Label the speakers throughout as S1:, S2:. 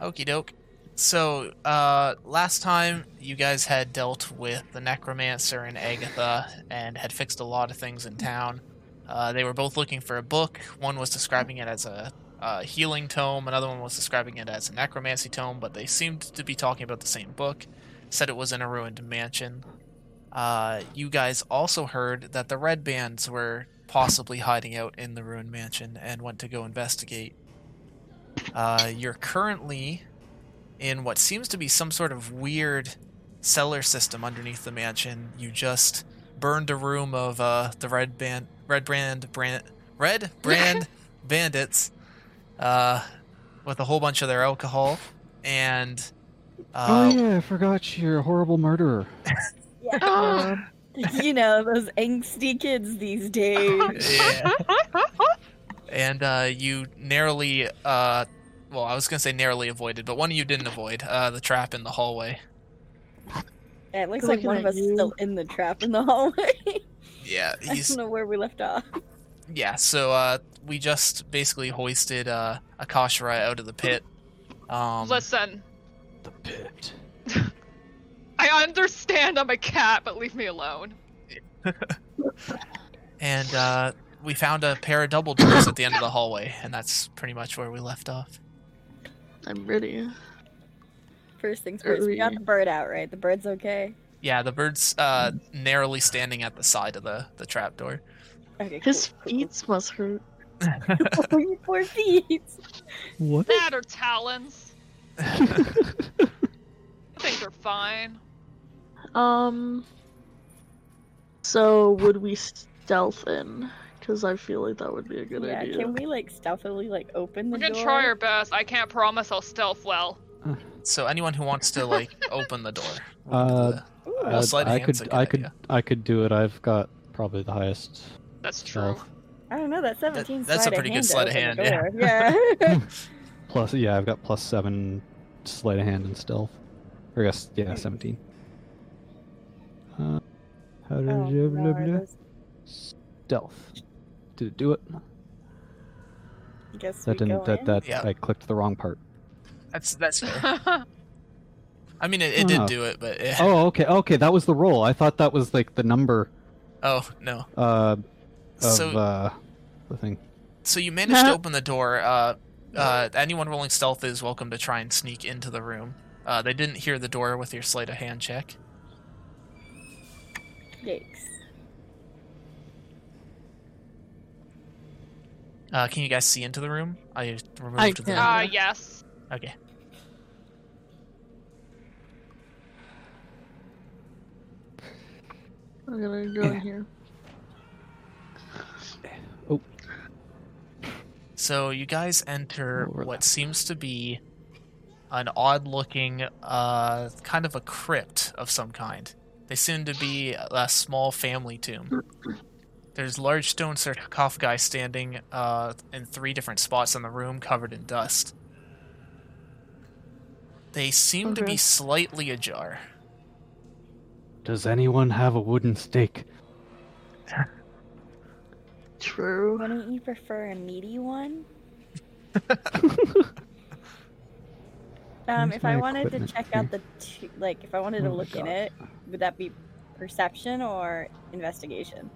S1: Okie doke. So, uh, last time you guys had dealt with the Necromancer and Agatha and had fixed a lot of things in town. Uh, they were both looking for a book. One was describing it as a, uh healing tome, another one was describing it as a necromancy tome, but they seemed to be talking about the same book. Said it was in a ruined mansion. Uh, you guys also heard that the Red Bands were possibly hiding out in the ruined mansion and went to go investigate. Uh, you're currently in what seems to be some sort of weird cellar system underneath the mansion. You just burned a room of uh, the red band, red brand, brand, red brand bandits uh, with a whole bunch of their alcohol, and uh,
S2: oh yeah, I forgot you're a horrible murderer.
S3: Yeah.
S4: Ah,
S3: you know, those angsty kids these days.
S1: yeah. and uh, you narrowly, uh, well, I was gonna say narrowly avoided, but one of you didn't avoid uh, the trap in the hallway.
S3: Yeah, it looks
S5: Looking
S3: like one of
S5: at
S3: us is
S5: you.
S3: still in the trap in the hallway.
S1: Yeah,
S3: I
S1: he's
S3: don't know where we left off.
S1: yeah, so uh, we just basically hoisted uh, Akashara out of the pit. Um,
S5: Listen,
S2: The pit.
S5: I understand I'm a cat, but leave me alone.
S1: and uh, we found a pair of double doors at the end of the hallway, and that's pretty much where we left off.
S5: I'm ready.
S3: First things
S5: Are
S3: first, we got
S5: we-
S3: the bird out, right? The bird's okay.
S1: Yeah, the bird's uh, narrowly standing at the side of the the trap door.
S3: Okay,
S5: His
S3: cool, cool,
S5: feet must hurt.
S3: cool. Your poor feet.
S2: What?
S4: That or talons. I think they're fine.
S5: Um. So would we stealth in? Because I feel like that would be a good
S3: yeah,
S5: idea.
S3: can we like stealthily like open the
S4: We're gonna
S3: door?
S4: try our best. I can't promise I'll stealth well.
S1: So anyone who wants to like open the door, would be
S2: Uh,
S1: the-
S3: Ooh,
S1: Uh, sleight of
S2: I
S1: hand's
S2: could,
S1: a good
S2: I could,
S1: idea.
S2: I could do it. I've got probably the highest.
S4: That's true.
S2: Stealth.
S3: I don't know. That seventeen.
S1: that's a
S3: sleight of
S1: pretty good
S3: hand to
S1: sleight of
S3: open the
S1: hand,
S3: door. Yeah.
S2: Plus, yeah, I've got plus seven sleight of hand and stealth. Or I guess, yeah, seventeen. Uh, how did
S3: Oh,
S2: you
S3: no, I was-
S2: stealth? Did it do it?
S3: I guess
S2: That
S3: we
S2: didn't.
S3: go
S2: That
S3: in.
S2: that
S1: Yeah.
S2: I clicked the wrong part.
S1: that's that's fair. I mean, it, it did
S2: Oh.
S1: do it, but eh.
S2: Oh, okay, okay. That was the roll. I thought that was like the number
S1: oh no.
S2: uh, of
S1: So
S2: uh, the thing.
S1: so you managed to open the door. Uh, uh, anyone rolling stealth is welcome to try and sneak into the room. Uh, they didn't hear the door with your sleight of hand check.
S3: Yikes.
S1: Uh, can you guys see into the room? I removed
S5: I
S1: the.
S5: can.
S4: Uh,
S5: Yeah.
S4: yes.
S1: Okay.
S5: I'm gonna go in here.
S1: So you guys enter
S2: Overlap.
S1: what seems to be an odd-looking, uh, kind of a crypt of some kind. They seem to be a small family tomb. There's large stone sarcophagi standing uh, in three different spots in the room, covered in dust. They seem to
S5: Okay.
S1: be slightly ajar.
S2: Does anyone have a wooden stake?
S5: True.
S3: Wouldn't you prefer a meaty one? um,
S2: Where's
S3: if I
S2: my
S3: wanted
S2: equipment
S3: to check out the two, like, if I wanted to
S2: Oh my
S3: look in
S2: God.
S3: it, would that be perception or investigation?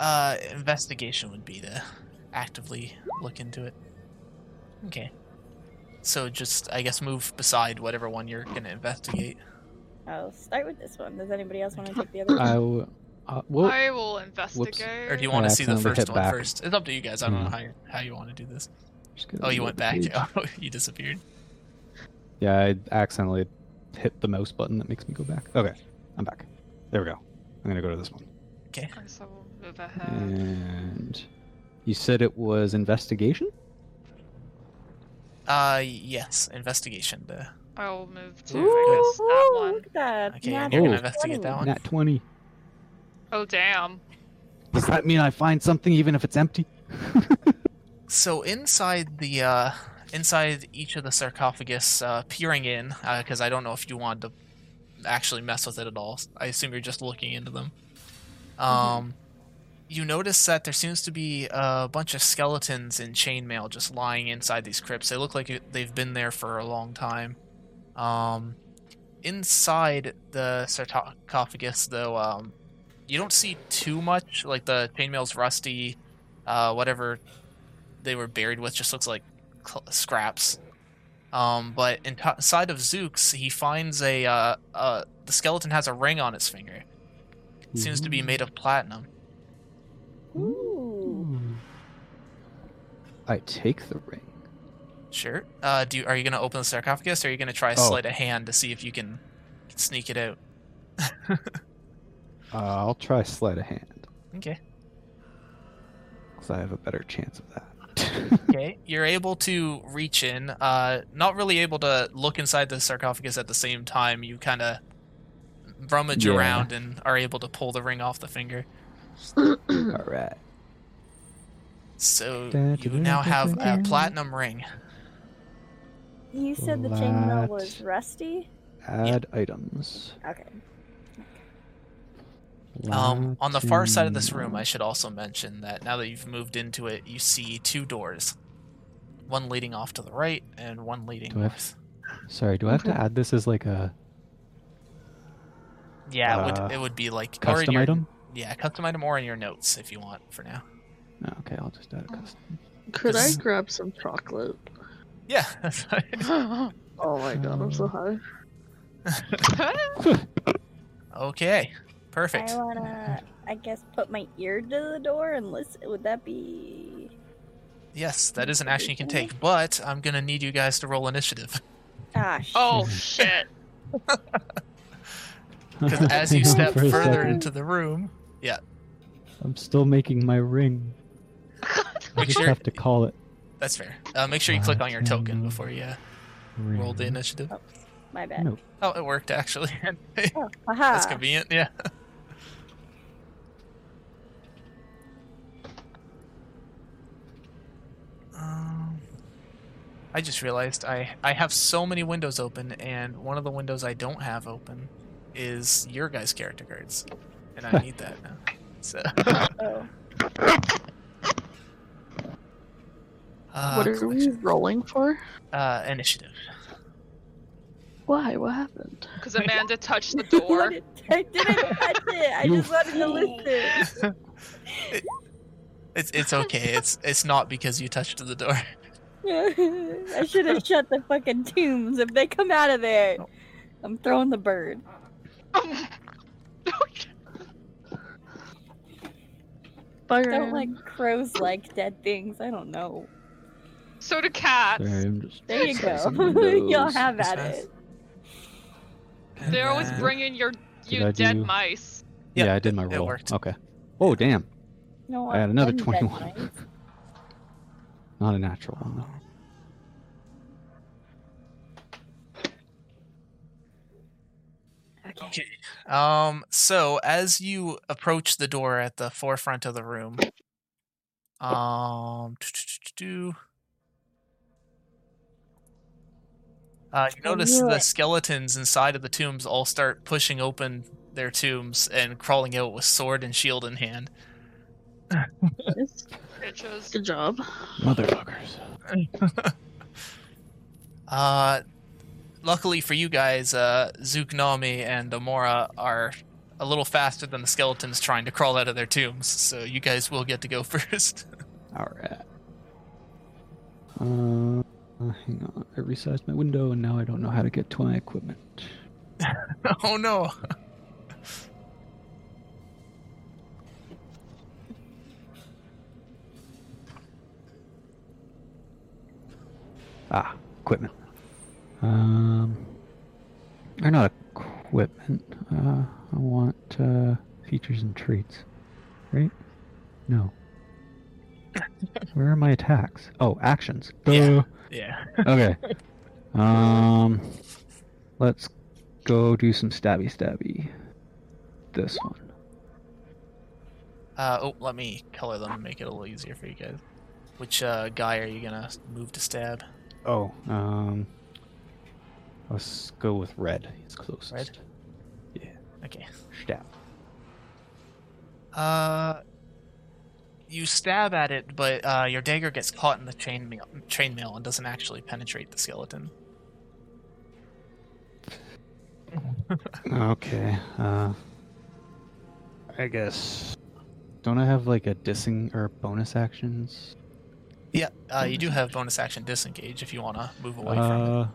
S1: Uh, investigation would be to actively look into it. Okay. So just, I guess, move beside whatever one you're gonna investigate.
S3: I'll start with this one. Does anybody else want to take the other
S2: I
S3: one?
S2: w- uh, well,
S4: I will investigate.
S1: Or do you want
S2: I
S1: to see the
S2: accidentally
S1: first
S2: hit
S1: one first?
S2: back.
S1: It's up to you guys. I don't know
S2: Hmm.
S1: how you, how you want to do this.
S2: just gonna
S1: Oh, you
S2: reload
S1: went
S2: the
S1: back.
S2: page.
S1: Oh, you disappeared.
S2: Yeah, I accidentally hit the mouse button that makes me go back. Okay, I'm back. There we go. I'm gonna go to this one.
S4: Okay, so we'll move ahead.
S2: And you said it was investigation.
S1: Uh, yes, investigation. The
S4: I'll move to
S1: Ooh,
S4: I guess, that
S3: Ooh,
S4: one.
S3: Look at that.
S1: okay, and
S3: natural
S1: you're gonna
S2: Oh.
S1: investigate
S3: 20.
S1: that one.
S2: Nat twenty.
S4: Oh damn.
S2: Does that mean I find something even if it's empty?
S1: So inside the uh, inside each of the sarcophagus, uh, peering in, because I don't know if you wanted to actually mess with it at all. I assume you're just looking into them. Um, you notice that there seems to be a bunch of skeletons in chainmail just lying inside these crypts. They look like it- they've been there for a long time. Um, inside the sarcophagus, though, um, you don't see too much. Like the chainmail's rusty. Uh, whatever they were buried with just looks like cl- scraps. Um, but in- inside of Zooks, he finds a uh, uh, the skeleton has a ring on its finger. It seems to be made of platinum.
S3: Ooh.
S2: I take the ring.
S1: Sure. Uh, do you, are you gonna open the sarcophagus, or are you gonna try a
S2: Oh.
S1: sleight of hand to see if you can sneak it out?
S2: Uh, I'll try sleight of hand
S1: Okay.
S2: because I have a better chance of that.
S1: Okay. You're able to reach in. Uh, not really able to look inside the sarcophagus at the same time. You kind of rummage
S2: Yeah.
S1: around and are able to pull the ring off the finger.
S2: All right.
S1: So
S2: Da-
S1: you
S2: da-
S1: now
S2: da-
S1: have
S2: da-
S1: a
S2: da.
S1: platinum ring.
S3: You said the chainmail
S2: What?
S3: was rusty?
S2: Add items.
S3: Okay.
S1: Um, on the far side of this room, I
S2: Platinum.
S1: should also mention that now that you've moved into it, you see two doors, one leading off to the right and one leading
S2: Do I have-
S1: north.
S2: Sorry, do I have to add this as like a
S1: Yeah, it
S2: Uh,
S1: would it would be like or in
S2: custom
S1: your-
S2: item?
S1: Yeah, custom item or in your notes if you want for now.
S2: No, okay, I'll just add a custom.
S6: Could I
S1: This-
S6: grab some chocolate?
S1: Yeah, that's fine.
S6: Oh my god, I'm so high.
S1: okay, perfect.
S3: I wanna, I guess, put my ear to the door and listen. Would that be.
S1: Yes, that is an action you can take, but I'm gonna need you guys to roll initiative
S3: Ah, shit.
S4: Oh shit!
S1: because as you
S2: Hang on
S1: step
S2: for a
S1: further
S2: second.
S1: into the room,
S2: I'm still making my ring. I
S1: Make
S2: just
S1: sure-
S2: have to call it
S1: that's fair. Uh, make sure you click on your token before you uh,
S2: ring.
S1: roll the initiative.
S3: My bad.
S2: Nope.
S1: Oh, it worked actually.
S3: Oh,
S1: that's
S3: haha.
S1: convenient. Yeah. Um, I just realized I I have so many windows open, and one of the windows I don't have open is your guys' character cards, and I need that now. So,
S3: Oh.
S1: uh,
S6: what are we
S1: collection.
S6: rolling for?
S1: Uh, initiative.
S6: Why? What happened?
S4: Because Amanda touched the door.
S3: I didn't touch it. I
S2: You
S3: just wanted to listen.
S1: It's it's okay. It's it's not because you touched the door.
S3: I should have shut the fucking tombs. If they come out of there, I'm throwing the bird.
S6: Fire.
S3: Don't like crows like dead things. I don't know.
S4: so do
S1: Uh,
S4: cats.
S2: Sorry, I'm just
S3: There you
S2: slicing
S3: go. You'll
S2: windows.
S3: have at
S1: Yes.
S3: it.
S1: And
S4: They always
S1: then-
S4: bring in your you
S2: I
S4: dead
S2: do-
S4: mice.
S2: Yeah,
S1: Yep,
S2: I did
S1: it-
S2: my
S1: it
S2: roll.
S1: worked.
S2: Okay. Oh damn!
S3: No,
S2: I had
S3: I've
S2: another
S3: done dead
S2: 21.
S3: mice.
S2: Not a natural one though.
S3: Okay.
S1: Okay. Um. So as you approach the door at the forefront of the room, um, uh, you notice
S3: knew
S1: the
S3: it.
S1: skeletons inside of the tombs all start pushing open their tombs and crawling out with sword and shield in hand.
S6: Yes.
S4: Bitches.
S6: Good job.
S2: Motherfuckers.
S1: Uh, luckily for you guys, uh, Zuknami and Amora are a little faster than the skeletons trying to crawl out of their tombs, so you guys will get to go first.
S2: All right. Uh, uh, hang on. I resized my window, and now I don't know how to get to my equipment.
S1: oh no!
S2: Ah, equipment. Um, or not equipment. Uh, I want uh, features and traits. Right? No. Where are my attacks? Oh, actions.
S1: Yeah.
S2: Duh.
S1: Yeah.
S2: okay. Um, let's go do some stabby stabby. This one.
S1: Uh, oh, let me color them and make it a little easier for you guys. Which uh, guy are you gonna move to stab?
S2: Oh, um, let's go with red. It's closest.
S1: Red? Okay.
S2: Stab.
S1: Uh, you stab at it, but uh, your dagger gets caught in the chainmail, chainmail and doesn't actually penetrate the skeleton.
S2: Okay. Uh, I guess. Don't I have like a dissing or bonus actions?
S1: Yeah, uh, you do have bonus action disengage if you want to move away from it.
S2: Uh,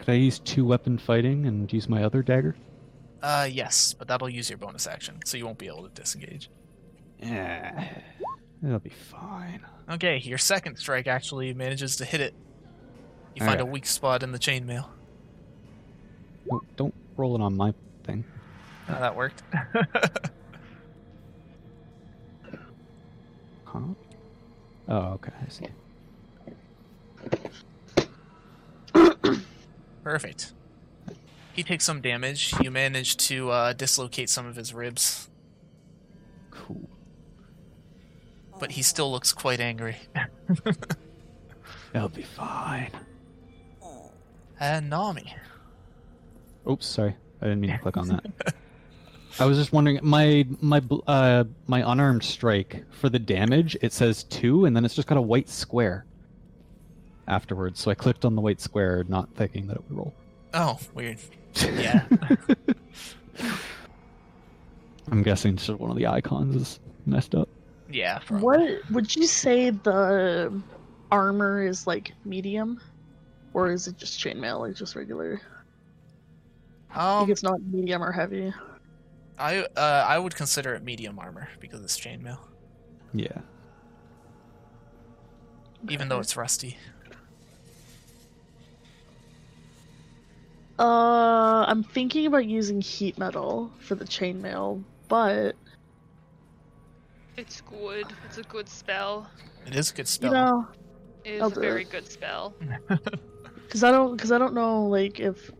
S2: could I use two weapon fighting and use my other dagger?
S1: Uh, yes, but that'll use your bonus action, so you won't be able to disengage.
S2: Yeah, it'll be fine.
S1: Okay, your second strike actually manages to hit it. You
S2: All
S1: find
S2: right.
S1: a weak spot in the chainmail.
S2: Oh, don't roll it on my thing.
S1: Uh, that worked.
S2: Huh? Oh, okay. I see.
S1: Perfect. He takes some damage. You manage to uh, dislocate some of his ribs,
S2: Cool.
S1: but he still looks quite angry.
S2: It'll be fine.
S1: And Nami.
S2: Oops, sorry. I didn't mean to click on that. I was just wondering my my bl- uh my unarmed strike for the damage it says 2 and then it's just got a white square afterwards. So I clicked on the white square not thinking that it would roll.
S1: Oh, weird. Yeah.
S2: I'm guessing it's just one of the icons is messed up.
S1: Yeah. probably.
S6: What would you say the armor is like medium, or is it just chainmail, like just regular? I think
S1: Um,
S6: it's not medium or heavy.
S1: I uh, I would consider it medium armor because it's chainmail,
S2: Yeah.
S1: even though it's rusty.
S6: Uh, I'm thinking about using heat metal for the chainmail, but
S4: It's good. It's a good spell.
S1: It is a good
S6: you
S1: spell.
S6: know,
S4: It is
S6: I'll
S4: a
S6: do
S4: very
S6: it.
S4: good spell.
S6: because I don't, because I don't know, like if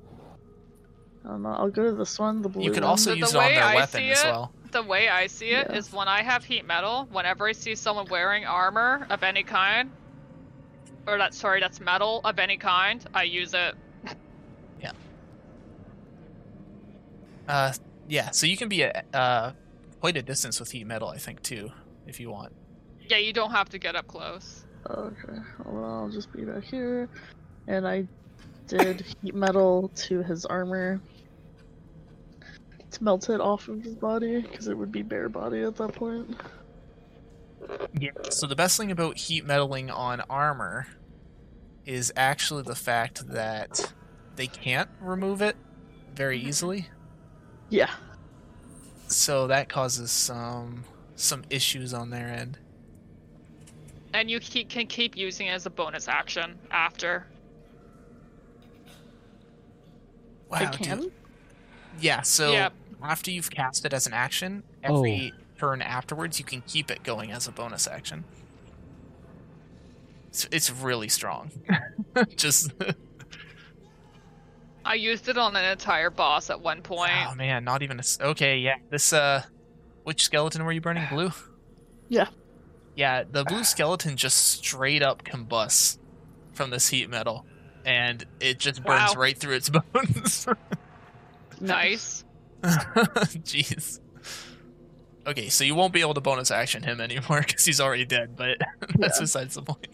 S6: I don't know. I'll go to this one, the blue.
S1: you could
S6: one.
S1: also
S4: But the
S1: use it on
S4: way
S1: their
S4: I
S1: weapon
S4: see
S1: as
S4: it-
S1: well.
S4: The way I see it is
S6: Yeah.
S4: when I have heat metal, whenever I see someone wearing armor of any kind, or that sorry, that's metal of any kind, I use it.
S1: Uh, yeah. So you can be a, uh, quite a distance with heat metal, I think, too, if you want.
S4: Yeah, you don't have to get up close.
S6: Okay, well, I'll just be back here, and I did heat metal to his armor to melt it off of his body because it would be bare body at that point.
S1: Yeah. So the best thing about heat metaling on armor is actually the fact that they can't remove it very easily.
S6: Yeah,
S1: So that causes some some issues on their end.
S4: And you keep, can keep using it as a bonus action after.
S1: Wow.
S6: I
S1: dude.
S6: can.
S1: Yeah, so
S4: Yeah.
S1: after you've cast it as an action, every turn afterwards you can keep it going as a bonus action. It's, it's really strong. Just
S4: I used it on an entire boss at one point.
S1: oh man, not even a s okay. Yeah, this uh, which skeleton were you burning? Blue.
S6: Yeah.
S1: Yeah, the blue skeleton just straight up combusts from this heat metal, and it just burns
S4: Wow.
S1: right through its bones.
S4: Nice.
S1: Jeez. Okay, so you won't be able to bonus action him anymore because he's already dead, but that's besides the point.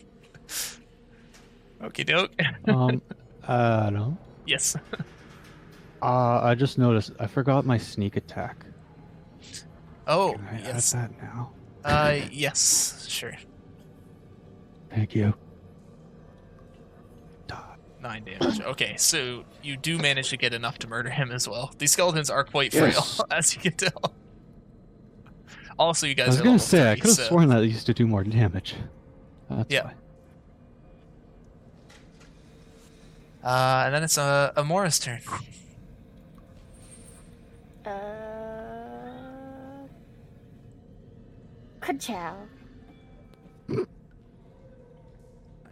S1: Okay, doke.
S2: um uh no.
S1: Yes.
S2: Uh I just noticed I forgot my sneak attack.
S1: Oh,
S2: Can I
S1: yes.
S2: add that now?
S1: Uh, yes, sure.
S2: Thank you. Die.
S1: Nine damage. Okay, so you do manage to get enough to murder him as well. These skeletons are quite
S2: Yes.
S1: frail, as you can tell. Also, you guys
S2: I
S1: are
S2: was gonna
S1: level
S2: say I
S1: three,
S2: could have
S1: so-
S2: sworn that used to do more damage. That's
S1: Yeah.
S2: why.
S1: Uh, and then it's uh, Amora's turn.
S3: Uh. Ka-chow.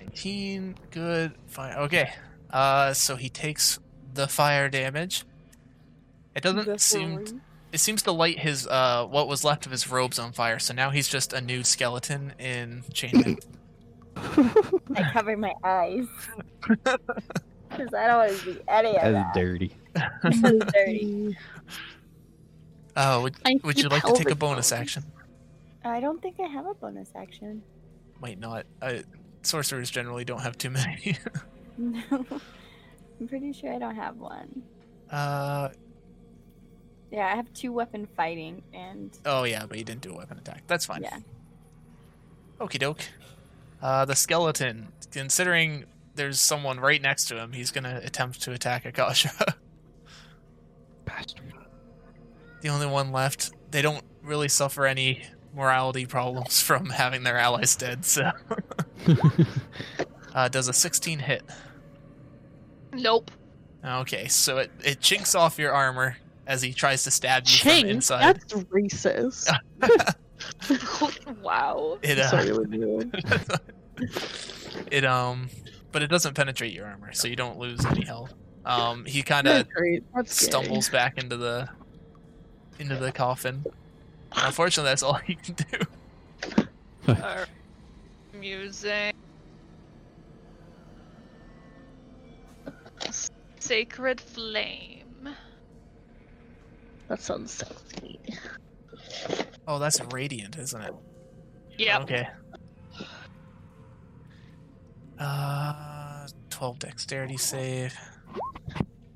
S1: 19 good fine okay uh so he takes the fire damage it doesn't seem
S3: Definitely.
S1: it seems to light his uh what was left of his robes on fire so now he's just a nude skeleton in chainmail
S3: I cover my eyes. Because I don't want to be any of that.
S2: That's dirty.
S3: Dirty.
S1: uh would,
S6: I
S1: would
S6: keep
S1: Uh, you like to take a
S6: pelvic
S1: bonus
S6: bones.
S1: action
S3: Uh, I don't think I have a bonus action.
S1: Might not. I, sorcerers generally don't have too many.
S3: No. I'm pretty sure I don't have one.
S1: uh,
S3: Yeah, I have two weapon fighting and
S1: oh yeah, but you didn't do a weapon attack. That's fine.
S3: yeah.
S1: Okie doke. Uh, the skeleton, considering there's someone right next to him, he's gonna attempt to attack Akasha.
S2: Bastard.
S1: the only one left. They don't really suffer any morality problems from having their allies dead, so. uh, does a 16 hit.
S4: Nope.
S1: Okay, so it, it chinks off your armor as he tries to stab you from
S6: Ching,
S1: inside.
S6: that's racist.
S4: wow.
S1: It,
S6: I'm
S1: uh,
S6: Sorry, what you doing?
S1: it um, but it doesn't penetrate your armor, so you don't lose any health. Um, he kind of
S6: That's great. That's scary.
S1: stumbles back into the into the coffin. Unfortunately, that's all he can do.
S4: Our music. Sacred flame.
S6: That sounds sexy.
S1: Oh, that's radiant, isn't it?
S4: Yep.
S1: Okay. Uh, 12 dexterity save.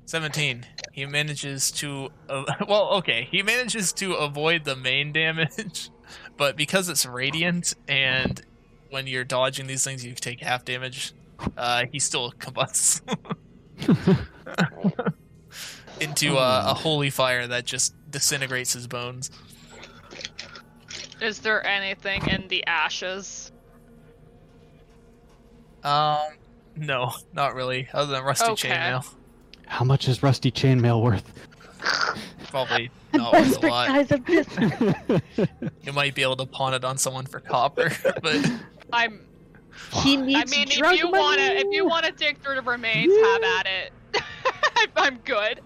S1: 17. He manages to. Uh, well, okay. He manages to avoid the main damage, but because it's radiant and when you're dodging these things, you take half damage, uh, he still combusts into uh, a holy fire that just disintegrates his bones.
S4: Is there anything in the ashes?
S1: Um, no, not really, other than rusty
S4: Okay.
S1: chainmail.
S2: How much is rusty chainmail worth?
S1: Probably not worth Oh, a lot.
S3: of this.
S1: You might be able to pawn it on someone for copper, but
S4: I'm.
S6: He
S4: I
S6: needs
S4: mean, if
S6: drug
S4: you
S6: money.
S4: wanna, if you wanna dig through the remains, have at it. I'm good.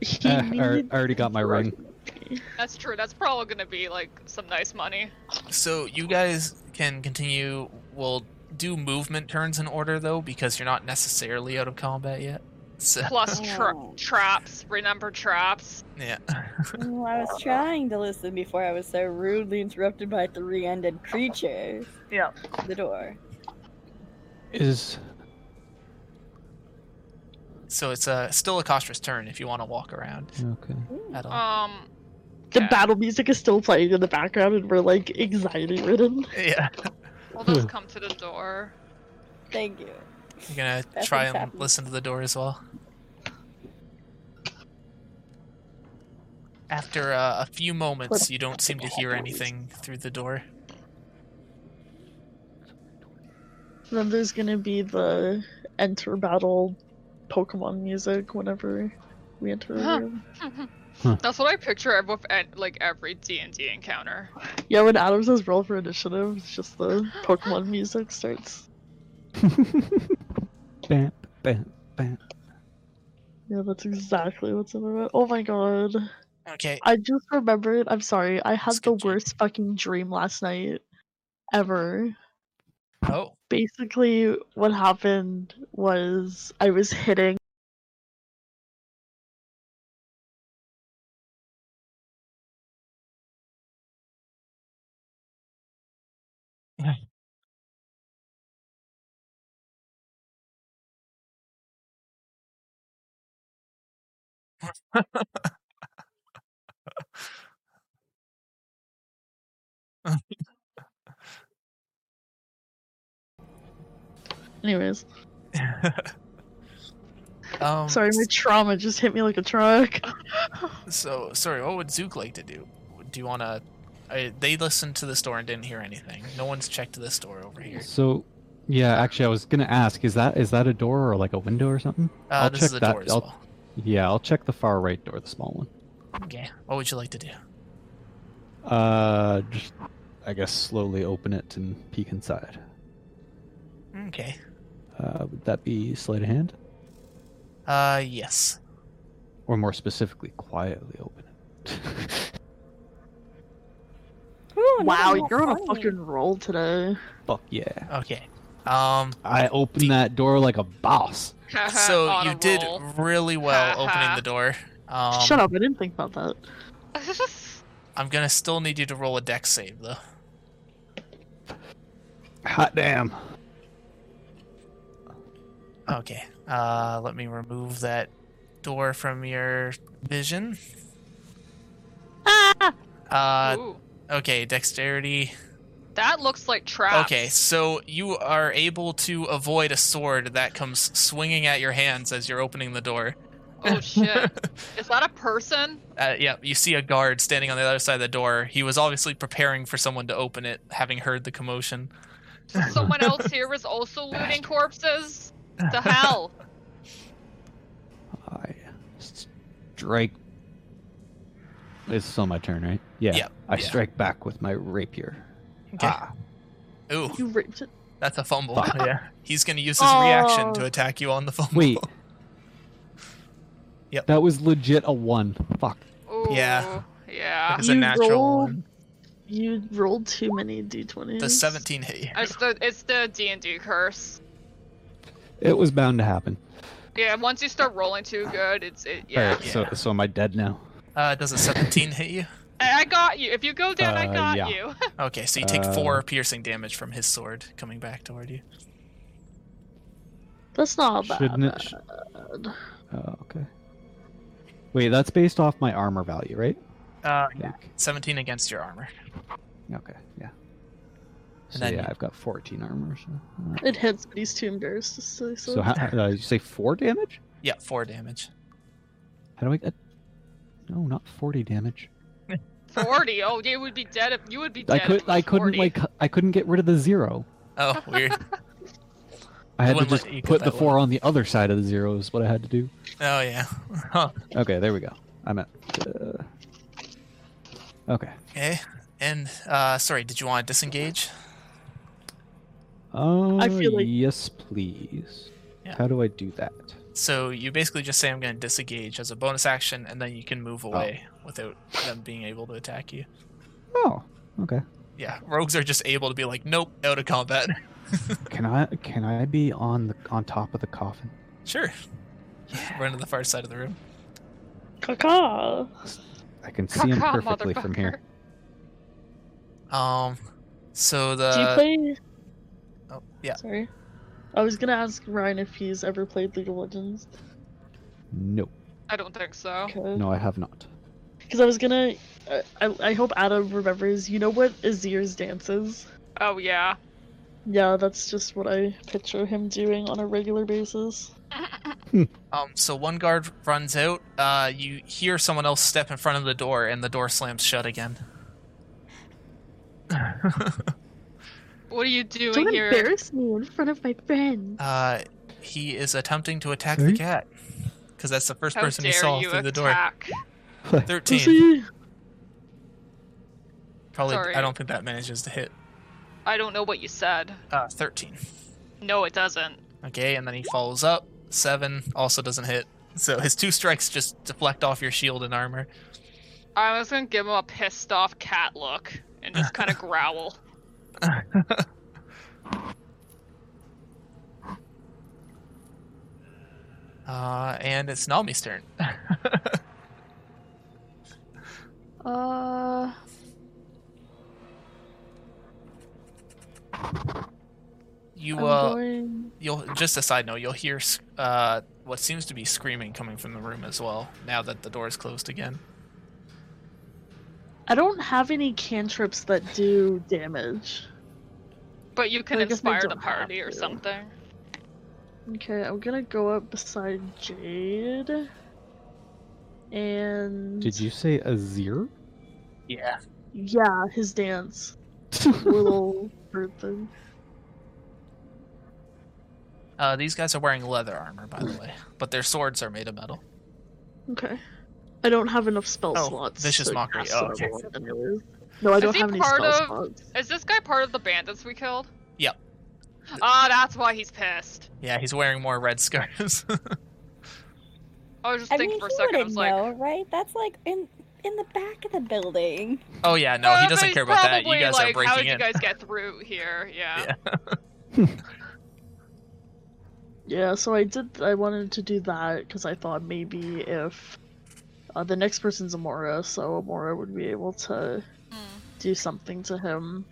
S6: he
S2: Uh, I, I
S6: needs
S2: already got my
S6: drug
S2: ring.
S4: That's true. That's probably gonna be like some nice money.
S1: so you guys can continue. We'll do movement turns in order though, because you're not necessarily out of combat yet. So
S4: Plus tra-
S3: Oh.
S4: traps. Remember traps.
S1: yeah,
S3: Well, I was trying to listen before I was so rudely interrupted by three-ended creatures.
S1: Yeah.
S3: The door.
S2: Is
S1: so it's uh, still a Kostra's turn if you want to walk around
S2: okay.
S6: Uh,
S1: at all.
S4: Um.
S6: The
S4: Yeah.
S6: battle music is still playing in the background, and we're like anxiety ridden.
S1: yeah,
S4: We'll just come to the door.
S3: Thank you.
S1: you're gonna
S3: That's
S1: try
S3: what's
S1: and
S3: happening.
S1: listen to the door as well. After uh, a few moments, you don't seem to hear anything through the door.
S6: Then there's gonna be the enter battle Pokemon music whenever we enter a
S4: Huh.
S6: room.
S4: That's what I picture of with an- like every D and D encounter.
S6: Yeah, when Adam says roll for initiative, it's just the Pokemon music starts.
S2: Bam, bam, bam.
S6: Yeah, that's exactly what's in it. Oh my god.
S1: Okay,
S6: I just remembered. I'm sorry. I had
S1: It's
S6: the
S1: good, Jane.
S6: worst fucking dream last night ever.
S1: Oh,
S6: Basically, what happened was I was hitting. Anyways,
S1: um,
S6: sorry, my trauma just hit me like a truck.
S1: Oh, So, sorry, what would Zook like to do? Do you want to? They listened to this door and didn't hear anything. No one's checked this door over here.
S2: So, yeah, actually, I was gonna ask: is that is that a door or like a window or something?
S1: Uh,
S2: I'll
S1: this
S2: check
S1: is the
S2: that-
S1: door as
S2: I'll-
S1: well.
S2: Yeah, I'll check the far right door, the small one.
S1: Okay. What would you like to do?
S2: Uh, just I guess slowly open it and peek inside.
S1: Okay.
S2: Uh, would that be sleight of hand,
S1: Uh, yes.
S2: or more specifically, quietly open it?
S3: Ooh, another
S6: Wow,
S3: nat
S6: you're on a
S3: 20.
S6: fucking roll today.
S2: Fuck yeah!
S1: Okay. Um.
S2: I open that door like a boss.
S4: Uh-huh,
S1: so
S4: On
S1: you
S4: a
S1: did
S4: roll.
S1: really well opening
S4: Ha-ha.
S1: the door. Um,
S6: Shut up, I didn't think about that.
S1: I'm gonna still need you to roll a deck save though.
S2: Hot damn.
S1: Okay. Uh, let me remove that door from your vision.
S3: Ah!
S1: Uh,
S4: Ooh.
S1: okay, dexterity.
S4: That looks like traps.
S1: Okay, so you are able to avoid a sword that comes swinging at your hands as you're opening the door.
S4: Oh shit. Is that a person?
S1: Uh, yeah, you see a guard standing on the other side of the door. He was obviously preparing for someone to open it, having heard the commotion.
S4: Someone else here is also looting corpses? The hell?
S2: I strike. It's still my turn, right? Yeah.
S1: Yeah,
S2: I
S1: yeah.
S2: strike back with my rapier.
S1: Okay.
S2: Ah,
S1: Ooh,
S6: You raped it.
S1: that's a fumble.
S2: Fuck.
S1: Yeah. He's going to use his reaction to attack you on the fumble.
S2: wait.
S1: Yep.
S2: That was legit a one. Fuck.
S4: Ooh.
S1: Yeah.
S4: Yeah.
S1: It's a
S6: You
S1: natural
S6: rolled-
S1: one.
S6: You rolled too many d20s.
S1: The 17 hit you.
S4: It's the it's the D and D curse.
S2: It was bound to happen.
S4: Yeah, once you start rolling too good, it's it. Yeah,
S2: Alright, so so am I dead now?
S1: Uh, does a 17 hit you?
S4: I, I got you. If you go down, I
S2: Uh,
S4: got
S2: yeah.
S4: you.
S1: Okay, so you take
S2: Uh,
S1: four piercing damage from his sword coming back toward you.
S6: That's not bad.
S2: Shouldn't it? sh- oh, okay. Wait, that's based off my armor value, right?
S1: Uh,
S2: I think.
S1: 17 against your armor.
S2: Okay, yeah. So
S1: then
S2: yeah,
S1: you-
S2: I've got 14 armor. So, alright.
S6: It hits, but he's too embarrassed to say so.
S2: so how, uh, you say four damage?
S1: Yeah, four damage.
S2: How do I get? No, not 40 damage.
S4: Forty. Oh, you would be dead if you would be dead.
S2: I
S4: if
S2: could
S4: it
S2: I
S4: was
S2: couldn't
S4: 40.
S2: like I couldn't get rid of the zero.
S1: Oh, weird.
S2: I had to
S1: wouldn't
S2: just
S1: let you get
S2: put the
S1: that
S2: four on the other side of the zero is what I had to do.
S1: oh, yeah. Huh.
S2: Okay, there we go. I'm at. Uh... Okay.
S1: Okay. And, uh, sorry, did you want to disengage?
S2: Oh,
S6: feel like-
S2: yes, please.
S1: Yeah.
S2: How do I do that?
S1: So you basically just say, I'm going to disengage as a bonus action, and then you can move away without them being able to attack you.
S2: Oh, okay.
S1: Yeah, rogues are just able to be like, nope, out of combat.
S2: Can I can I be on the on top of the coffin?
S1: sure. Run to the far side of the room.
S6: Caca.
S2: I can see him
S4: Caca,
S2: perfectly from here.
S1: Um, so
S6: Do you
S1: the.
S6: play?
S1: oh, yeah.
S6: Sorry. I was gonna ask Ryan if he's ever played League of Legends.
S2: No,
S4: I don't think so.
S6: Okay.
S2: no, I have not.
S6: Because I was gonna. I, I, I hope Adam remembers. You know what Azir's dance is?
S4: Oh yeah.
S6: Yeah, that's just what I picture him doing on a regular basis.
S1: Um, so one guard runs out. Uh, you hear someone else step in front of the door, and the door slams shut again.
S4: What are you doing
S6: Don't
S4: here?
S6: embarrass me in front of my friends.
S1: Uh, he is attempting to attack the
S2: Sorry?
S1: cat because that's the first
S4: How
S1: person he
S4: dare
S1: saw
S4: you
S1: through the door.
S4: attack?
S1: Thirteen.
S6: See?
S1: Probably.
S4: Sorry.
S1: I don't think that manages to hit.
S4: I don't know what you said.
S1: Uh, thirteen.
S4: No, it doesn't.
S1: Okay, and then he follows up. Seven also doesn't hit. So his two strikes just deflect off your shield and armor.
S4: I was gonna give him a pissed off cat look and just kind of growl.
S1: Uh, and it's Nami's turn.
S4: Uh.
S1: You
S6: I'm
S1: uh,
S6: going-
S1: you'll just a side note you'll hear s- uh, what seems to be screaming coming from the room as well now that the door is closed again
S6: I don't have any cantrips that do damage.
S4: But you can
S6: I guess I
S4: inspire the
S6: don't have
S4: party or
S6: to.
S4: something.
S6: Okay, I'm gonna go up beside Jade. And
S2: Did you say Azir?
S1: yeah
S6: Yeah, his dance. Little bird thing.
S1: uh, these guys are wearing leather armor by the way but their swords are made of metal
S6: Okay. I don't have enough spell
S1: Oh,
S6: slots.
S1: vicious
S6: to
S1: mockery.
S6: cast
S1: Oh,
S6: another
S1: okay.
S6: one anyways. No, I
S4: Is
S6: don't
S4: he
S6: have any
S4: part
S6: spell
S4: of-
S6: slots.
S4: Is this guy part of the bandits we killed?
S1: Yep.
S4: Ah, that's why he's pissed.
S1: yeah he's wearing more red scarves
S4: I was just
S3: I
S4: thinking
S3: mean,
S4: for a
S3: he
S4: second. I
S3: wouldn't
S4: was like,
S3: know, right? That's like in in the back of the building.
S1: oh yeah no he
S4: "Uh,
S1: doesn't
S4: he's
S1: care about that you
S4: probably
S1: guys
S4: like,
S1: are breaking
S4: How did
S1: in
S4: you guys get through here? Yeah.
S1: Yeah.
S6: Yeah, so I did. I wanted to do that because I thought maybe if uh, the next person's Amora, so Amora would be able to
S4: Hmm.
S6: do something to him.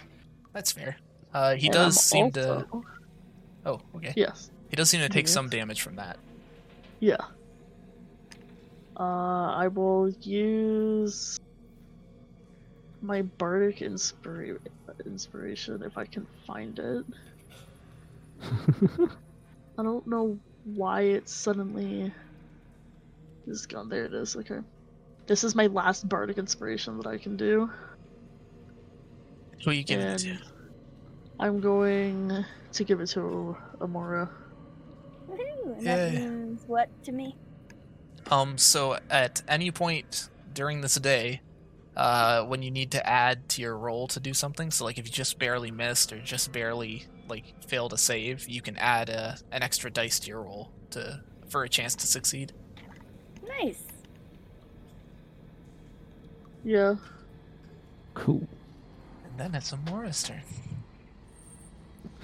S1: that's fair Uh, he
S6: And
S1: does
S6: I'm
S1: seem to.
S6: also-
S1: Oh, okay.
S6: Yes.
S1: He does seem to take
S6: Yes.
S1: some damage from that.
S6: Yeah. Uh, I will use my bardic inspira- inspiration if I can find it. I don't know why it suddenly is gone. There it is. Okay. This is my last bardic inspiration that I can do.
S1: Who are you giving it to?
S6: And I'm going to give it to Amora.
S3: Woohoo, and that
S1: Yay.
S3: means what to me?
S1: Um, so at any point during this day, uh, when you need to add to your roll to do something, so like if you just barely missed or just barely like failed a save, you can add a, an extra dice to your roll to for a chance to succeed.
S3: Nice.
S6: Yeah.
S2: Cool.
S1: And then it's Amora's turn.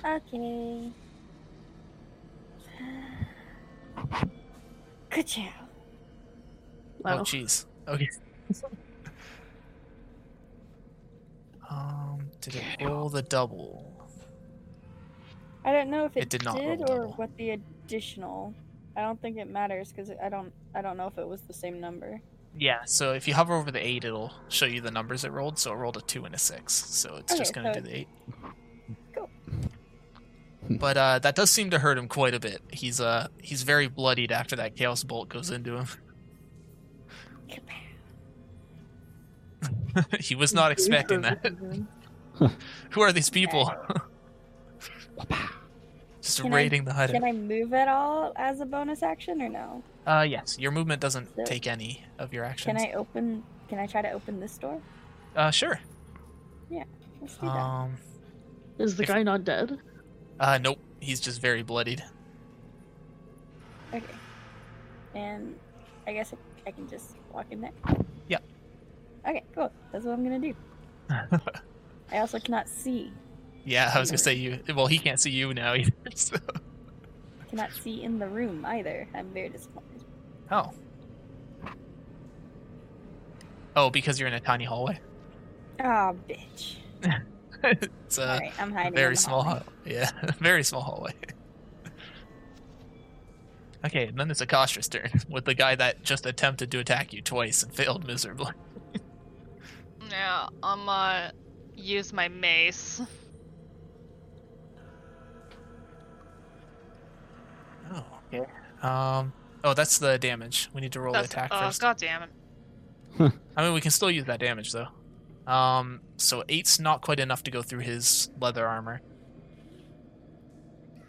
S3: Okay. Good job.
S1: Oh
S6: Wow.
S1: jeez. Okay. um, did it roll the double?
S3: I don't know if it,
S1: It did not roll
S3: or
S1: double.
S3: what the additional. I don't think it matters because I don't. I don't know if it was the same number.
S1: Yeah. So if you hover over the eight, it'll show you the numbers it rolled. So it rolled a two and a six. So it's just
S3: Okay,
S1: gonna
S3: so-
S1: do the eight.
S3: Cool.
S1: But uh, that does seem to hurt him quite a bit. He's uh he's very bloodied after that chaos bolt goes into him. he was not expecting that. Who are these people? just
S3: Can I-
S1: raiding the hut.
S3: Can I move at all as a bonus action or no?
S1: Uh, yes. Your movement doesn't
S3: So-
S1: take any of your actions.
S3: Can I open? Can I try to open this door?
S1: Uh, sure.
S3: Let's do that.
S1: Um,
S6: Is the
S1: if-
S6: guy not dead?
S1: uh, nope. He's just very bloodied.
S3: Okay. And I guess I, I can just walk in there.
S1: Yep.
S3: Okay, cool. That's what I'm gonna do. I also cannot see.
S1: Yeah, I was gonna say you. Well, he can't see you now either. so-
S3: Cannot see in the room either. I'm very disappointed.
S1: Oh. Oh, because you're in a tiny hallway.
S3: Ah, bitch.
S1: It's a
S3: Alright, I'm hiding. in
S1: Uh, very
S3: the
S1: small.
S3: hallway.
S1: hall- Yeah, very small hallway. okay, and then it's Akastra's turn with the guy that just attempted to attack you twice and failed miserably.
S4: Yeah, I'm uh use my mace.
S1: Oh. Okay. Um. Oh, that's the damage. We need to roll
S4: That's,
S1: the attack
S4: oh,
S1: first.
S4: God damn it.
S1: I mean, we can still use that damage though. Um, so eight's not quite enough to go through his leather armor.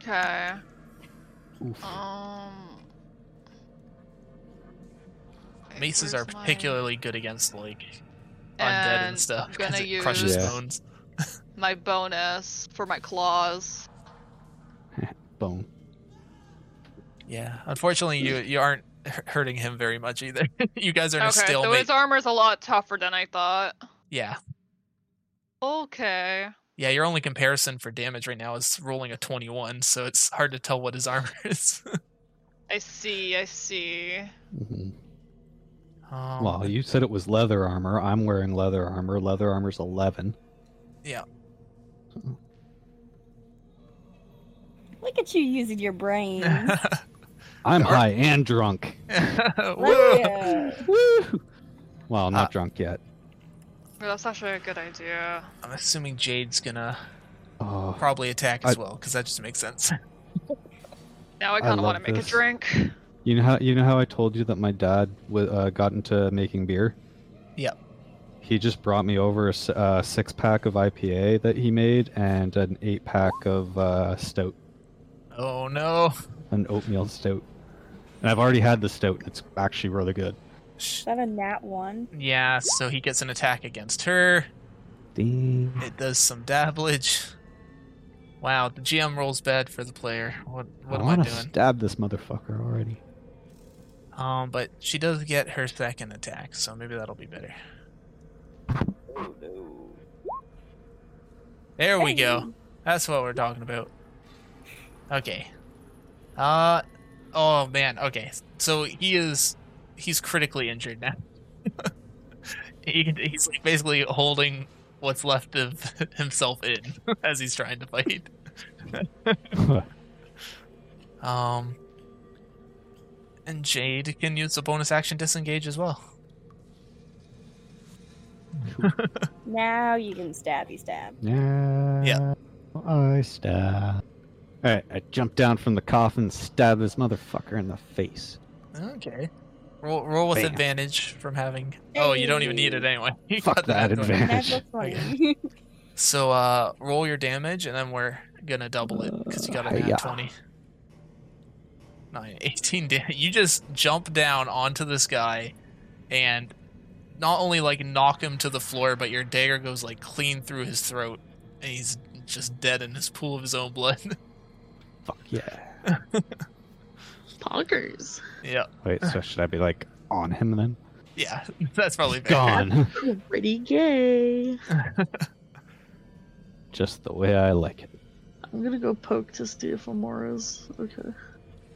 S4: Okay.
S2: Oof.
S4: Um. wait,
S1: Maces are
S4: where's my-
S1: particularly good against like undead and,
S4: And
S1: stuff
S4: I'm
S1: because
S4: gonna
S1: it crushes
S2: use- Yeah.
S1: bones.
S4: My bonus for my claws.
S2: Bone.
S1: Yeah, unfortunately, you you aren't hu- hurting him very much either. you guys are in
S4: Okay,
S1: a
S4: so
S1: stalemate.
S4: his armor's a lot tougher than I thought.
S1: Yeah,
S4: Okay.
S1: yeah. Your only comparison for damage right now is rolling a twenty-one, so it's hard to tell what his armor is.
S4: I see, I see.
S2: Mhm.
S1: um,
S2: Well, you said it was leather armor. I'm wearing leather armor. Leather armor's 11.
S3: Look at you using your brain. Look
S2: I'm
S1: Dark.
S2: high and drunk.
S4: Oh,
S1: Whoa.
S3: at you.
S2: Woo! Well, I'm not
S1: Uh,
S2: drunk yet.
S4: Well, that's actually a good idea.
S1: I'm assuming Jade's gonna
S2: Oh,
S1: probably attack as
S2: I-
S1: well because that just makes sense.
S4: Now
S2: I
S4: I kind of want
S2: love
S4: to make
S2: this.
S4: a drink.
S2: you know how you know how I told you that my dad w- uh, got into making beer.
S1: Yep.
S2: He just brought me over a s- uh, six pack of IPA that he made and an eight pack of uh, stout,
S1: oh no!
S2: an oatmeal stout. And I've already had the stout. and It's actually really good.
S3: Is that a nat one?
S1: Yeah, so he gets an attack against her.
S2: Ding.
S1: It does some dabblage. Wow, the GM rolls bad for the player. What what am
S2: I
S1: I
S2: wanna
S1: doing?
S2: stab this motherfucker already.
S1: Um, but she does get her second attack, so maybe that'll be better. There we go. That's what we're talking about. Okay. Uh oh man, okay. So he is he's critically injured now. he, he's like basically holding what's left of himself in as he's trying to fight. Um, and Jade can use a bonus action disengage as well.
S3: Now you can stabby stab.
S2: yeah. I stab. All right, I jump down from the coffin, stab this motherfucker in the face.
S1: Okay. Roll, roll with
S2: Bam.
S1: advantage from having. Oh, you don't even need it anyway. You
S2: Fuck
S1: got the
S2: that
S1: natural
S2: advantage.
S3: Natural twenty.
S1: So uh, roll your damage, and then we're gonna double it because you got a
S2: Uh,
S1: nat
S2: yeah.
S1: 20. Nine, 18 damage. You just jump down onto this guy, and not only like knock him to the floor, but your dagger goes like clean through his throat, and he's just dead in this pool of his own blood.
S2: Fuck yeah.
S6: Poggers.
S1: yeah,
S2: Wait, so should I be like on him then?
S1: yeah, that's probably fair.
S2: Gone.
S6: Pretty gay.
S2: Just the way I like it.
S6: I'm gonna go poke to see if Amora's okay.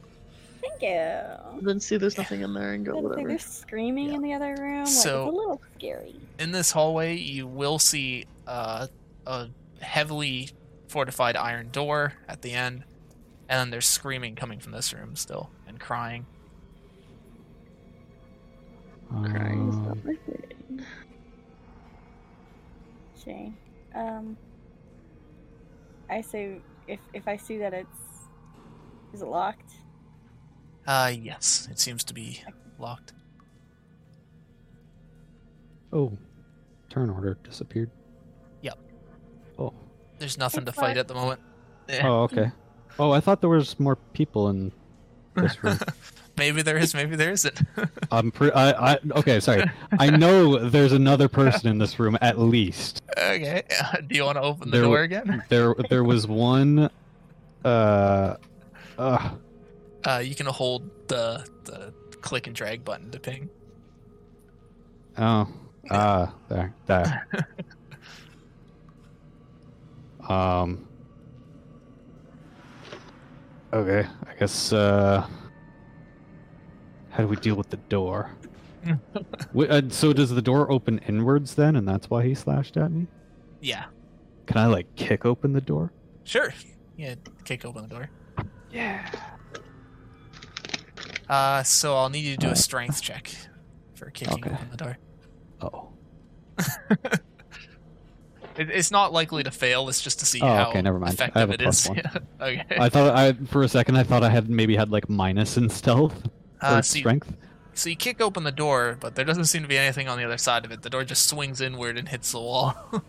S3: Thank you.
S6: Then see there's nothing in there and go
S3: Like
S6: whatever.
S3: they're screaming in the other room. Like,
S1: So-
S3: it's a little scary.
S1: in this hallway, you will see uh, a heavily fortified iron door at the end, and then there's screaming coming from this room still and crying.
S6: Crying is
S2: Um,
S6: not my thing.
S3: Shay. Um. I say if if I see that it's is it locked?
S1: Uh, yes, it seems to be locked.
S2: oh, turn order disappeared.
S1: Yep.
S2: Oh.
S1: There's nothing to
S3: It's
S1: fight
S3: locked.
S1: at the moment. Eh,
S2: Oh, okay. Oh, I thought there was more people in this room.
S1: Maybe there is, maybe there isn't.
S2: I'm pre- I, I okay. Sorry, I know there's another person in this room at least.
S1: okay, do you want to open the
S2: There w-
S1: door again?
S2: There, there was one. Uh, uh,
S1: Uh, you can hold the the click and drag button to ping.
S2: oh, ah, there, there. Um. Okay, I guess. Uh, how do we deal with the door? Wait, uh, so does the door open inwards then, and that's why he slashed at me?
S1: Yeah,
S2: Can I like kick open the door?
S1: sure. Yeah, kick open the door.
S2: Yeah.
S1: Uh, so I'll need you to do a strength check for kicking
S2: Okay.
S1: open the door.
S2: Oh.
S1: It, it's not likely to fail. It's just to see
S2: Oh,
S1: how
S2: okay, never mind. I
S1: effective
S2: have a
S1: it
S2: plus
S1: is.
S2: one. Uh,
S1: Yeah, okay.
S2: I thought I for a second I thought I had maybe had like minus in stealth or
S1: Uh, so, you,
S2: strength.
S1: so you kick open the door, but there doesn't seem to be anything on the other side of it. The door just swings inward and hits the wall.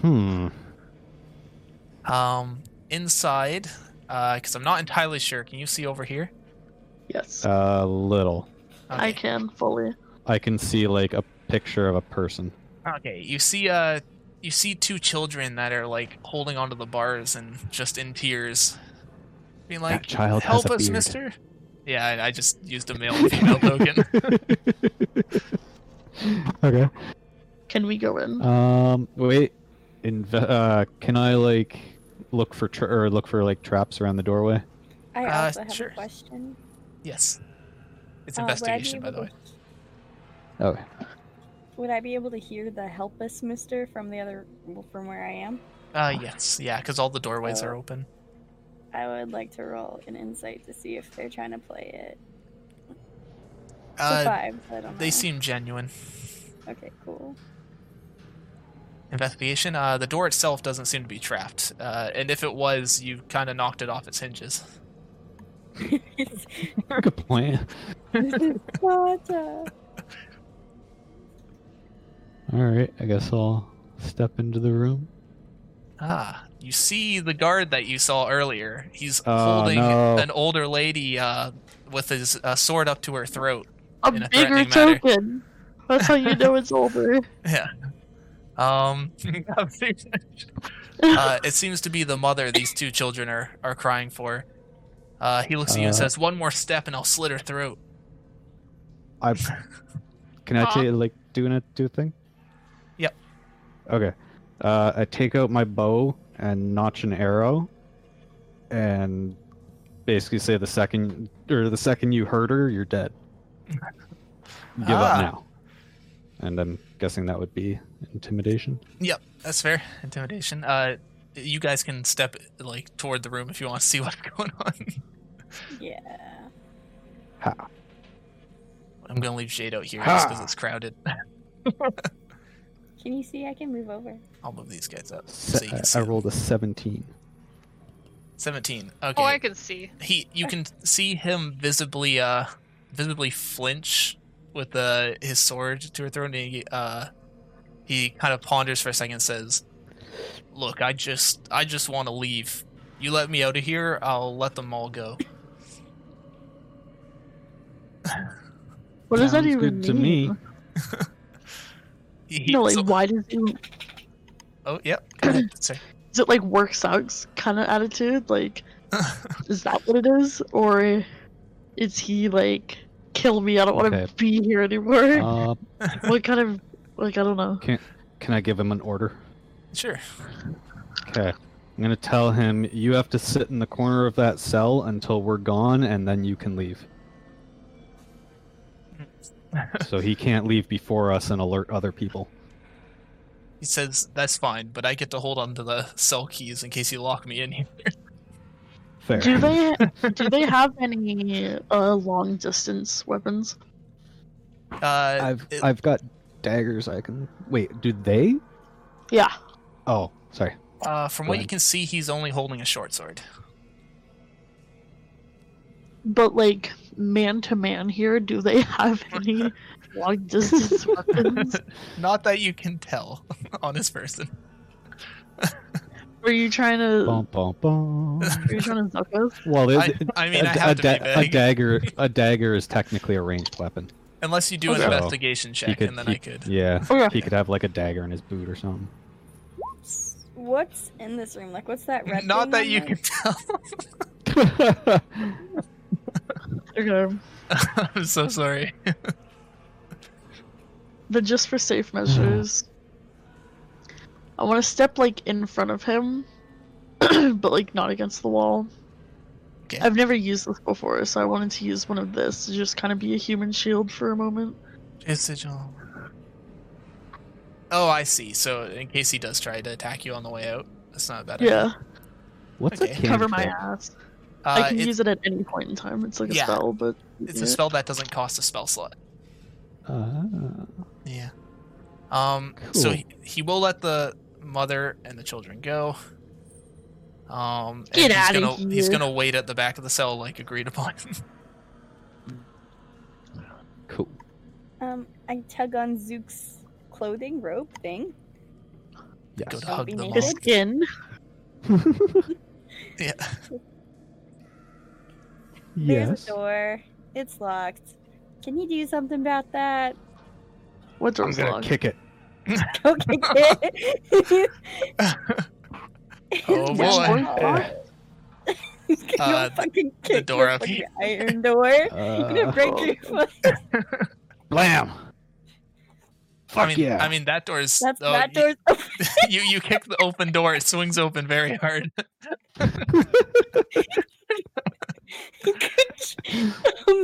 S2: Hmm.
S1: um, inside, because I'm not entirely sure. Can you see over here?
S6: Yes.
S2: A little.
S1: Okay.
S6: I can fully.
S2: I can see like a picture of a person.
S1: Okay, you see uh you see two children that are like holding onto the bars and just in tears. Being like
S2: that child
S1: help
S2: has a
S1: us,
S2: beard.
S1: mister. Yeah, I, I just used a male and female token.
S2: okay.
S6: Can we go in?
S2: Um. Wait. Inve- uh, can I like look for tra- or look for like traps around the doorway?
S3: I
S1: Uh,
S3: also have
S1: sure.
S3: a question.
S1: Yes. It's
S3: Uh, would I be
S1: investigation, by
S3: able
S1: the way.
S3: to-
S2: Okay.
S3: Would I be able to hear the help us, Mister, from the other from where I am?
S1: Uh, yes, yeah, because all the doorways are
S3: Uh,
S1: open.
S3: I would like to roll an insight to see if they're trying to play it. It's a
S1: Uh,
S3: five, so I don't know.
S1: they seem genuine.
S3: okay, cool.
S1: Investigation. Uh, the door itself doesn't seem to be trapped, uh, and if it was, you kind of knocked it off its hinges.
S3: It's-
S2: Good plan.
S3: this is not, uh,
S2: All right. I guess I'll step into the room.
S1: Ah, you see the guard that you saw earlier. He's
S2: Oh,
S1: holding
S2: no.
S1: an older lady uh, with his uh, sword up to her throat.
S6: A
S2: uh,
S1: in a
S6: bigger
S1: threatening manner.
S6: token. That's how you know it's older.
S1: Yeah. Um, uh, it seems to be the mother these two children are, are crying for. Uh, he looks at you and
S2: Uh.
S1: says, "One more step, and I'll slit her throat."
S2: I can I
S4: Huh?
S2: take like doing a do a thing?
S1: Yep.
S2: Okay. Uh, I take out my bow and notch an arrow, and basically say the second or the second you hurt her, you're dead. Give
S1: Ah.
S2: up now. and I'm guessing that would be intimidation.
S1: Yep, that's fair. Intimidation. Uh, you guys can step like toward the room if you want to see what's going on.
S3: Yeah.
S2: Ha.
S1: I'm gonna leave Jade out here just because
S2: Ha.
S1: it's crowded.
S3: Can you see? I can move over.
S1: I'll move these guys up so
S2: Se-
S1: you can
S2: I
S1: see.
S2: I rolled a 17.
S1: 17. Okay.
S4: Oh, I can see.
S1: he you can see him visibly uh visibly flinch with uh his sword to her throat and he uh he kind of ponders for a second and says look i just i just want to leave you let me out of here i'll let them all go
S6: What does that
S2: Sounds
S6: even
S2: good to
S6: mean?
S2: me.
S1: He-
S6: No, like
S1: so-
S6: why does he?
S1: oh yep go ahead, sorry.
S6: Is it like work sucks kind of attitude? Like, is that what it is, or is he like kill me? I don't want to
S2: Okay.
S6: be here anymore.
S2: Uh,
S6: what kind of like I don't know.
S2: can I give him an order?
S1: sure
S2: Okay. I'm gonna tell him you have to sit in the corner of that cell until we're gone, and then you can leave. so he can't leave before us and alert other people.
S1: he says that's fine but i get to hold on to the cell keys in case you lock me in here
S2: Fair.
S6: Do they do they have any uh long distance weapons?
S1: uh
S2: I've
S1: it-
S2: I've got daggers. I can wait. Do they?
S6: Yeah.
S2: Oh, sorry.
S1: uh from
S2: go
S1: what you can
S2: ahead.
S1: see he's only holding a short sword
S6: But like man to man here, do they have any long distance weapons?
S1: Not that you can tell on his person.
S6: Were you trying to
S2: Bum, bum, bum.
S6: were you trying to suck us?
S2: Well, it,
S1: I, I mean, I
S2: a,
S1: have
S2: a
S1: to
S2: da-
S1: be
S2: a
S1: vague.
S2: dagger. A dagger is technically a ranged weapon.
S1: Unless you do an
S2: Okay. So,
S1: investigation check,
S2: could-
S1: and then
S2: he-
S1: I could.
S2: Yeah,
S6: Okay.
S2: he could have like a dagger in his boot or something.
S3: What's what's in this room? Like, what's that red?
S1: Not
S3: thing
S1: that
S3: on
S1: you
S3: there?
S1: can tell.
S6: Okay.
S1: I'm so sorry.
S6: But just for safe measures, I want to step like in front of him, but like not against the wall.
S1: Okay.
S6: I've never used this before, so I wanted to use one of this to just kind of be a human shield for a moment.
S1: It's sigil. Oh, I see. So in case he does try to attack you on the way out, that's not a bad. idea.
S6: Yeah,
S2: What's
S1: Okay.
S2: a cantrip?
S6: cover my ass.
S1: Uh,
S6: I can
S1: it-
S6: use it at any point in time. It's like a
S1: Yeah.
S6: spell, but
S1: it's a spell that doesn't cost a spell slot.
S2: Ah.
S1: Yeah. Um. So
S2: Cool.
S1: he, he will let the mother and the children go. Um. and
S6: Get
S1: he's
S6: outta
S1: gonna- He's
S6: here.
S1: gonna wait at the back of the cell like agreed upon.
S2: Cool.
S3: Um, I tug on Zook's clothing rope thing.
S1: Go
S2: Yes.
S1: to hug
S3: be
S1: them all.
S3: naked.
S6: The
S3: Just-
S6: skin.
S1: Yeah.
S3: There's a door. It's locked. Can you do something about that?
S6: What
S2: I'm
S6: door's
S2: gonna
S6: locked?
S2: kick it.
S3: Go kick it.
S1: Oh, boy.
S3: Go
S1: Uh,
S3: fucking kick
S1: the door
S3: your
S1: up
S3: fucking
S1: here. Oh.
S3: iron door. You're gonna
S2: Uh,
S3: break your foot.
S2: blam. Fuck
S1: I mean,
S2: yeah.
S1: I mean that door is.
S3: That's,
S1: oh,
S3: that
S1: you-
S3: door's open.
S1: you you kick the open door, it swings open very hard.
S3: Thumbs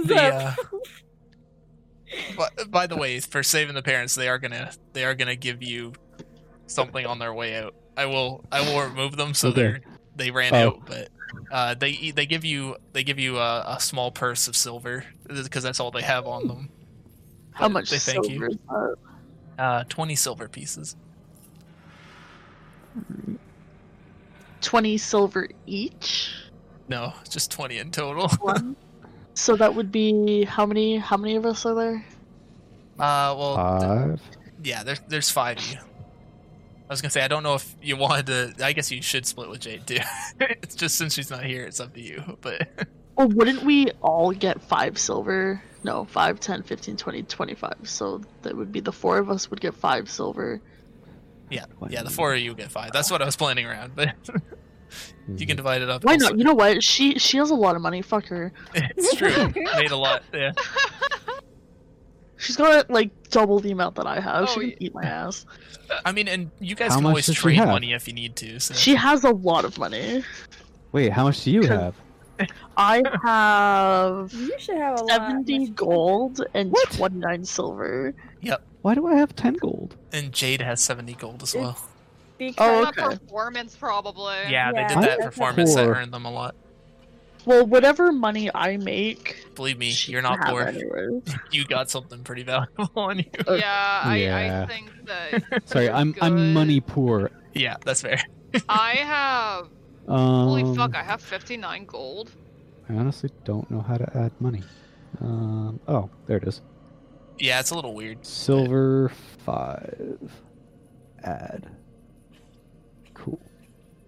S1: The,
S3: up.
S1: uh, by, by the way, for saving the parents, they are gonna they are gonna give you something on their way out. I will I will remove them so
S2: Okay.
S1: they're they ran
S2: Oh.
S1: out, but uh, they they give you they give you a, a small purse of silver because that's all they have on them.
S6: How
S1: But
S6: much
S1: They thank
S6: silver
S1: you.
S6: is that?
S1: Uh, Twenty silver pieces.
S6: Twenty silver each.
S1: No, just twenty in total.
S6: One. so that would be how many? How many of us are there?
S1: Uh, well,
S2: Five.
S1: Yeah, there's there's five of you. I was gonna say I don't know if you wanted to. I guess you should split with Jade too. it's just since she's not here, it's up to you. But
S6: Well, wouldn't we all get five silver? No, five, ten, fifteen, twenty, twenty-five. So that would be the four of us would get five silver.
S1: yeah, yeah, the four of you get five. That's what I was planning around. But you can divide it up.
S6: Why
S1: also.
S6: not? You know what? She she has a lot of money. Fuck her.
S1: It's true. Made a lot. Yeah.
S6: She's got like double the amount that I have.
S5: Oh,
S6: she can
S5: yeah.
S6: eat my ass.
S1: I mean, and you guys
S2: How
S1: can
S2: much
S1: always
S2: does she
S1: trade
S2: have?
S1: money if you need to. So.
S6: She has a lot of money.
S2: Wait, how much do you have?
S6: I have
S3: You should have a lot.
S6: seventy
S3: much-
S6: gold and
S2: What?
S6: twenty nine silver.
S1: Yep.
S2: Why do I have 10 gold?
S1: And Jade has 70 gold as well.
S2: Oh,
S1: Oh,
S3: Because
S6: okay.
S4: Not performance, probably.
S1: Yeah, they
S3: Yeah.
S1: did that
S3: I'm
S1: performance that
S2: poor.
S1: earned them a lot.
S6: Well, whatever money I make,
S1: Believe me,
S6: she
S1: you're
S6: can
S1: not
S6: have
S1: poor.
S6: anyways.
S1: You got something pretty valuable on you.
S4: Yeah, I,
S2: Yeah.
S4: I think that
S2: Sorry, I'm I'm money poor.
S1: Yeah, that's fair.
S4: I have.
S2: Um,
S4: Holy fuck! I have fifty-nine gold.
S2: I honestly don't know how to add money. Um, oh, there it is.
S1: Yeah, it's a little weird.
S2: Silver five. Add. Cool.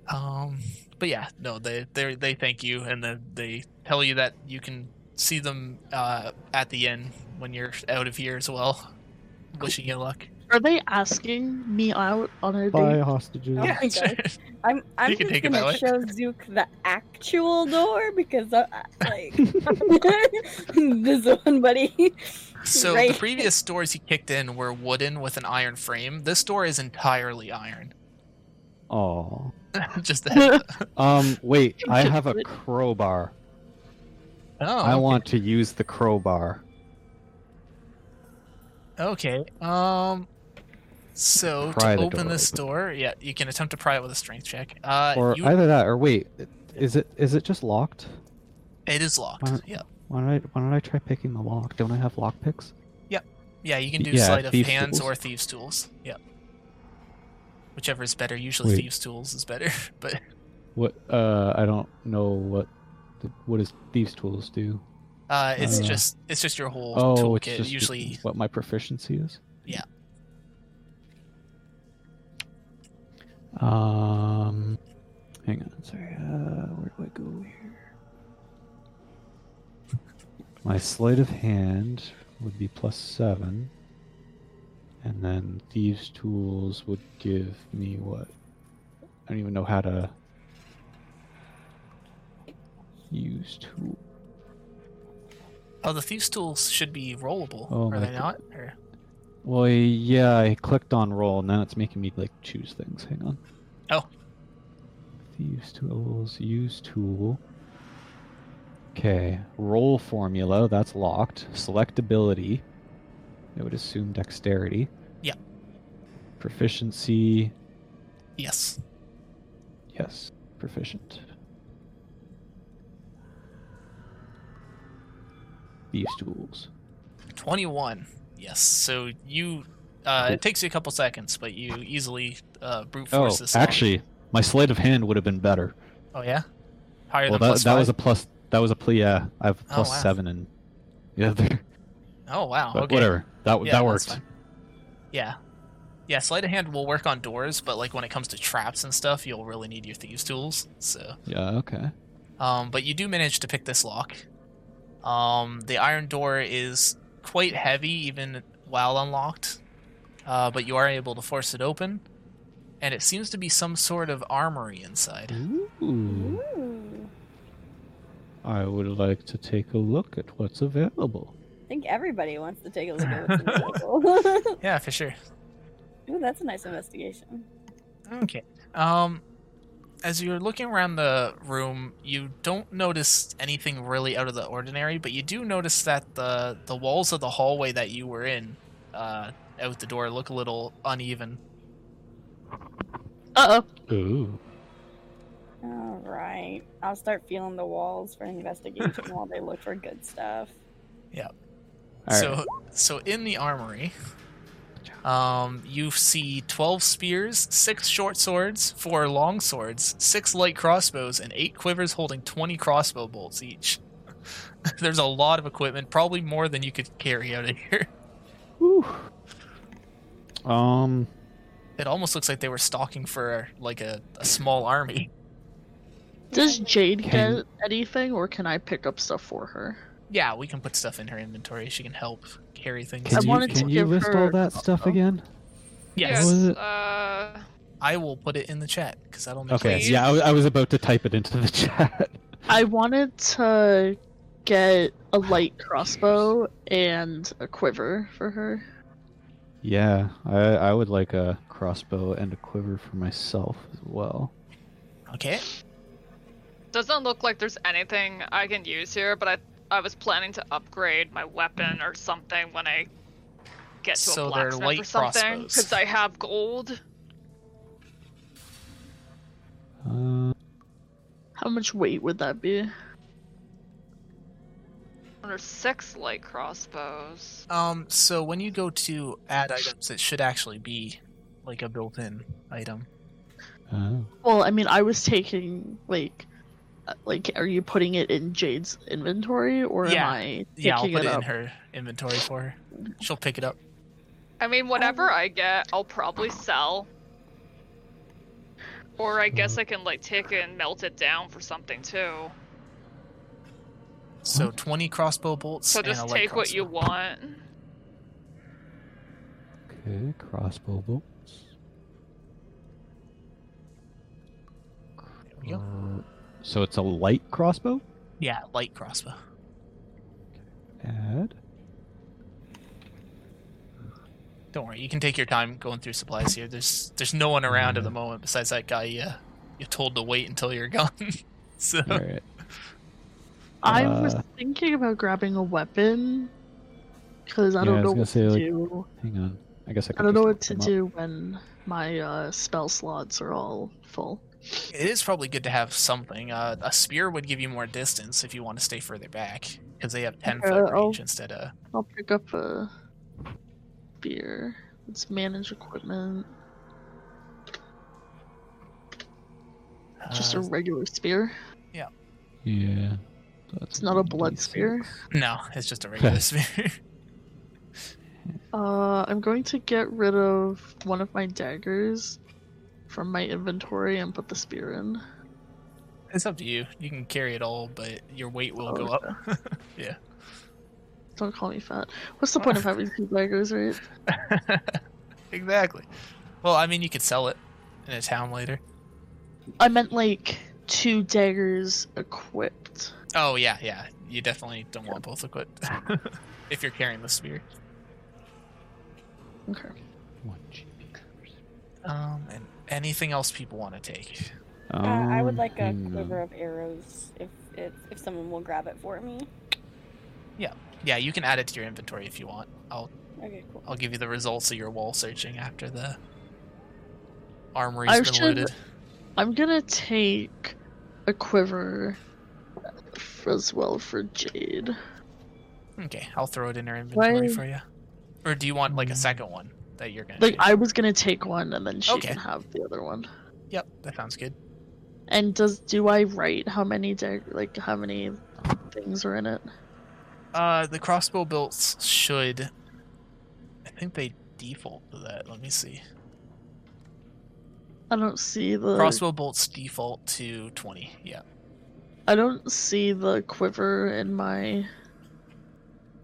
S1: Um, but yeah, no, they they they thank you, and then they tell you that you can see them uh, at the inn when you're out of here as well. Wishing you luck.
S6: Are they asking me out on a
S2: Buy
S6: date?
S2: hostages.
S3: Oh my
S1: sure.
S3: I'm, I'm
S1: You can
S3: just
S1: take it
S3: gonna
S1: that way.
S3: show Zook the actual door because I, I- like this one, buddy.
S1: So
S3: Right.
S1: the previous doors you kicked in were wooden with an iron frame. This door is entirely iron.
S2: Aw.
S1: Just the head.
S2: Um, wait, I have a crowbar.
S1: Oh,
S2: I want to use the crowbar.
S1: okay. Um, so
S2: Pry
S1: to
S2: the
S1: open
S2: door
S1: this
S2: open.
S1: door, yeah, you can attempt to pry it with a strength check. Uh,
S2: Or
S1: you-
S2: either that, or wait, is it is it just locked?
S1: it is locked.
S2: Why-
S1: Yeah,
S2: Why don't I why don't I try picking the lock? Don't I have lock picks?
S1: yeah, you can do
S2: Yeah,
S1: sleight of
S2: thieves'
S1: hands
S2: tools.
S1: or thieves tools. Yeah, whichever is better. Usually
S2: Wait.
S1: thieves tools is better, but
S2: What? Uh, I don't know what. The, what does thieves' tools do?
S1: uh, it's
S2: Uh,
S1: just it's just your whole
S2: Oh, it's
S1: toolkit.
S2: just
S1: Usually,
S2: what my proficiency is.
S1: Yeah.
S2: Um, hang on. Sorry. Uh, where do I go here? My sleight of hand would be plus seven, and then thieves' tools would give me what? I don't even know how to use tool.
S1: oh, the thieves tools should be rollable,
S2: Oh
S1: are
S2: my
S1: they not? Or,
S2: Well, yeah, I clicked on roll, and now it's making me like choose things. Hang on.
S1: Oh.
S2: Use tools. Use tool. Okay, roll formula. That's locked. Selectability. I would assume dexterity.
S1: Yep.
S2: Proficiency.
S1: yes.
S2: Yes, proficient. These tools.
S1: 21 yes so you uh,
S2: Cool.
S1: it takes you a couple seconds but you easily uh, brute
S2: Oh,
S1: force this lock.
S2: actually, my sleight of hand would have been better.
S1: oh yeah higher
S2: well,
S1: than
S2: that,
S1: plus
S2: that was a
S1: five?
S2: plus. That was a pl- yeah. I have
S1: Oh,
S2: plus
S1: wow.
S2: seven and the other.
S1: oh wow
S2: But
S1: okay
S2: whatever. That w
S1: Yeah,
S2: that
S1: that's
S2: worked.
S1: fine. yeah yeah sleight of hand will work on doors but like when it comes to traps and stuff you'll really need your thieves tools so
S2: Yeah. Okay.
S1: um, but you do manage to pick this lock um, the iron door is quite heavy even while unlocked uh, but you are able to force it open and it seems to be some sort of armory inside
S2: Ooh.
S3: Ooh.
S2: I would like to take a look at what's available.
S3: I think everybody wants to take a look at what's available.
S1: yeah for sure
S3: Ooh, that's a nice investigation.
S1: Okay. Um, as you're looking around the room, you don't notice anything really out of the ordinary, but you do notice that the the walls of the hallway that you were in, uh, out the door, look a little uneven.
S6: Uh oh.
S2: Ooh.
S3: All right, I'll start feeling the walls for investigation while they look for good stuff.
S2: All right.
S1: so, so in the armory, um, you see twelve spears, six short swords, four long swords, six light crossbows, and eight quivers holding twenty crossbow bolts each. There's a lot of equipment, probably more than you could carry out of here.
S2: Ooh. Um.
S1: It almost looks like they were stalking for like a, a small army.
S6: Does Jade
S2: Can-
S6: get anything, or can I pick up stuff for her?
S1: Yeah, we can put stuff in her inventory. She can help carry things.
S2: Can
S6: I
S2: you
S6: wanted to
S2: can you
S6: give
S2: list
S6: her-
S2: all that stuff
S1: Oh,
S6: Uh-oh.
S2: again?
S1: yes,
S2: was it?
S4: Uh,
S1: I will put it in the chat because that'll make
S2: Okay.
S1: it
S4: Please.
S2: Yeah. I, was- I was about to type it into the chat.
S6: I wanted to get a light crossbow and a quiver for her.
S2: yeah. I I would like a crossbow and a quiver for myself as well.
S1: okay.
S4: doesn't look like there's anything I can use here, but I I was planning to upgrade my weapon or something when I get to
S1: So
S4: a
S1: they're
S4: blacksmith
S1: light
S4: or something
S1: crossbows.
S4: because I have gold.
S2: Uh,
S6: How much weight would that be?
S4: There's six light crossbows.
S1: Um, so when you go to add items, it should actually be like a built-in item.
S2: oh.
S6: Well, I mean, I was taking like, uh, like, are you putting it in Jade's inventory or
S1: Yeah.
S6: am I taking
S1: Yeah, I'll put it,
S6: up?
S1: in her inventory for her. She'll pick it up.
S4: I mean, whatever I get, I'll probably sell. Or I
S1: Mm.
S4: guess I can like take it and melt it down for something too.
S1: So twenty crossbow bolts.
S4: Mm-hmm. So
S1: and a
S4: just
S1: light
S4: take what you
S1: crossbow.
S4: want.
S2: Okay, crossbow bolts.
S1: There we go.
S2: Uh, so it's a light crossbow?
S1: Yeah, light crossbow.
S2: Add.
S1: Don't worry, you can take your time going through supplies here. There's there's no one around
S4: Mm-hmm.
S1: at the moment besides that guy you you told to wait until you're gone. so
S2: All right.
S6: I was
S2: Uh,
S6: thinking about grabbing a weapon because I don't
S2: Yeah, I was
S6: know
S2: gonna
S6: what
S2: say,
S6: to
S2: like,
S6: do.
S2: Hang on. I guess I
S6: I
S2: can
S6: don't know what to do when my uh, spell slots are all full.
S1: it is probably good to have something. Uh, a spear would give you more distance if you want to stay further back because they have ten foot
S6: Uh, I'll-
S1: range instead of
S6: I'll pick up a beer. Let's manage equipment. Just
S1: uh,
S6: a regular spear.
S2: Yeah. That's
S6: It's not a blood spear.
S1: No, it's just a regular spear.
S6: Uh, I'm going to get rid of one of my daggers from my inventory and put the spear in.
S1: it's up to you. You can carry it all, but your weight will
S6: Oh,
S1: go up. Yeah.
S6: Don't call me fat. What's the point of having two daggers, right?
S1: exactly. Well, I mean, you could sell it in a town later.
S6: I meant like two daggers equipped.
S1: Oh yeah, yeah. You definitely don't want both equipped if you're carrying the spear.
S6: Okay.
S2: One GP. per spear.
S1: Um, and anything else people want to take?
S3: Uh, I would
S2: Um,
S3: like a
S2: hang on.
S3: quiver of arrows if, if if someone will grab it for me.
S1: Yeah, you can add it to your inventory if you want. I'll
S3: Okay, cool.
S1: I'll give you the results of your wall searching after the armory's
S6: I
S1: been
S6: should-
S1: looted.
S6: I'm gonna take a quiver f- as well for Jade.
S1: Okay, I'll throw it in her inventory
S6: Why- Hmm.
S1: for you. Or do you want like a second one that you're gonna?
S6: Like
S1: take?
S6: I was gonna take one and then she
S1: Okay.
S6: can have the other one.
S1: Yep, that sounds good.
S6: And does do I write how many dag like how many things are in it?
S1: Uh, the crossbow bolts should. I think they default to that. Let me see.
S6: I don't see the
S1: Crossbow bolts default to twenty. Yeah.
S6: I don't see the quiver in my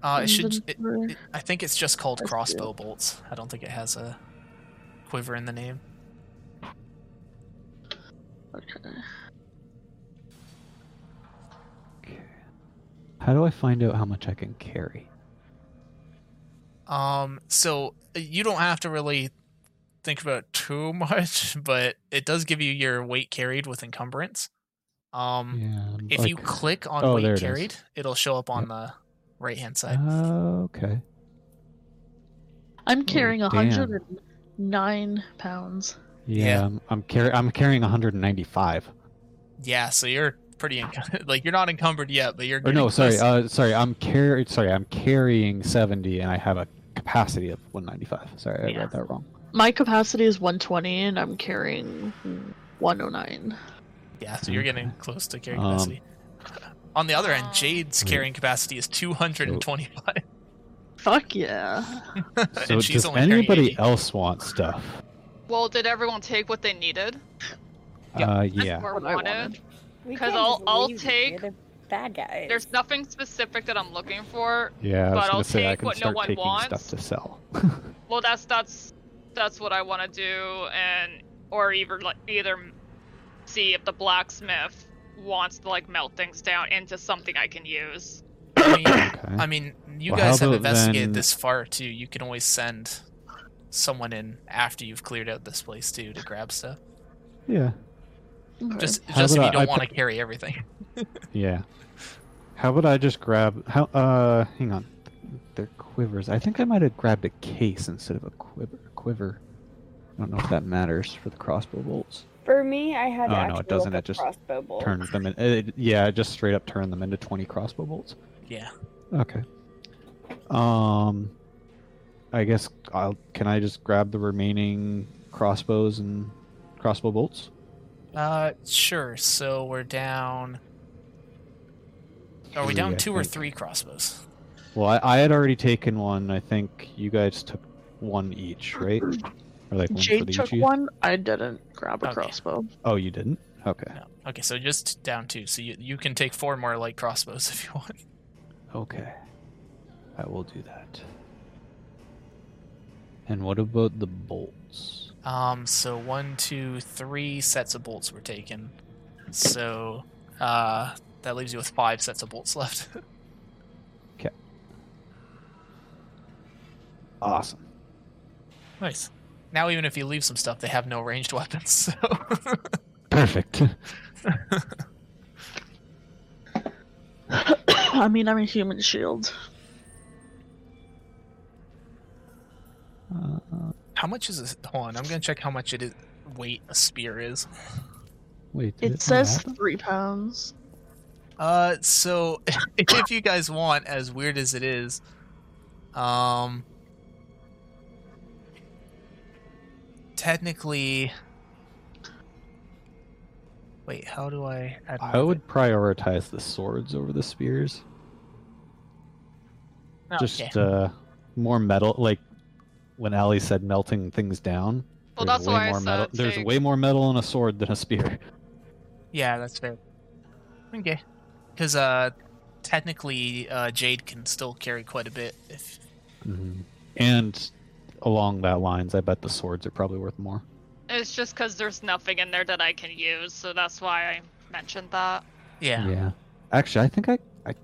S1: Uh, it should. It,
S6: inventory.
S1: it- I think it's just called
S6: That's good.
S1: crossbow bolts. I don't think it has a quiver in the name.
S6: Okay.
S2: How do I find out how much I can carry?
S1: Um, so uh, you don't have to really think about it too much, but it does give you your weight carried with encumbrance. Um,
S2: Yeah.
S1: if you
S2: like-
S1: click on
S2: Oh, there
S1: weight
S2: it is.
S1: carried, it'll show up on the right hand side.
S2: uh, Okay.
S6: I'm carrying
S2: damn.
S6: hundred and nine pounds.
S2: Yeah.
S1: Yeah.
S2: I'm, I'm, carry- I'm carrying 195.
S1: Yeah, so you're pretty encum- like you're not encumbered yet, but you're
S2: Or
S1: getting
S2: no, sorry.
S1: close.
S2: Uh, sorry. I'm carry. Sorry. I'm carrying 70, and I have a capacity of 195. Sorry, I
S4: Yeah.
S2: read that wrong.
S6: My capacity is 120 and I'm carrying 109.
S1: yeah, so you're getting
S2: okay.
S1: close to carrying
S2: Um,
S1: capacity. on the other end, Jade's
S2: Wait. Oh.
S1: carrying capacity is 225,
S6: Fuck yeah.
S2: So
S1: and she's
S2: does
S1: only carrying
S2: anybody
S1: 80.
S2: else want stuff?
S4: Well, did everyone take what they needed
S1: Yeah.
S2: Uh, yeah.
S4: or
S6: What I
S4: wanted?
S6: wanted.
S3: We
S4: 'Cause
S3: can't
S4: I'll-
S3: just
S4: I'll
S3: leave
S4: take-
S3: They're bad guys.
S4: There's nothing specific that I'm looking for.
S2: Yeah, I
S4: But
S2: was gonna
S4: I'll
S2: say I
S4: take
S2: can
S4: what no
S2: start
S4: one
S2: taking
S4: wants.
S2: stuff to sell.
S4: Well, that's that's that's what I want to do, and or either like either see if the blacksmith wants to like melt things down into something I can use.
S1: I mean,
S2: Okay.
S1: I mean, you
S2: Well, how
S1: guys have
S2: about
S1: investigated
S2: then-
S1: this far too. You can always send someone in after you've cleared out this place too to grab stuff.
S2: yeah.
S6: Okay.
S1: Just,
S2: How
S1: just if
S2: about
S1: you
S2: I- I
S1: don't want to carry everything.
S2: Yeah. How about I just grab? How? Uh, hang on. their quivers. I think I might have grabbed a case instead of a quiver. Quiver. I don't know if that matters for the crossbow bolts.
S3: For me, I had
S2: Oh, no, it
S3: actual
S2: doesn't.
S3: like,
S2: It just
S3: crossbow bolts.
S2: Turns them in. It, yeah, it just straight up turned them into twenty crossbow bolts.
S1: Yeah.
S2: Okay. Um, I guess I'll. Can I just grab the remaining crossbows and crossbow bolts?
S1: Uh, sure. So we're down. Are we
S2: Three,
S1: down
S2: I
S1: two or
S2: think.
S1: three crossbows?
S2: Well, I, I had already taken one. I think you guys took one each, right? Or like one for
S6: Jade
S2: the
S6: took
S2: each. of you?
S6: one. I didn't grab a
S1: Okay.
S6: crossbow.
S2: Oh, you didn't. Okay.
S1: No. Okay, so just down two. So you, you can take four more light crossbows if you want.
S2: Okay. I will do that. And what about the bolts?
S1: Um, so one, two, three sets of bolts were taken. So, uh, that leaves you with five sets of bolts left.
S2: Awesome.
S1: nice. Now, even if you leave some stuff, they have no ranged weapons. So,
S2: Perfect.
S6: I mean, I'm a human shield.
S2: Uh,
S1: how much is this? Hold on, I'm gonna check how much it is. Weight a spear is.
S2: wait. did
S6: It
S2: not
S6: says
S2: happen?
S6: three pounds.
S1: Uh, so if you guys want, as weird as it is, um, technically, wait, how do I? Add
S2: I would prioritize the swords over the spears.
S1: Oh,
S2: Just
S1: okay.
S2: uh, more metal. Like when Ali said, melting things down.
S4: Well,
S2: there's
S4: that's
S2: way
S4: why I
S2: more metal.
S4: said
S2: There's
S4: take-
S2: way more metal in a sword than a spear.
S1: yeah, that's fair. Okay, because uh, technically, uh, Jade can still carry quite a bit if
S2: Mhm. And along that lines, I bet the swords are probably worth more.
S4: It's just because there's nothing in there that I can use, so that's why I mentioned that.
S1: yeah.
S2: Actually, I think I, I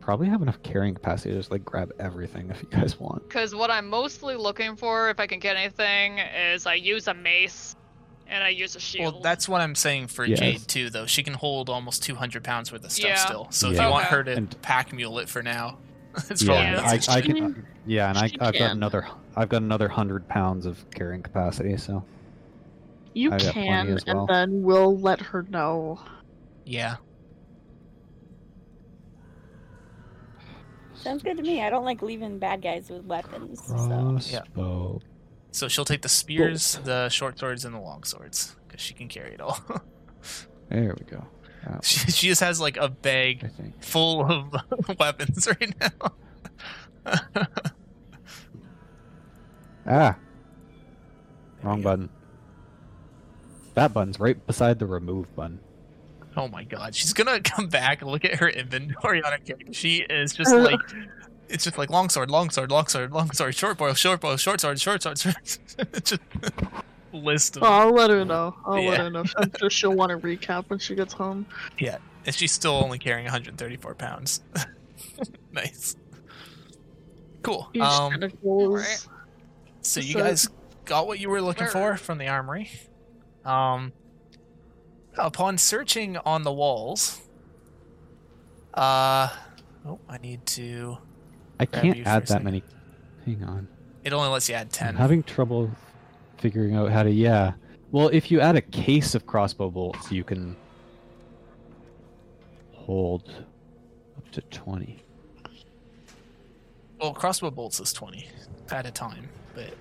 S2: probably have enough carrying capacity to just like grab everything if you guys want.
S4: Because what I'm mostly looking for, if I can get anything, is I use a mace and I use a shield.
S1: Well, that's what I'm saying for
S2: Yes.
S1: Jade too, though. She can hold almost 200 pounds worth of stuff
S4: Yeah.
S1: still. So if
S2: Yeah.
S1: you want
S4: Okay.
S1: her to
S2: And-
S1: pack mule it for now, it's probably
S2: Yeah,
S4: Yeah.
S1: easiest
S2: I, I
S1: to
S6: She-
S2: can. Yeah, and I,
S6: she
S2: I've got
S6: can.
S2: another. I've got another hundred pounds of carrying capacity. So
S6: You
S2: I got plenty
S6: can,
S2: as well.
S6: and then we'll let her know.
S1: Yeah.
S3: Sounds good to me. I don't like leaving bad guys with weapons. So.
S2: crossbow.
S1: So she'll take the spears, the short swords, and the long swords because she can carry it all.
S2: There we go.
S1: she, she just has like a bag
S2: I think.
S1: full of weapons right now.
S2: Ah, wrong button. That button's right beside the remove button.
S1: Oh my god, she's gonna come back and look at her inventory on her character. She is just like, it's just like longsword, longsword, longsword, longsword, short bow, short bow, short sword, short sword, short sword. just list of.
S6: Well, I'll let her know. I'll let
S1: Yeah.
S6: her know. I'm sure she'll want to recap when she gets home.
S1: And she's still only carrying 134 pounds. nice. Cool.
S6: You just
S1: Um,
S6: kinda goes-
S1: So you
S6: So-
S1: guys got what you were looking for
S4: Where?
S1: from the armory. Um, upon searching on the walls, uh, oh, I need to.
S2: I
S1: Grab you
S2: can't
S1: for a
S2: add that
S1: second.
S2: many. Hang on.
S1: It only lets you add
S2: I'm
S1: ten.
S2: having trouble figuring out how to. Yeah. Well, if you add a case of crossbow bolts, you can hold up to 20.
S1: Well, crossbow bolts is twenty at a time, but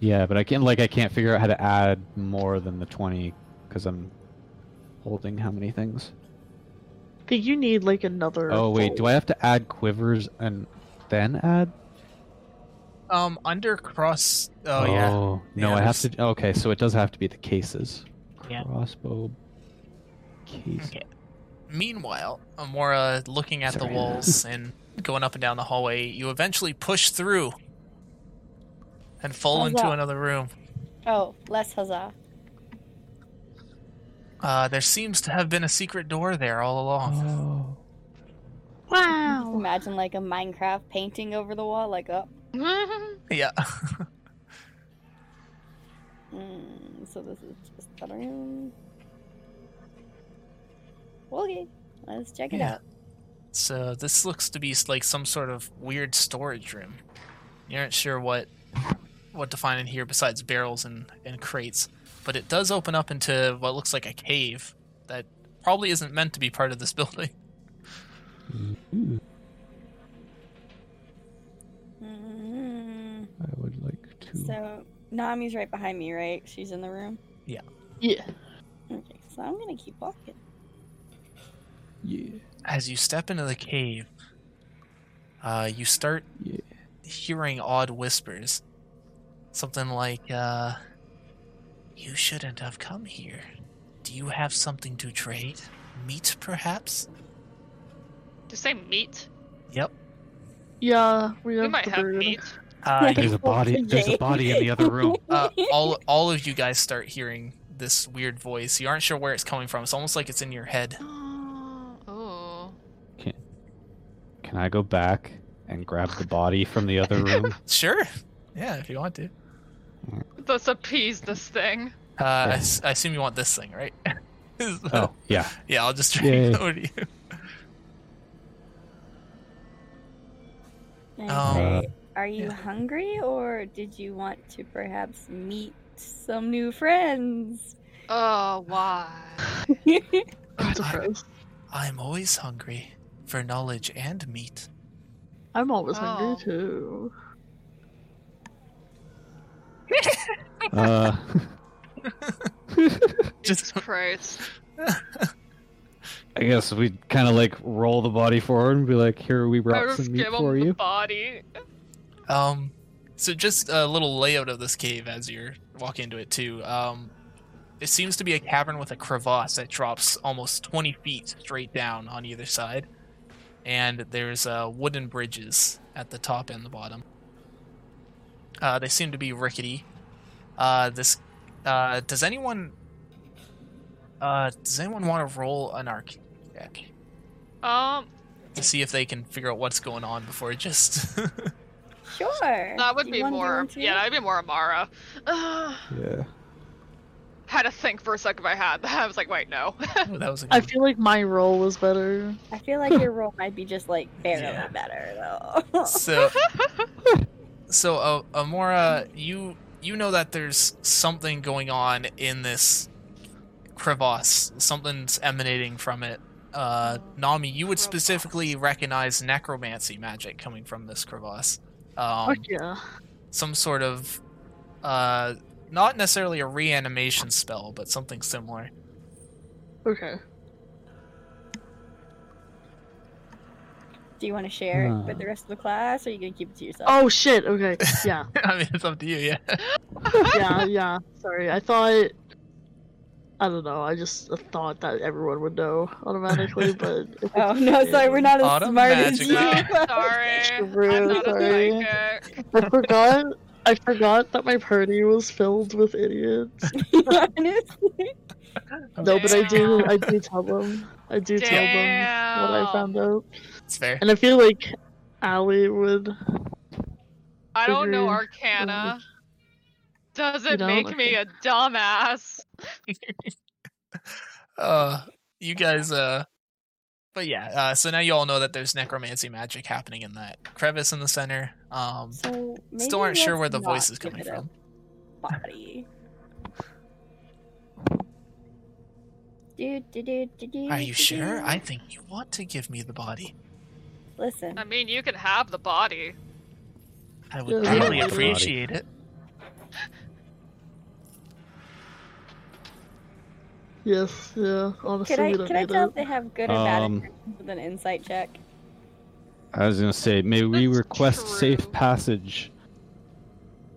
S2: Yeah, but I can't like I can't figure out how to add more than the 20 because I'm holding how many things?
S6: I think you need like another.
S2: Oh wait, do I have to add quivers and then add?
S1: um, under cross. Oh, yeah.
S2: No,
S1: Yeah,
S2: I have
S1: there's-
S2: to. Okay, so it does have to be the cases.
S1: Yeah.
S2: Crossbow case.
S1: Okay. Meanwhile, Amora looking at
S2: Sorry.
S1: the walls and going up and down the hallway, you eventually push through and fall
S3: How's
S1: into
S3: that?
S1: another room.
S3: Oh, less huzzah.
S1: Uh, there seems to have been a secret door there all along.
S2: Oh.
S3: Just
S6: Oh.
S3: Imagine like a Minecraft painting over the wall, like oh, up.
S1: Yeah.
S3: Mm, so this is just the room. Okay, let's check it
S1: Yeah.
S3: out.
S1: So this looks to be s- like some sort of weird storage room. You aren't sure what what to find in here besides barrels and, and crates, but it does open up into what looks like a cave that probably isn't meant to be part of this building.
S2: Ooh,
S3: Mm,
S2: I would like to.
S3: so Nami's right behind me, right? She's in the room.
S6: Yeah.
S3: Okay, so I'm gonna keep walking.
S2: Yeah.
S1: As you step into the cave, uh, you start
S2: Yeah.
S1: hearing odd whispers. Something like, uh, You shouldn't have come here. Do you have something to trade? Meat, perhaps?
S4: Just say meat.
S1: Yep.
S6: Yeah, we have
S4: We might
S6: the
S4: have
S6: bird.
S4: meat.
S1: Uh,
S2: There's a body. There's a body in the other room.
S1: uh, all all of you guys start hearing this weird voice. You aren't sure where it's coming from. It's almost like it's in your head.
S4: Oh.
S2: Can I go back and grab the body from the other room?
S1: Sure, yeah, if you want to.
S4: Let's appease this thing.
S1: Uh, I, s- I assume you want this thing, right?
S2: Oh, yeah.
S1: yeah, I'll just
S2: Yeah,
S1: trade
S2: yeah.
S1: it over to you.
S3: And
S1: Um,
S3: say, Are you
S1: yeah.
S3: hungry, or did you want to perhaps meet some new friends?
S4: Oh, why?
S6: I'm
S1: God, I,
S6: surprised.
S1: I'm always hungry for knowledge and meat.
S6: I'm always hungry
S4: Oh.
S6: too.
S2: Uh,
S1: Just
S4: Christ.
S2: I guess we kind of like roll the body forward and be like, "Here, we
S4: I
S2: brought
S4: just
S2: some meat
S4: give him
S2: for
S4: the
S2: you."
S4: body.
S1: Um, so just a little layout of this cave as you're walking into it too. Um, it seems to be a cavern with a crevasse that drops almost 20 feet straight down on either side, and there's uh, wooden bridges at the top and the bottom. Uh, they seem to be rickety. Uh, this uh, does anyone uh, does anyone want to roll an arc check
S4: Um,
S1: to see if they can figure out what's going on before just
S3: Sure.
S4: that would
S3: You
S4: be
S3: wanna do
S4: more.
S3: one too?
S4: Yeah, that'd be more Amara. Uh,
S2: Yeah.
S4: had to think for a second if I had that. I was like, wait, no.
S1: oh, that was a good
S6: I
S1: one.
S6: feel like my role was better.
S3: I feel like your role might be just like barely
S1: Yeah.
S3: better though.
S1: so so uh, amora you you know that there's something going on in this crevasse something's emanating from it uh nami you would specifically recognize necromancy magic coming from this crevasse um
S6: Fuck yeah.
S1: some sort of uh not necessarily a reanimation spell but something similar
S6: Okay.
S3: Do you want to share it with
S2: Hmm.
S3: the rest of the class, or are you gonna keep it to yourself?
S6: Oh shit, okay. Yeah,
S1: i mean it's up to you yeah
S6: yeah, yeah. Sorry, I thought. I don't know, I just thought that everyone would know automatically, but. if it's-
S3: Oh, no, sorry, we're not as smart as
S1: Automagic-
S3: you.
S4: No,
S3: are.
S4: sorry. I'm
S6: Rude,
S4: not
S6: sorry.
S4: a psychic.
S6: I forgot. I forgot that my party was filled with idiots.
S3: Honestly.
S6: No, but I do. I do tell them. I do tell them what I
S4: Damn.
S6: found out,
S1: it's fair
S6: and I feel like Allie would.
S4: I don't know
S6: Figure-
S4: Arcana. Doesn't
S6: don't?
S4: make me a dumbass.
S1: uh you guys uh but yeah uh so now you all know that there's necromancy magic happening in that crevice in the center um
S3: So maybe
S1: still aren't sure
S3: let's
S1: where the
S3: not
S1: voice is
S3: give
S1: coming
S3: it a
S1: from
S3: Body. Do, do, do, do, do,
S1: are you
S3: do,
S1: sure
S3: do.
S1: i think you want to give me the body
S3: listen.
S4: I mean, you can have the body.
S1: i would
S6: Yeah,
S2: I
S1: really
S2: want the body.
S1: appreciate it
S6: Yes. Yeah. Honestly,
S3: Could I
S6: we don't
S3: could I
S6: need
S3: tell
S6: it.
S3: if they have good or bad
S2: Um,
S3: intentions with an insight check?
S2: I was gonna say, may we
S4: That's
S2: request
S4: true.
S2: safe passage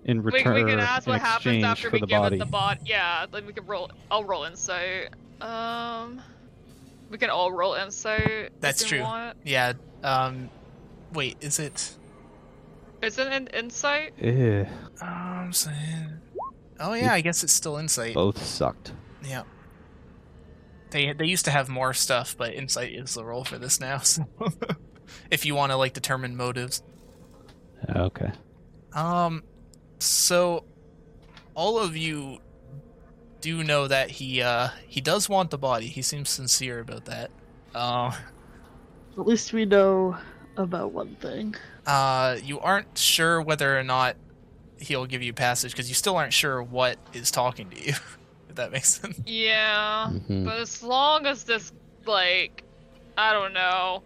S2: in
S4: We, we
S2: return
S4: can ask
S2: in
S4: what happens
S2: exchange
S4: after
S2: for
S4: we
S2: the
S4: give
S2: body.
S4: it the body. Yeah, then we can roll. I'll roll insight. Um, we can all roll insight.
S1: That's
S4: if we
S1: true.
S4: Want.
S1: yeah um wait is it
S4: Is it an insight?
S2: Ugh,
S1: um so- oh yeah i guess it's still insight
S2: both sucked.
S1: yeah they they used to have more stuff but insight is the role for this now so if you want to like determine motives
S2: Okay.
S1: Um, so all of you do know that he uh he does want the body. He seems sincere about that. Um,
S6: At least we know about one thing.
S1: Uh, you aren't sure whether or not he'll give you passage because you still aren't sure what is talking to you. If that makes sense.
S4: Yeah.
S2: Mm-hmm. Mm.
S7: Mhm.
S4: Uh, But as long as this, like, I don't know,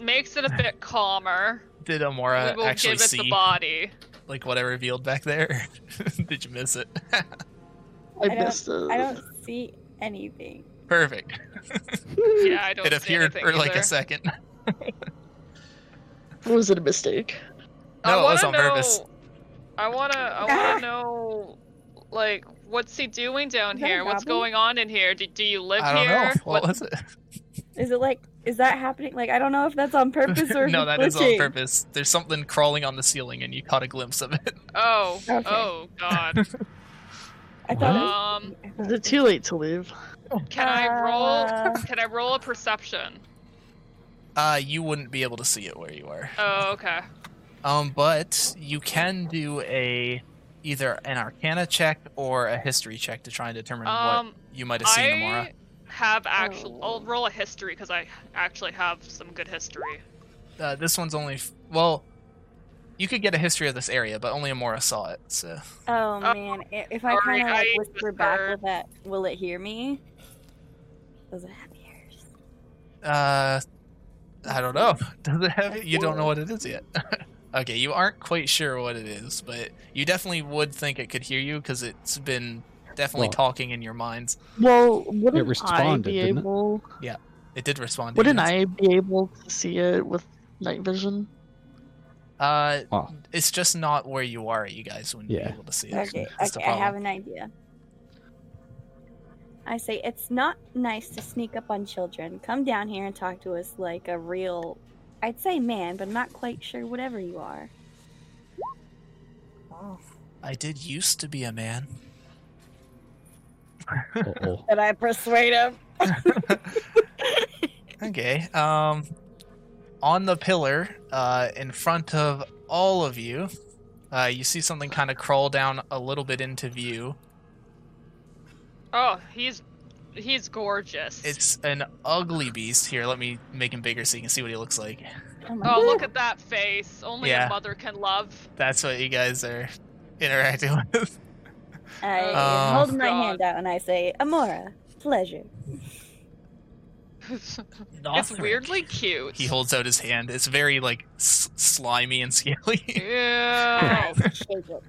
S4: makes it a bit calmer,
S1: Did
S4: we
S1: Amora
S4: will give
S1: uh, actually
S4: it the
S1: see
S4: body.
S1: like what I revealed back there? Did you miss it?
S6: I,
S3: I don't-
S6: missed it.
S3: I don't see anything.
S1: Perfect.
S4: Yeah, I don't
S1: It
S4: see
S1: appeared
S4: anything
S1: for like
S4: either.
S1: a second.
S6: Was it a mistake?
S1: No,
S4: I
S1: it was
S4: wanna
S1: on purpose.
S4: know- I wanna, I
S3: Ah.
S4: wanna know, like, what's he doing down
S3: Is that a
S4: here? What's
S3: goblin?
S4: going on in here? Do, do you live
S1: I don't
S4: here?
S1: know. What
S4: What-
S1: was it?
S3: Is it like? Is that happening? Like I don't know if that's on purpose or if
S1: no,
S3: it's
S1: that is on
S3: glitching.
S1: purpose. There's something crawling on the ceiling, and you caught a glimpse of it.
S4: Oh,
S3: Okay.
S4: oh God.
S3: I thought.
S4: um,
S3: it was-
S6: Is it too late to leave?
S4: can I roll?
S3: Uh.
S4: Can I roll a perception?
S1: Uh, you wouldn't be able to see it where you are.
S4: Oh, okay.
S1: Um, but you can do a either an Arcana check or a History check to try and determine what
S4: Um,
S1: you might have seen, Amora.
S4: I have actual.
S3: Oh.
S4: I'll roll a history because I actually have some good history.
S1: Uh, this one's only f- well, you could get a history of this area, but only Amora saw it. So
S4: Oh,
S3: oh man, I- if I
S4: sorry,
S3: kind of like
S4: I
S3: whisper back
S4: whispered.
S3: with that, will it hear me? Does it have ears?
S1: Uh, I don't know. Does it have it? You don't know what it is yet. okay, you aren't quite sure what it is, but you definitely would think it could hear you because it's been definitely
S7: Well-
S1: talking in your minds.
S6: Well, wouldn't I
S7: responded,
S6: be
S7: didn't it?
S6: able?
S1: It did respond. to
S6: Wouldn't
S1: you.
S6: I be able to see it with night vision?
S1: Uh,
S7: Wow.
S1: it's just not where you are. You guys wouldn't
S7: Yeah.
S1: be able to see it.
S3: Okay,
S1: That's the
S3: okay, I have
S1: problem.
S3: an idea. I say it's not nice to sneak up on children. Come down here and talk to us like a real, I'd say man, but I'm not quite sure whatever you are.
S1: I did used to be a man.
S7: Uh-oh.
S3: Did I persuade him?
S1: Okay. Um, on the pillar, uh, in front of all of you, uh, you see something kind of crawl down a little bit into view.
S4: Oh, he's he's gorgeous.
S1: It's an ugly beast. Here, let me make him bigger so you can see what he looks like.
S4: Oh, look at that face. Only
S1: Yeah.
S4: a mother can love.
S1: That's what you guys are interacting with.
S3: I
S1: Oh,
S3: hold my
S4: God.
S3: hand out and I say, Amora, pleasure.
S4: it's
S1: Nothric.
S4: weirdly cute.
S1: He holds out his hand. It's very like s- slimy and scaly.
S4: Yeah,
S3: I shake it.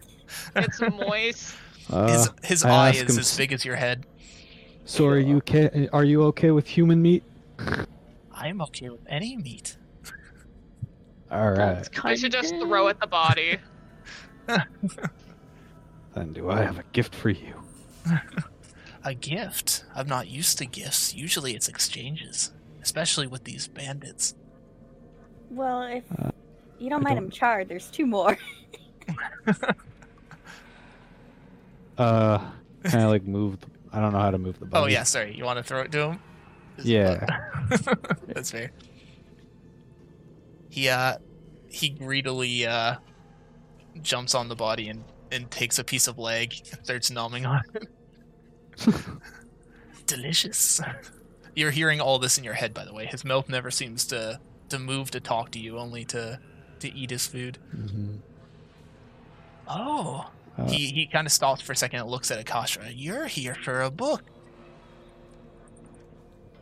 S4: it's moist.
S7: Uh,
S1: his his
S7: I
S1: eye
S7: ask
S1: is
S7: him
S1: as
S7: s-
S1: big as your head.
S7: so are you okay? Are you okay with human meat?
S1: I'm okay with any meat.
S7: All right,
S6: That's
S4: I
S6: kind
S4: should just
S6: of
S4: throw at the body.
S7: then. Do I have a gift for you?
S1: A gift? I'm not used to gifts. Usually it's exchanges, especially with these bandits.
S3: Well, if
S7: Uh,
S3: you don't
S7: I
S3: mind
S7: don't-
S3: him charred, there's two more.
S7: Uh, kind of like move. The, I don't know how to move the
S1: Oh
S7: body.
S2: Um,
S1: yeah, sorry. You want to throw it to him?
S7: Yeah.
S1: That's fair. He uh he greedily uh jumps on the body and and takes a piece of leg and starts numbing on it. Delicious. You're hearing all this in your head by the way. His mouth never seems to to move to talk to you, only to to eat his food.
S7: Mhm.
S1: Oh.
S7: Uh,
S1: he he kind of stops for a second and looks at Akasha. You're here for a book.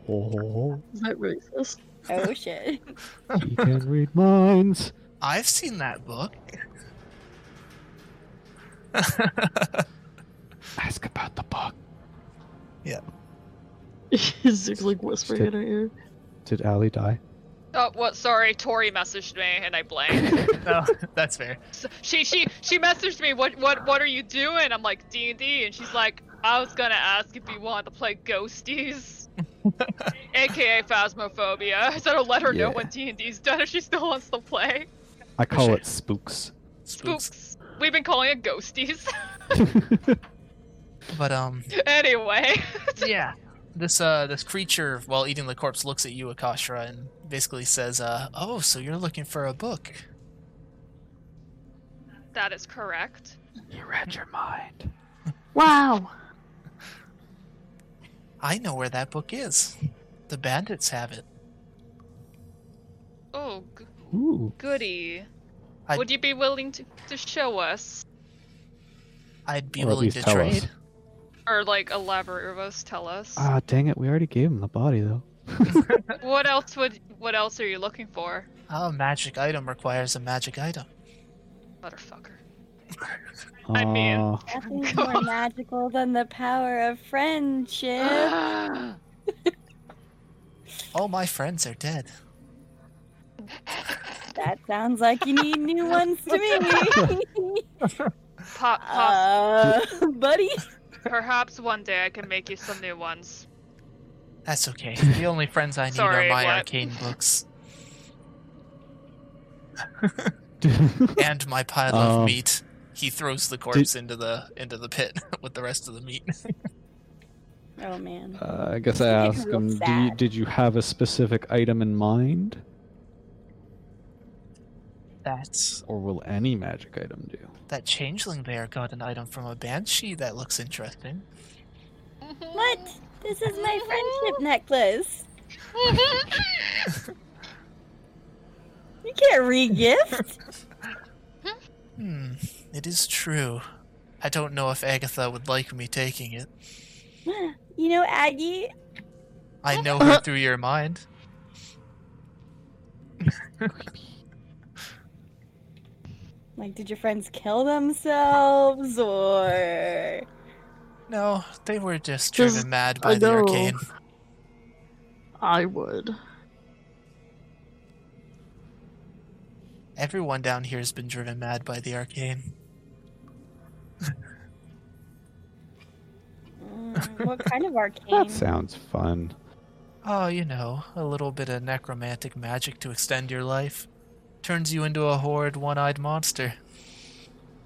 S7: Oh,
S6: Is that racist?
S3: Oh shit.
S7: he can read minds.
S1: I've seen that book.
S7: Ask about the book.
S6: Zeke's like whispering in her ear.
S7: Did Allie die?
S4: Oh, what? Sorry, Tori messaged me and I blanked.
S1: no, Oh, that's fair.
S4: So- she she she messaged me. What what what are you doing? I'm like D and D, and she's like, I was gonna ask if you wanted to play Ghosties, aka Phasmophobia. So I "Oh, let her know
S7: Yeah.
S4: when D and D's done if she still wants to play.
S7: I call it spooks.
S1: Spooks.
S4: Spooks. We've been calling it Ghosties.
S1: But um,
S4: anyway,
S1: yeah, this uh, this creature, while eating the corpse, looks at you, Akashra, and basically says, "Uh, oh, so you're looking for a book?
S4: that is correct.
S7: you read your mind.
S6: Wow.
S1: I know where that book is. The bandits have it.
S4: Oh, g-
S7: Ooh.
S4: goody.
S1: I-
S4: Would you be willing to, to show us?
S1: I'd be
S2: Or at
S1: willing
S2: least
S1: to
S2: tell us.
S1: trade.
S4: Or, like, elaborate with us, tell us?
S6: Uh,
S7: Ah, dang it! We already gave him the body though.
S4: What else would, what else are you looking for?
S1: A magic item requires a magic item.
S4: Motherfucker.
S7: I
S4: mean-
S3: Nothing's more magical than the power of friendship.
S1: All my friends are dead.
S3: that sounds like you need new ones to me.
S4: Pop, pop.
S3: uh, buddy.
S4: Perhaps one day I can make you some new ones.
S1: That's okay. The only friends I need
S4: Sorry,
S1: are my
S4: what?
S1: arcane books and my pile
S7: Um,
S1: of meat. He throws the corpse into the into the pit with the rest of the meat.
S3: Oh man.
S7: uh, I guess I
S3: You're
S7: ask
S3: getting real
S7: him. Do you,
S3: sad.
S7: did you have a specific item in mind,
S1: That's
S7: or will any magic item do?
S1: that changeling there got an item from a banshee that looks interesting.
S3: What? This is my friendship necklace. You can't re-gift.
S1: Hmm, it is true. I don't know if Agatha would like me taking it.
S3: You know, Aggie.
S1: I know
S6: Uh-huh.
S1: her through your mind.
S3: Like, did your friends kill themselves or?
S1: No, they were just
S6: Just-
S1: driven mad
S6: I
S1: by the
S6: know.
S1: arcane.
S6: I would.
S1: Everyone down here has been driven mad by the arcane.
S3: Mm, what kind of arcane?
S7: That sounds fun.
S1: Oh, you know, a little bit of necromantic magic to extend your life. Turns you into a horrid one eyed monster.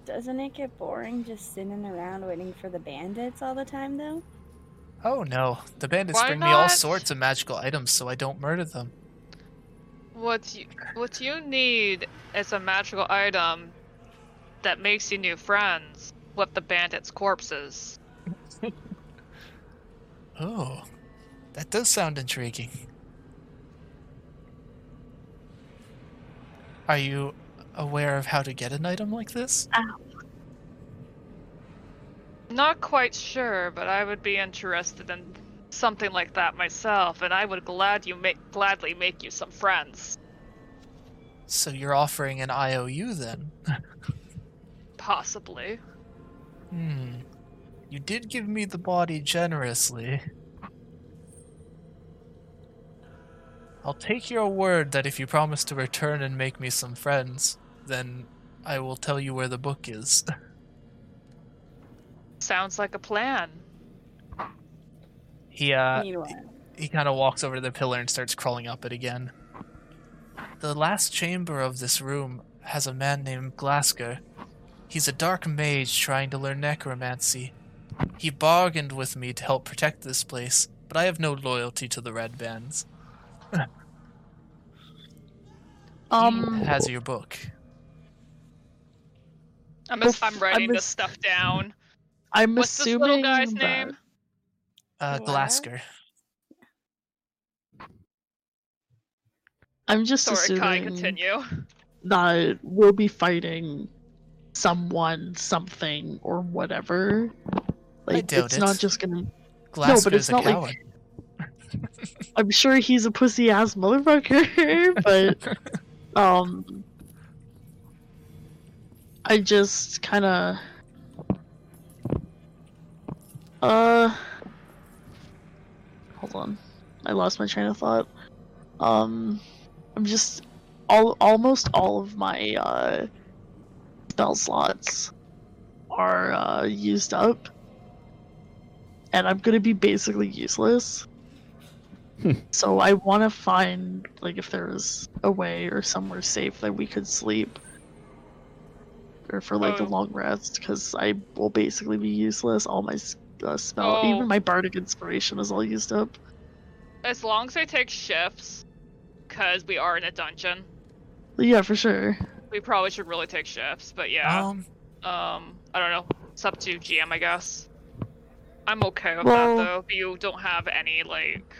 S3: Doesn't it get boring just sitting around waiting for the bandits all the time, though?
S1: Oh no, the bandits
S4: Why
S1: bring me all
S4: not?
S1: sorts of magical items so I don't murder them.
S4: What you, what you need is a magical item that makes you new friends with the bandits' corpses.
S1: Oh, that does sound intriguing. Are you aware of how to get an item like this?
S4: Not quite sure, but I would be interested in something like that myself, and I would glad you make gladly make you some friends.
S1: So you're offering an IOU then?
S4: Possibly.
S1: Hmm. You did give me the body generously. I'll take your word that if you promise to return and make me some friends, then I will tell you where the book is.
S4: Sounds like a plan.
S1: He uh
S3: Meanwhile,
S1: he kind of walks over to the pillar and starts crawling up it again. The last chamber of this room has a man named Glasker. He's a dark mage trying to learn necromancy. He bargained with me to help protect this place, but I have no loyalty to the Red Bands.
S6: Um,
S1: Has your book.
S4: I'm, as- I'm
S6: Oof,
S4: writing
S6: I'm
S4: this
S6: as-
S4: stuff down.
S6: I'm
S4: What's this
S6: assuming
S4: little guy's
S6: that-
S4: name?
S1: Uh,
S3: Wow.
S1: Glasker.
S6: I'm just
S4: Sorry, Kai,
S6: assuming
S4: continue.
S6: that we'll be fighting someone, something, or whatever. Like
S1: doubt
S6: it's
S1: it.
S6: not just gonna.
S1: Glasker's
S6: it's
S1: a
S6: not like-
S1: coward.
S6: I'm sure he's a pussy ass motherfucker, but um, I just kind of uh, hold on, I lost my train of thought. Um, I'm just all almost all of my uh spell slots are uh, used up, and I'm gonna be basically useless. So I want to find like if there is a way or somewhere safe that we could sleep, or for like a
S4: Oh.
S6: long rest, because I will basically be useless. All my s- uh, spell,
S4: Oh.
S6: even my bardic inspiration is all used up.
S4: As long as I take shifts, because we are in a dungeon,
S6: Yeah, for sure.
S4: we probably should really take shifts. But yeah,
S1: Um,
S4: um, I don't know. It's up to GM, I guess. I'm okay with
S6: Well-
S4: that though. If you don't have any like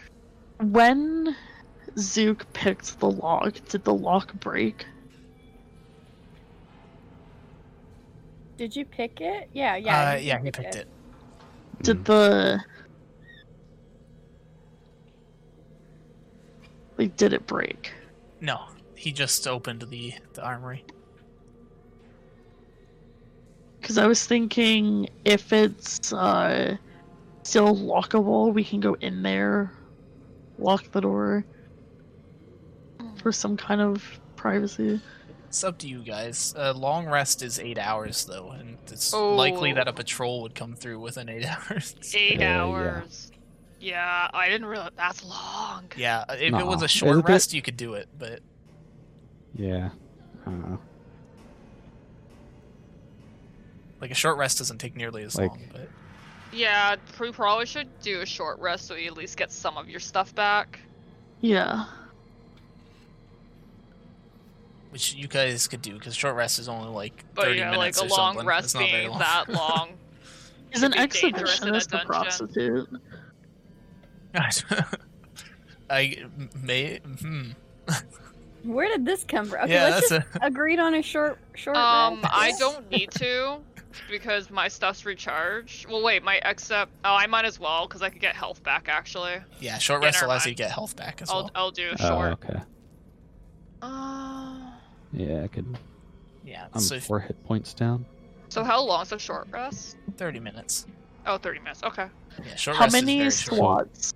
S6: When Zook picked the lock. Did the lock break?
S3: Did you pick it? Yeah, yeah.
S1: uh,
S3: you
S1: yeah, he picked it.
S6: Did the like did it break?
S1: No, he just opened the the armory.
S6: Because I was thinking if it's uh, still lockable, we can go in there, lock the door for some kind of privacy.
S1: It's up to you guys. A long rest is eight hours though, and it's likely
S4: Oh.
S1: that a patrol would come through within eight hours.
S8: Eight
S2: Uh, yeah.
S8: hours. Yeah. I didn't realize that's long.
S1: Yeah, if it was
S2: Nah,
S1: a short
S2: it'll get-
S1: rest, you could do it, but
S2: Yeah. I don't
S7: Uh,
S2: know.
S1: like a short rest doesn't take nearly as long.
S2: Like-
S1: But
S4: Yeah, we probably should do a short rest so you at least get some of your stuff back.
S6: Yeah.
S1: which you guys could do because short rest is only like
S4: But
S1: thirty
S4: yeah, like
S1: minutes
S4: a
S1: or
S4: long
S1: something.
S4: rest
S1: it's not very
S4: being
S1: long.
S4: that long.
S6: Is an
S4: be dangerous in a
S6: exhibitionist a
S4: dungeon.
S6: prostitute?
S1: I may. Hmm.
S3: Where did this come from? Okay,
S1: yeah,
S3: let's
S1: that's
S3: just
S1: a.
S3: agreed on a short short
S4: Um,
S3: rest.
S4: I don't need to because my stuff's recharged. Well, wait, my except oh, I might as well because I could get health back actually.
S1: Yeah, short
S4: Yeah,
S1: rest
S4: never
S1: allows
S4: mind.
S1: you to get health back as
S4: I'll
S1: well.
S4: I'll do a
S2: Oh,
S4: short.
S2: okay.
S4: Uh,
S2: Yeah, I could.
S1: Yeah,
S2: I'm
S1: so
S2: four hit points down.
S4: so how long's a short rest?
S1: thirty minutes.
S4: Oh, 30 minutes. Okay.
S1: Yeah, short
S6: How
S1: rest is
S6: many
S1: very short.
S6: swats?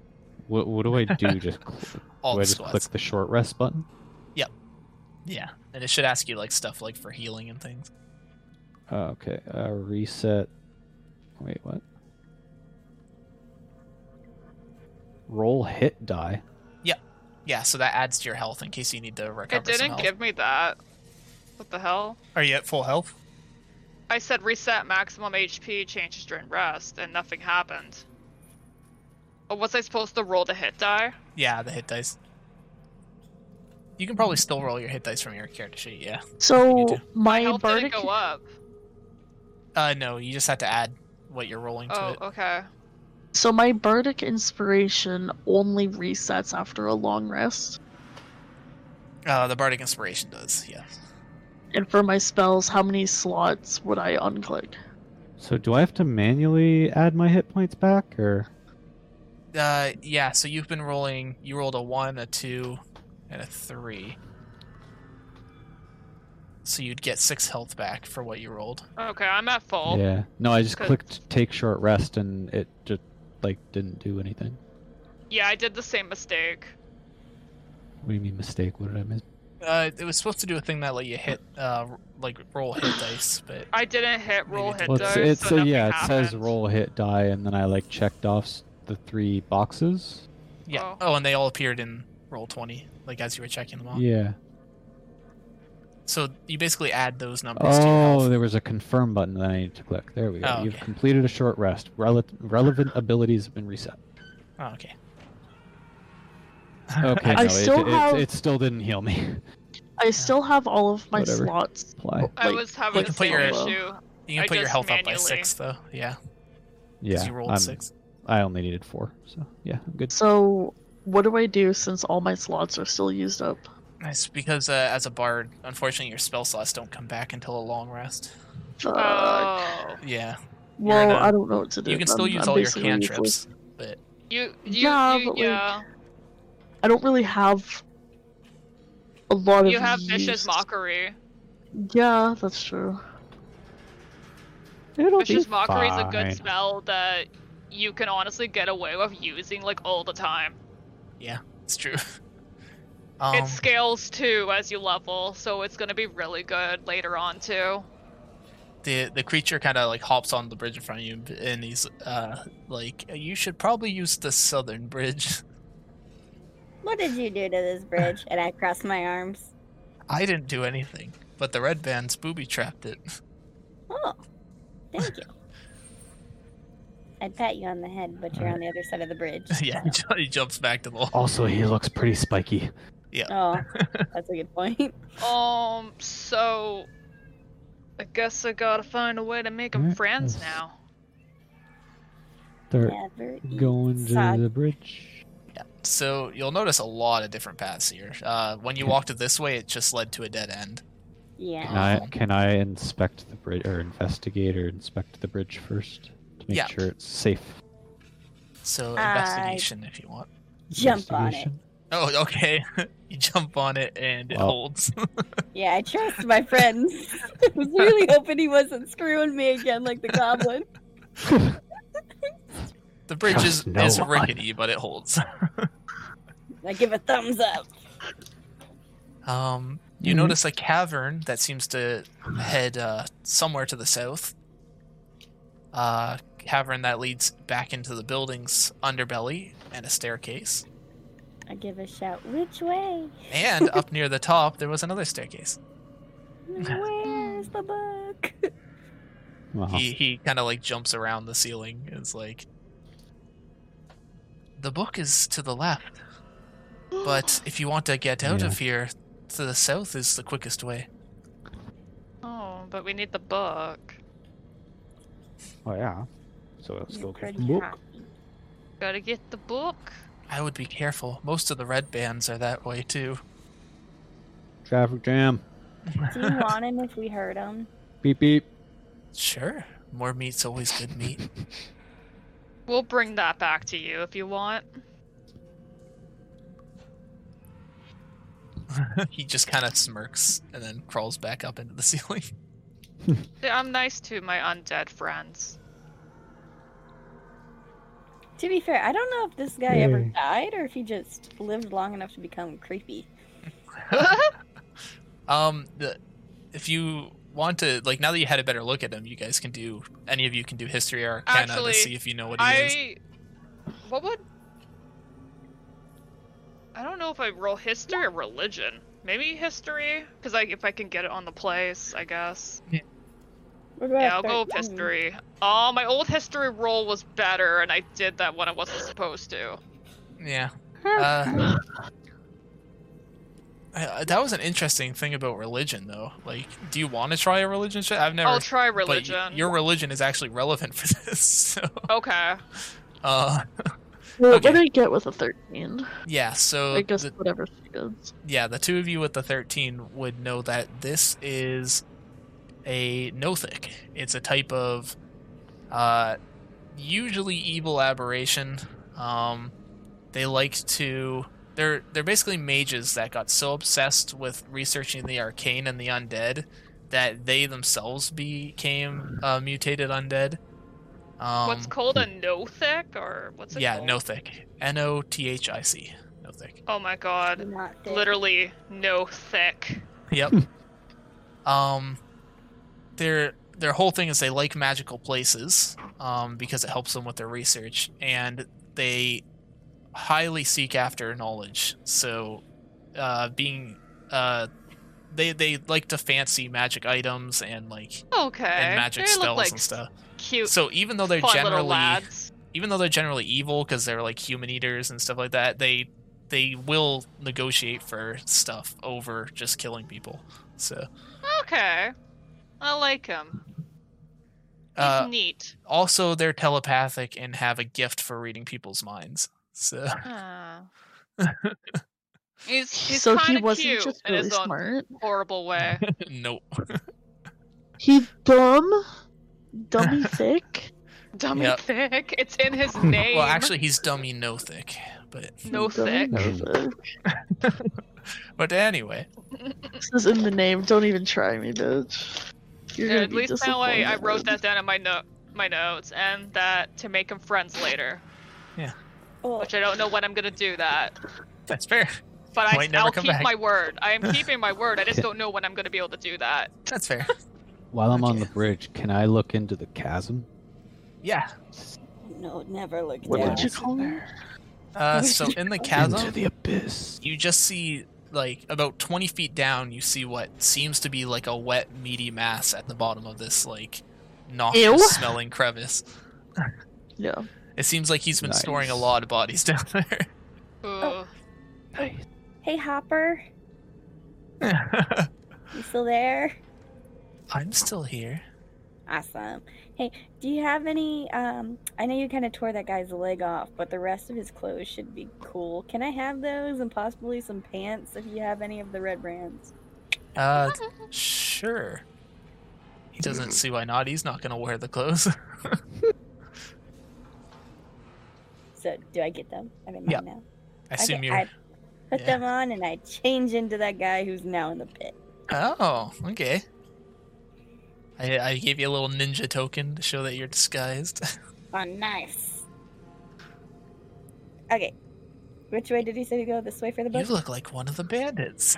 S2: What What do I do? Just cl-
S1: All
S2: do I
S1: the
S2: just click
S1: squats.
S2: the short rest button?
S1: Yeah, and it should ask you like stuff like for healing and things.
S2: Oh, okay. Uh, reset. Wait, what? Roll hit die.
S1: Yeah, so that adds to your health in case you need to recover.
S4: It
S1: some
S4: didn't
S1: health.
S4: give me that. What the hell?
S1: Are you at full health?
S4: I said reset maximum HP changes during rest, and nothing happened. Oh, was I supposed to roll the hit die?
S1: Yeah, the hit dice. You can probably still roll your hit dice from your character sheet, yeah. You
S6: So
S1: do.
S6: my
S4: Health didn't
S6: bardic
S4: go up.
S1: Uh, no, you just have to add what you're rolling to
S4: Oh,
S1: it.
S4: okay.
S6: so my bardic inspiration only resets after a long rest.
S1: Uh, the Bardic Inspiration does, yeah.
S6: And for my spells, how many slots would I unclick?
S2: So do I have to manually add my hit points back, or
S1: Uh, yeah, so you've been rolling, you rolled a 1, a 2, and a 3. So you'd get 6 health back for what you rolled.
S4: Okay, I'm at
S1: Oh.
S4: full.
S2: yeah? No, I just
S4: Good.
S2: clicked take short rest, and it just like didn't do anything.
S4: Yeah, I did the same mistake.
S2: What do you mean mistake? What did I miss?
S1: Uh, it was supposed to do a thing that let you hit, uh, like roll hit dice, but
S4: I didn't hit roll
S1: Maybe it
S4: hit
S2: Well,
S1: didn't.
S4: dice.
S2: it's, it's
S4: so
S2: so yeah, it
S4: nothing
S2: says
S4: happened.
S2: roll hit die, and then I like checked off s- the three boxes.
S1: yeah.
S4: Oh.
S1: Oh, and they all appeared in roll 20, like as you were checking them off.
S2: Yeah.
S1: So you basically add those numbers to your health.
S2: Oh, there was a confirm button that I needed to click. There we go.
S1: Oh,
S2: You've
S1: okay.
S2: completed a short rest. Rele- relevant abilities have been reset.
S1: Oh, okay.
S2: Okay,
S6: I
S2: no,
S6: still
S2: it, it,
S6: have-
S2: it, still didn't heal me.
S6: I still have all of my
S2: Whatever.
S6: slots.
S2: Apply.
S4: I
S6: like-
S4: was having
S1: like
S4: the
S1: to put
S4: same
S1: your-
S4: issue.
S1: You can
S4: I
S1: put your
S4: just
S1: health up by
S4: manually-
S1: six, though. Yeah,
S2: Yeah,
S1: because you rolled
S2: I'm-
S1: six.
S2: I only needed four, so yeah, I'm good.
S6: So, what do I do since all my slots are still used up?
S1: Nice, because uh, as a bard, unfortunately, your spell slots don't come back until a long rest. Uh,
S6: Fuck.
S4: Oh,
S1: Yeah, you're in
S6: well,
S1: a-
S6: I don't know what to do.
S1: you can
S6: then.
S1: still use
S6: I'm
S1: all your
S6: basically useless.
S1: cantrips. But
S4: you, you,
S6: Yeah,
S4: you
S6: but, like,
S4: yeah.
S6: I don't really have a lot
S4: You
S6: of.
S4: have
S6: used-
S4: vicious mockery.
S6: Yeah, that's true.
S2: It'll
S4: Vicious mockery is a good spell that you can honestly get away with using like all the time.
S1: it's true. um,
S4: it scales too as you level, so it's gonna be really good later on too.
S1: the the creature kind of like hops on the bridge in front of you, and he's uh like, "You should probably use the southern bridge."
S3: What did you do to this bridge? And I crossed my arms.
S1: I didn't do anything, but the red band's booby trapped it.
S3: Oh, thank you. I'd pat you on the head, but you're on the other side of the bridge.
S1: yeah, he, ju- he jumps back to the wall.
S2: Also, he looks pretty spiky.
S3: Oh, that's a good point.
S4: Um, so I guess I gotta find a way to make them
S1: Mm.
S2: Alright,
S4: friends
S2: let's-
S4: now.
S2: They're
S3: Yeah, very
S2: going to
S3: Sad.
S2: the bridge.
S1: Yeah. So you'll notice a lot of different paths here. Uh, when you walked this way, it just led to a dead end.
S2: Can
S3: e-, Yeah.
S2: I can I inspect the bridge or investigate or inspect the bridge first to make
S1: Yeah.
S2: sure it's safe?
S1: So
S3: I-
S1: investigation, if you want.
S3: Jump on it.
S2: Investigation?
S1: Oh, okay. you jump on it and it
S2: Well.
S1: holds.
S3: Yeah, I trust my friends. I was really hoping he wasn't screwing me again like the goblin.
S1: the bridge is,
S2: Trust no
S1: is
S2: one.
S1: rickety, but it holds.
S3: I give a thumbs up.
S1: Um, you
S2: Mhm.
S1: notice a cavern that seems to head uh, somewhere to the south. Uh, cavern that leads back into the building's underbelly and a staircase.
S3: I give a shout. Which way?
S1: And up near the top, there was another staircase.
S3: Where's the book?
S2: Well,
S1: He he kind of like jumps around the ceiling. and Is like, the book is to the left, but if you want to get out
S2: Yeah.
S1: of here, to the south is the quickest way.
S4: Oh, but we need the book.
S2: well, Oh, yeah. So let's go get
S3: Pretty
S2: the book.
S3: happy.
S4: Gotta get the book.
S1: I would be careful. Most of the red bands are that way too.
S2: Traffic jam.
S3: Do you want him if we hurt him?
S2: Beep beep.
S1: Sure. More meat's always good meat.
S4: We'll bring that back to you if you want.
S1: he just kind of smirks and then crawls back up into the ceiling.
S4: See, I'm nice to my undead friends.
S3: To be fair, I don't know if this guy ever
S7: Hey.
S3: died or if he just lived long enough to become creepy.
S1: Um, the, if you want to, like, now that you had a better look at him, you guys can do, any of you can do history or arcana
S4: Actually,
S1: to see if you know what he is.
S4: I. What would. I don't know if I roll history or religion. Maybe history? Because I, if I can get it on the place, I guess.
S3: What about
S4: Yeah, I'll go with
S3: 13?
S4: history. Oh, my old history roll was better, and I did that when I wasn't supposed to.
S1: Yeah. Uh, I- I- that was an interesting thing about religion, though. Like, do you want to try a religion check? I've never.
S4: I'll try
S1: but y-
S4: religion.
S1: your religion is actually relevant for this. So,
S4: Okay.
S1: uh,
S6: Well,
S1: Okay.
S6: What did I get with a 13?
S1: yeah. So
S6: I guess
S1: the-
S6: whatever she does.
S1: yeah, the two of you with the 13 would know that this is a Nothic. It's a type of uh, usually evil aberration. Um, they like to they're they're basically mages that got so obsessed with researching the arcane and the undead that they themselves became uh, mutated undead. Um,
S4: What's called a nothic, or what's it
S1: yeah,
S4: called?
S1: Nothic. N O T H I C. Nothic.
S4: Oh my god.
S3: Not thick.
S4: Literally no thick.
S1: Yep. um, their their whole thing is they like magical places, um, because it helps them with their research, and they highly seek after knowledge. So, uh, being uh, they they like to fancy magic items and like
S4: Okay.
S1: and magic
S4: they
S1: spells
S4: look like
S1: and stuff.
S4: cute.
S1: So even though they're
S4: fun little
S1: generally
S4: lads.
S1: even though they're generally evil because they're like human eaters and stuff like that, they they will negotiate for stuff over just killing people. So
S4: Okay. I like him. He's
S1: uh,
S4: neat.
S1: also they're telepathic and have a gift for reading people's minds. So
S4: Ah. he's he's
S6: so
S4: kind
S6: he
S4: of
S6: wasn't
S4: cute
S6: just
S4: in
S6: really
S4: his own
S6: smart.
S4: horrible way.
S1: nope.
S6: He dumb, dummy thick.
S4: Dummy
S1: Yep.
S4: thick. It's in his name.
S1: Well, actually, he's dummy no thick, but
S4: no
S6: Dummy
S4: thick.
S6: thick.
S1: but anyway,
S6: This is in the name. Don't even try me, bitch. You're
S4: Yeah,
S6: gonna
S4: at
S6: be
S4: least now I, I wrote
S6: disappointed.
S4: that down in my note my notes and that to make him friends later.
S3: Oh,
S4: Which I don't know when I'm gonna do that.
S1: that's fair.
S4: But I,
S1: Might never
S4: I'll
S1: come
S4: keep
S1: back.
S4: my word. I am keeping my word. I just don't know when I'm gonna be able to do that.
S1: That's fair.
S2: While I'm on
S1: Okay.
S2: the bridge, can I look into the chasm?
S1: Yeah.
S3: no, never look
S2: What
S3: down.
S2: did you
S6: you
S2: call
S6: call
S2: it?
S1: Uh, so in the
S2: Into
S1: chasm,
S2: the abyss.
S1: you just see like about 20 feet down you see what seems to be like a wet meaty mass at the bottom of this like
S6: Ew.
S1: noxious smelling crevice
S6: Yeah.
S1: it seems like he's been storing a
S2: Nice.
S1: lot of bodies down there
S6: Oh.
S4: Ooh.
S3: Hey, Hopper, you still there?
S1: i'm still here
S3: Awesome. Hey, do you have any? Um, I know you kind of tore that guy's leg off, but the rest of his clothes should be cool. Can I have those and possibly some pants if you have any of the red brands?
S1: Uh, sure.
S4: Hmm.
S1: He doesn't see why not. He's not gonna wear the clothes.
S3: So do I get them? I mean,
S1: Yeah.
S3: now.
S1: I assume
S3: Okay,
S1: you're.
S3: I put
S1: yeah.
S3: them on and I change into that guy who's now in the pit.
S1: Oh, okay. I, I gave you a little ninja token to show that you're disguised.
S3: Oh, nice. Okay. Which way did he say to go? This way for the
S1: you
S3: boat?
S1: look like one of the bandits.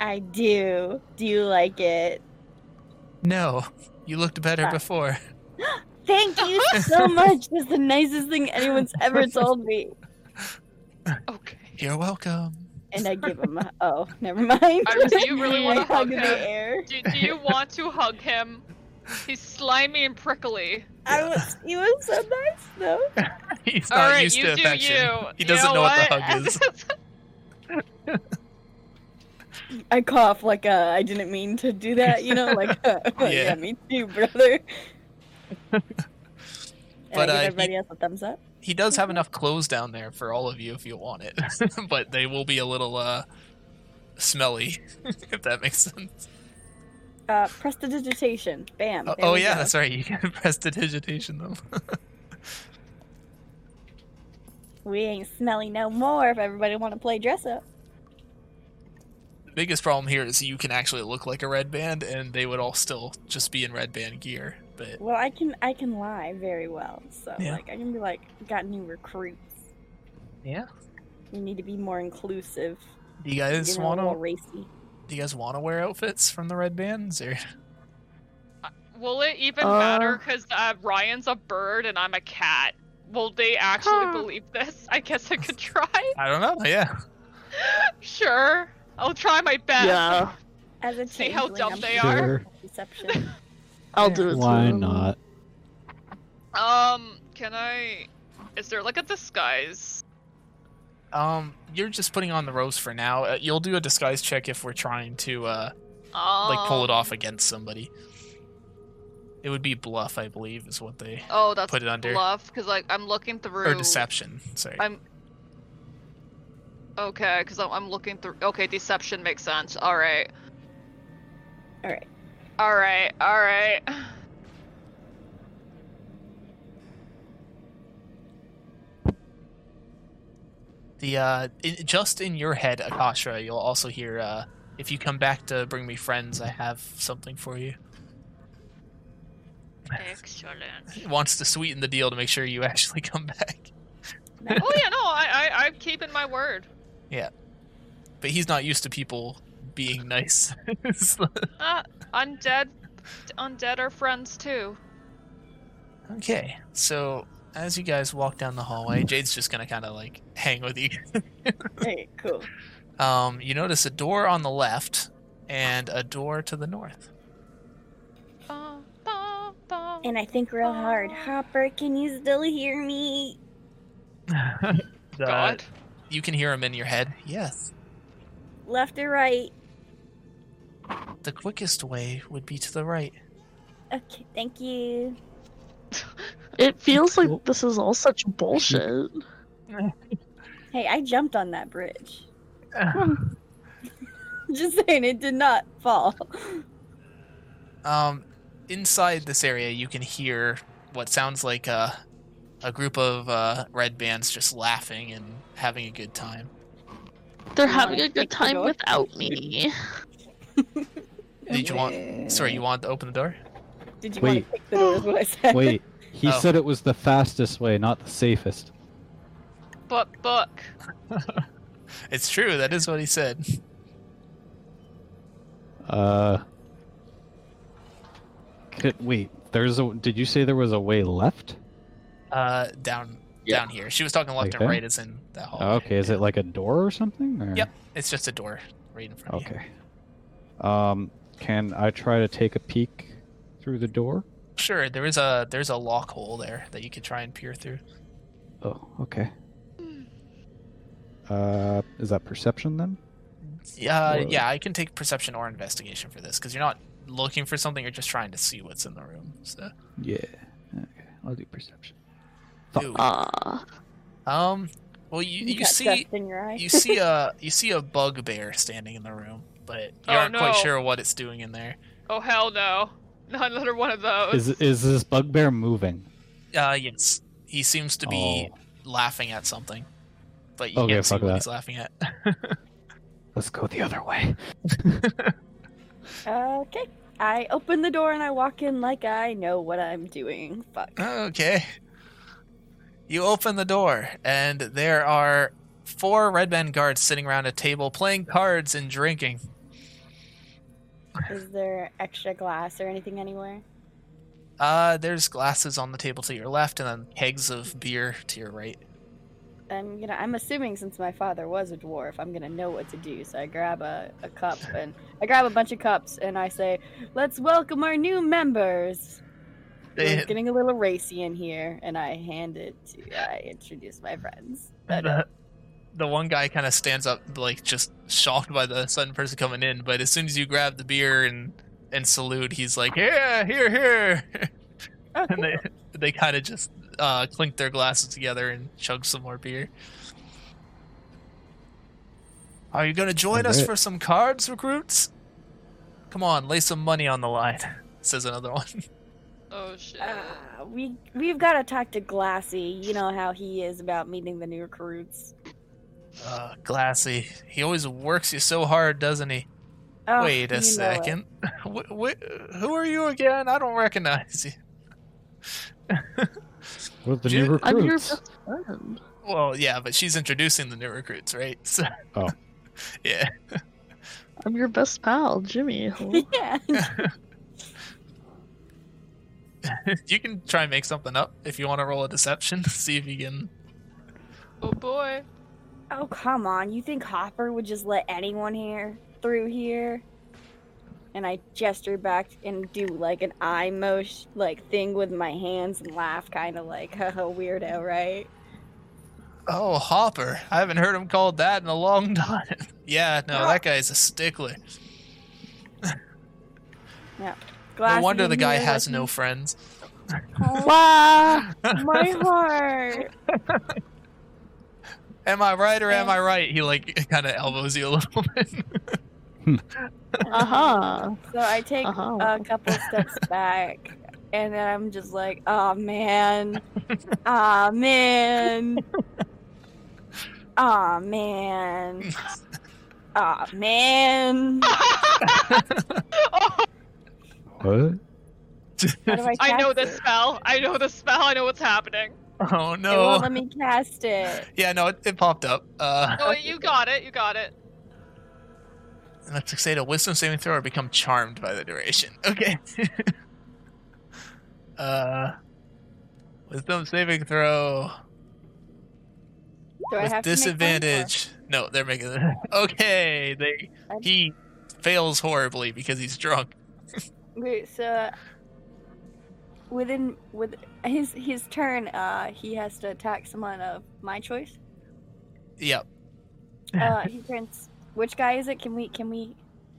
S3: I do. Do you like it?
S1: No, you looked better
S3: Ah.
S1: before.
S3: Thank you so much. That's the nicest thing anyone's ever told me.
S4: Okay.
S1: You're welcome.
S3: And I give him a. Oh, never mind.
S4: Iris, do you really wanna
S3: I
S4: hug
S3: in
S4: him?
S3: the air.
S4: Do, do you want to hug him? He's slimy and prickly.
S3: I was, he was so nice, though.
S1: He's
S4: All
S1: not
S4: right,
S1: used
S4: you
S1: to
S4: do
S1: affection.
S4: you.
S1: He
S4: You
S1: doesn't
S4: know
S1: know what the
S4: what?
S1: hug is.
S3: I cough like uh, I didn't mean to do that, you know, like uh, yeah.
S1: Yeah.
S3: me too, brother.
S1: But,
S3: but I
S1: uh,
S3: give
S1: he-
S3: everybody else a thumbs up.
S1: He does
S3: Mm-hmm.
S1: have enough clothes down there for all of you if you want it, but they will be a little uh smelly, if that makes sense.
S3: Uh, press the digitation. Bam.
S1: Oh,
S3: there
S1: oh,
S3: we
S1: yeah,
S3: go.
S1: that's right. You can press digitation them.
S3: we ain't smelly no more. If everybody want to play dress up,
S1: The biggest problem here is you can actually look like a red band, and they would all still just be in red band gear. But
S3: well, I can I can lie very well, so
S1: Yeah.
S3: like I can be like got new recruits.
S1: Yeah.
S3: We need to be more inclusive.
S1: do you
S3: You
S1: guys
S3: know,
S1: want
S3: more
S1: to?
S3: racy.
S1: Do you guys want to wear outfits from the red bands? Or
S4: Will it even
S6: Uh.
S4: matter? Because uh, Ryan's a bird and I'm a cat. Will they actually
S6: Huh.
S4: believe this? I guess I could try.
S1: I don't know. Yeah,
S4: Sure. I'll try my best.
S6: Yeah,
S3: As a
S4: See how
S3: changeling,
S4: dumb
S3: I'm
S4: they
S3: pretty
S4: are?
S3: good
S2: Sure.
S3: at Deception.
S6: I'll do it.
S2: Why
S6: too.
S2: not?
S4: Um, can I? Is there like a disguise?
S1: um, you're just putting on the rose for now. Uh, You'll do a disguise check if we're trying to uh
S4: Um,
S1: like pull it off against somebody. It would be bluff, I believe, is what they
S4: Oh, that's
S1: Put it under.
S4: bluff. Because like I'm looking through.
S1: or deception. Sorry.
S4: I'm. Okay, because I'm, I'm looking through. Okay, deception makes sense. All right.
S3: All right.
S4: All right. All right.
S1: The uh, in, just in your head, Akasha, you'll also hear uh, if you come back to bring me friends, I have something for you.
S4: Excellent.
S1: It wants to sweeten the deal to make sure you actually come back,
S4: oh yeah, no, I, I I'm keeping my word.
S1: but he's not used to people being nice. So-
S5: Ah,
S4: Uh, undead, undead are friends too.
S1: okay, so as you guys walk down the hallway, Jade's just gonna kind of like hang with you.
S3: Hey, cool.
S1: Um, you notice a door on the left and a door to the north.
S4: Ba, ba, ba.
S3: And I think real hard. Hopper, can you still hear me?
S1: The-
S4: God.
S1: Uh, You can hear him in your head. Yes.
S3: Left or right?
S1: The quickest way would be to the right.
S3: Okay, thank you.
S6: It feels
S2: Cool.
S6: like this is all such bullshit.
S3: Hey, I jumped on that bridge. Just saying, it did not fall.
S1: Um, inside this area, you can hear what sounds like a, a group of uh, red bands just laughing and having a good time.
S6: They're
S3: You
S6: having
S3: wanna
S6: a
S3: take
S6: good
S3: the
S6: time
S3: door?
S6: without me.
S1: Did you want? Sorry, you want to open the door?
S3: Did you
S2: Wait.
S3: want to pick the door? Is what I said.
S2: Wait, he
S1: Oh.
S2: said it was the fastest way, not the safest.
S4: But book.
S1: It's true. That is what he said.
S2: Uh. Could, wait, there's a. Did you say there was a way left?
S1: Uh, down
S2: Yeah.
S1: down here. She was talking left
S2: Like
S1: and
S2: that? Oh,
S1: right, as in that hall.
S2: okay, is it like a door or something? or-
S1: Oh, Yep. It's just a door right in front. Of you.
S2: Okay. Um, can I try to take a peek through the door?
S1: Sure. There is a there's a lock hole there that you could try and peer through.
S2: Oh, okay. Uh, is that perception then?
S1: Uh,
S7: Whoa.
S1: yeah, I can take perception or investigation for this because you're not looking for something; you're just trying to see what's in the room. So,
S7: Yeah. Okay, I'll do perception.
S1: Ooh.
S6: Ah,
S1: um, well, you you
S3: got
S1: see
S3: dust in your eye.
S1: you see a you see a bugbear standing in the room, but you
S5: Oh,
S1: aren't
S5: no.
S1: quite sure what it's doing in there.
S5: Oh hell no! Not another one of those.
S7: Is is this bugbear moving?
S1: Uh, yes, he seems to be laughing at something, but you
S7: Oh. Okay,
S1: can't see
S7: fuck
S1: what
S7: that.
S1: he's laughing at.
S7: Let's go the other way.
S3: Okay. I open the door and I walk in like I know what I'm doing. Fuck.
S1: Okay. You open the door, and there are four red band guards sitting around a table playing cards and drinking.
S3: Is there extra glass or anything anywhere?
S1: Uh, there's glasses on the table to your left, and then kegs of beer to your right.
S3: I'm gonna. I'm assuming since my father was a dwarf, I'm gonna know what to do. So I grab a, a cup and I grab a bunch of cups and I say, "Let's welcome our new members."
S1: They,
S3: It's getting a little racy in here, and I hand it to. I introduce my friends. But, uh,
S1: the, the one guy kind of stands up, like just shocked by the sudden person coming in. But as soon as you grab the beer and and salute, he's like, "Yeah, here, here,"
S3: oh,
S1: and they
S3: cool.
S1: they kind of just uh, clink their glasses together and chug some more beer. Are you gonna join us
S7: Alright.
S1: for some cards, recruits? Come on, lay some money on the line," says another one.
S5: Oh shit.
S3: Ah, we we've got to talk to Glassy. You know how he is about meeting the new recruits.
S1: Uh, glassy. He always works you so hard, doesn't he?
S3: Oh,
S1: Wait
S3: you know
S1: a
S3: it.
S1: second. Wh- wh- who are you again? I don't recognize you.
S7: We're the
S1: Dude,
S7: new
S6: I'm your
S7: recruits.
S6: best friend.
S1: Well, yeah, but she's introducing the new recruits, right? So,
S7: Oh.
S1: yeah.
S6: I'm your best pal, Jimmy. Hello.
S3: yeah.
S1: You can try and make something up if you want to roll a deception. See if you can.
S5: Oh boy.
S3: Oh come on! You think Hopper would just let anyone here through here? And I gesture back and do like an eye motion, like thing with my hands and laugh, kind of like, haha, weirdo, right?
S1: Oh, Hopper. I haven't heard him called that in a long time. yeah, no, that guy's a stickler. No
S3: Glassy
S1: wonder
S3: in
S1: the guy
S3: here,
S1: has
S3: like,
S1: no friends.
S3: Wow, Oh, my heart.
S1: Am I right or am I right? He, like, kind of elbows you a little bit.
S6: Uh-huh. Aha!
S3: So I take
S6: Aha!
S3: a couple steps back, and then I'm just like, oh man, ah man, ah man, ah man.
S7: What?
S3: How do I,
S5: Oh, I know
S3: cast
S5: this
S3: it?
S5: spell. I know the spell. I know what's happening.
S1: oh,
S3: It won't
S1: no.
S3: let me cast it.
S1: Yeah, no, it, it popped up. Uh,
S5: Oh, you got it. You got it.
S1: Let's say a wisdom saving throw or become charmed by the duration. Okay. uh, wisdom saving throw
S3: Do I
S1: with
S3: have to make one?
S1: disadvantage. No, they're making it. Okay, they
S3: I-
S1: he fails horribly because he's drunk.
S3: Wait, so within with his his turn, uh, he has to attack someone of my choice.
S1: Yep.
S3: Uh, he turns. Which guy is it? Can we can we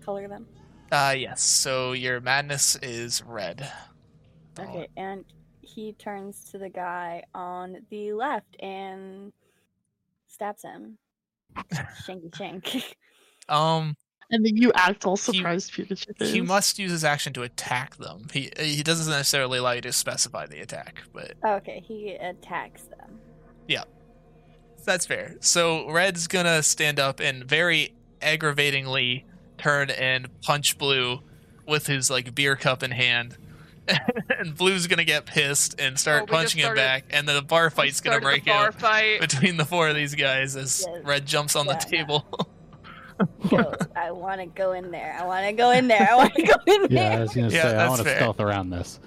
S3: color them?
S1: Uh, yes. So your madness is red.
S3: Okay, and he turns to the guy on the left and stabs him. Shanky shank.
S1: Um,
S6: And then you act all
S1: He-
S6: surprised, Pikachu.
S1: he
S6: is.
S1: must use his action to attack them. He he doesn't necessarily allow you to specify the attack, but
S3: okay, he attacks them.
S1: That's fair. So Red's gonna stand up and very aggravatingly turn and punch Blue with his like beer cup in hand. and Blue's gonna get pissed and
S5: Oh,
S1: start
S5: we just
S1: punching him
S5: started-
S1: back, and then a bar fight's gonna
S5: Started
S1: break
S5: the bar
S1: out
S5: fight.
S1: between the four of these guys as
S3: Yes.
S1: Red jumps on
S3: Yeah.
S1: the table.
S3: Go. I want to go in there. I want to go in there. I want to go in
S7: Yeah, I
S3: there.
S7: was gonna
S1: Yeah,
S7: say I
S1: that's
S7: want to
S1: fair.
S7: stealth around this.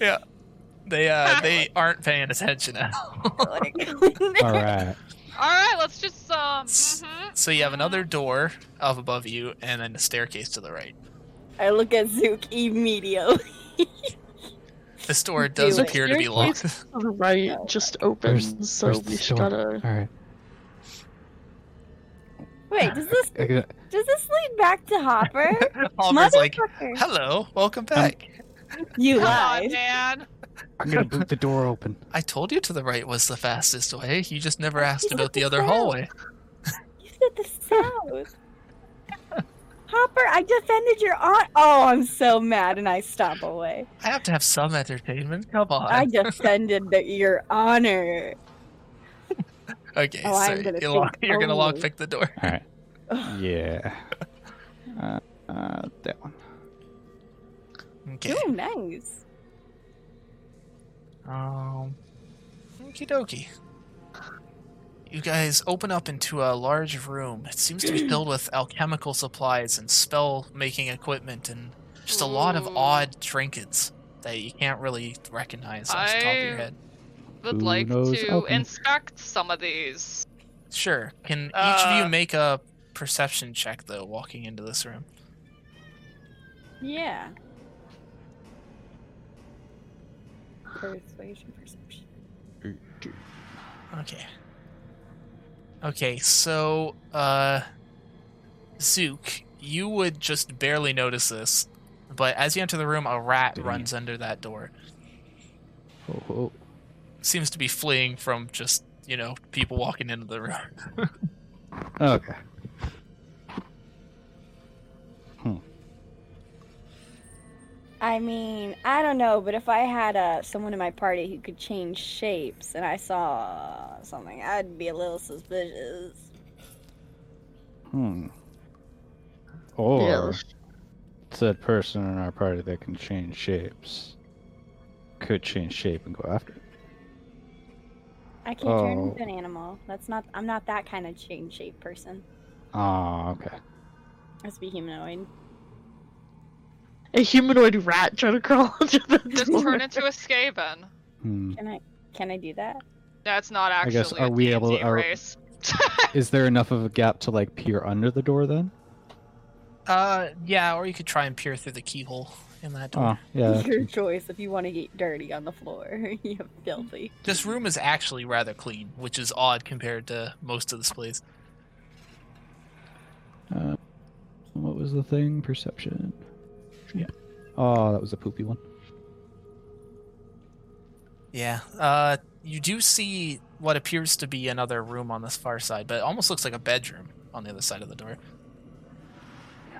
S1: they uh, they aren't paying attention at all.
S3: I want to go in there.
S7: All right.
S5: All right, let's just um. mhm.
S1: so you have another door up above you, and then a staircase to the right.
S3: I look at Zook immediately.
S1: This door does
S3: it.
S1: appear to be locked.
S6: right just opens, so
S7: where's the
S6: we should
S7: door?
S6: gotta.
S7: All right.
S3: Wait, does this
S7: I gotta-
S3: Does this lead back to Hopper?
S1: Palmer's like,
S3: Motherfucker.
S1: hello, welcome back.
S3: you
S4: Come on,
S3: lied.
S4: man.
S2: I'm gonna boot the door open.
S1: I told you to the right was the fastest way. You just never asked
S3: He's
S1: about
S3: up
S1: the
S3: the
S1: other
S3: south.
S1: hallway.
S3: You said the south. Hopper, I defended your aunt. Oh, I'm so mad, and I stomp away.
S1: I have to have some entertainment. Come on.
S3: I defended the, your honor.
S1: Okay,
S3: Oh,
S1: so
S3: I'm gonna
S1: you lock,
S3: think
S1: you're gonna
S3: only.
S1: lockpick the door.
S2: All right.
S3: Ugh.
S2: Yeah. Uh, uh, that one.
S1: Okay.
S3: Ooh, nice.
S1: Um. Okie dokie. You guys open up into a large room. It seems to be filled with alchemical supplies and spell making equipment and just a lot of
S3: Hmm.
S4: Ooh.
S1: odd trinkets that you can't really recognize off the top of your
S4: I-
S1: head.
S4: Would
S2: Who
S4: like
S2: knows
S4: to
S2: Elkin?
S4: inspect some of these.
S1: Sure. Can each of
S4: Uh,
S1: you make a perception check though walking into this room?
S3: Yeah. Persuasion, perception.
S1: Okay. Okay, so uh Zook, you would just barely notice this, but as you enter the room a rat
S2: Dang.
S1: runs under that door.
S2: Oh, oh.
S1: Seems to be fleeing from just, you know, people walking into the room.
S2: Okay. Hmm.
S3: I mean, I don't know, but if I had uh, someone in my party who could change shapes and I saw something, I'd be a little suspicious.
S2: Hmm. Or
S6: Yeah, let's-
S2: said person in our party that can change shapes could change shape and go after. it.
S3: I can't turn
S2: Oh.
S3: into an animal. That's not. I'm not that kind of change shape person.
S2: Ah, okay.
S3: I must be humanoid.
S6: A humanoid rat trying to crawl under the
S4: Just
S6: door.
S4: turn into a Skaven.
S2: Hmm.
S3: Can I? Can I do that?
S4: That's not
S2: I
S4: actually
S2: guess, are
S4: a
S2: we
S4: D&D
S2: able- are-
S4: race.
S2: Is there enough of a gap to like peer under the door then?
S1: Uh yeah, or you could try and peer through the keyhole in that door.
S2: Oh, yeah.
S3: Your choice. If you want to get dirty on the floor, you filthy.
S1: This room is actually rather clean, which is odd compared to most of this place.
S2: Uh, what was the thing? Perception.
S1: Yeah.
S2: Oh, that was a poopy one.
S1: Yeah. Uh, you do see what appears to be another room on this far side, but it almost looks like a bedroom on the other side of the door.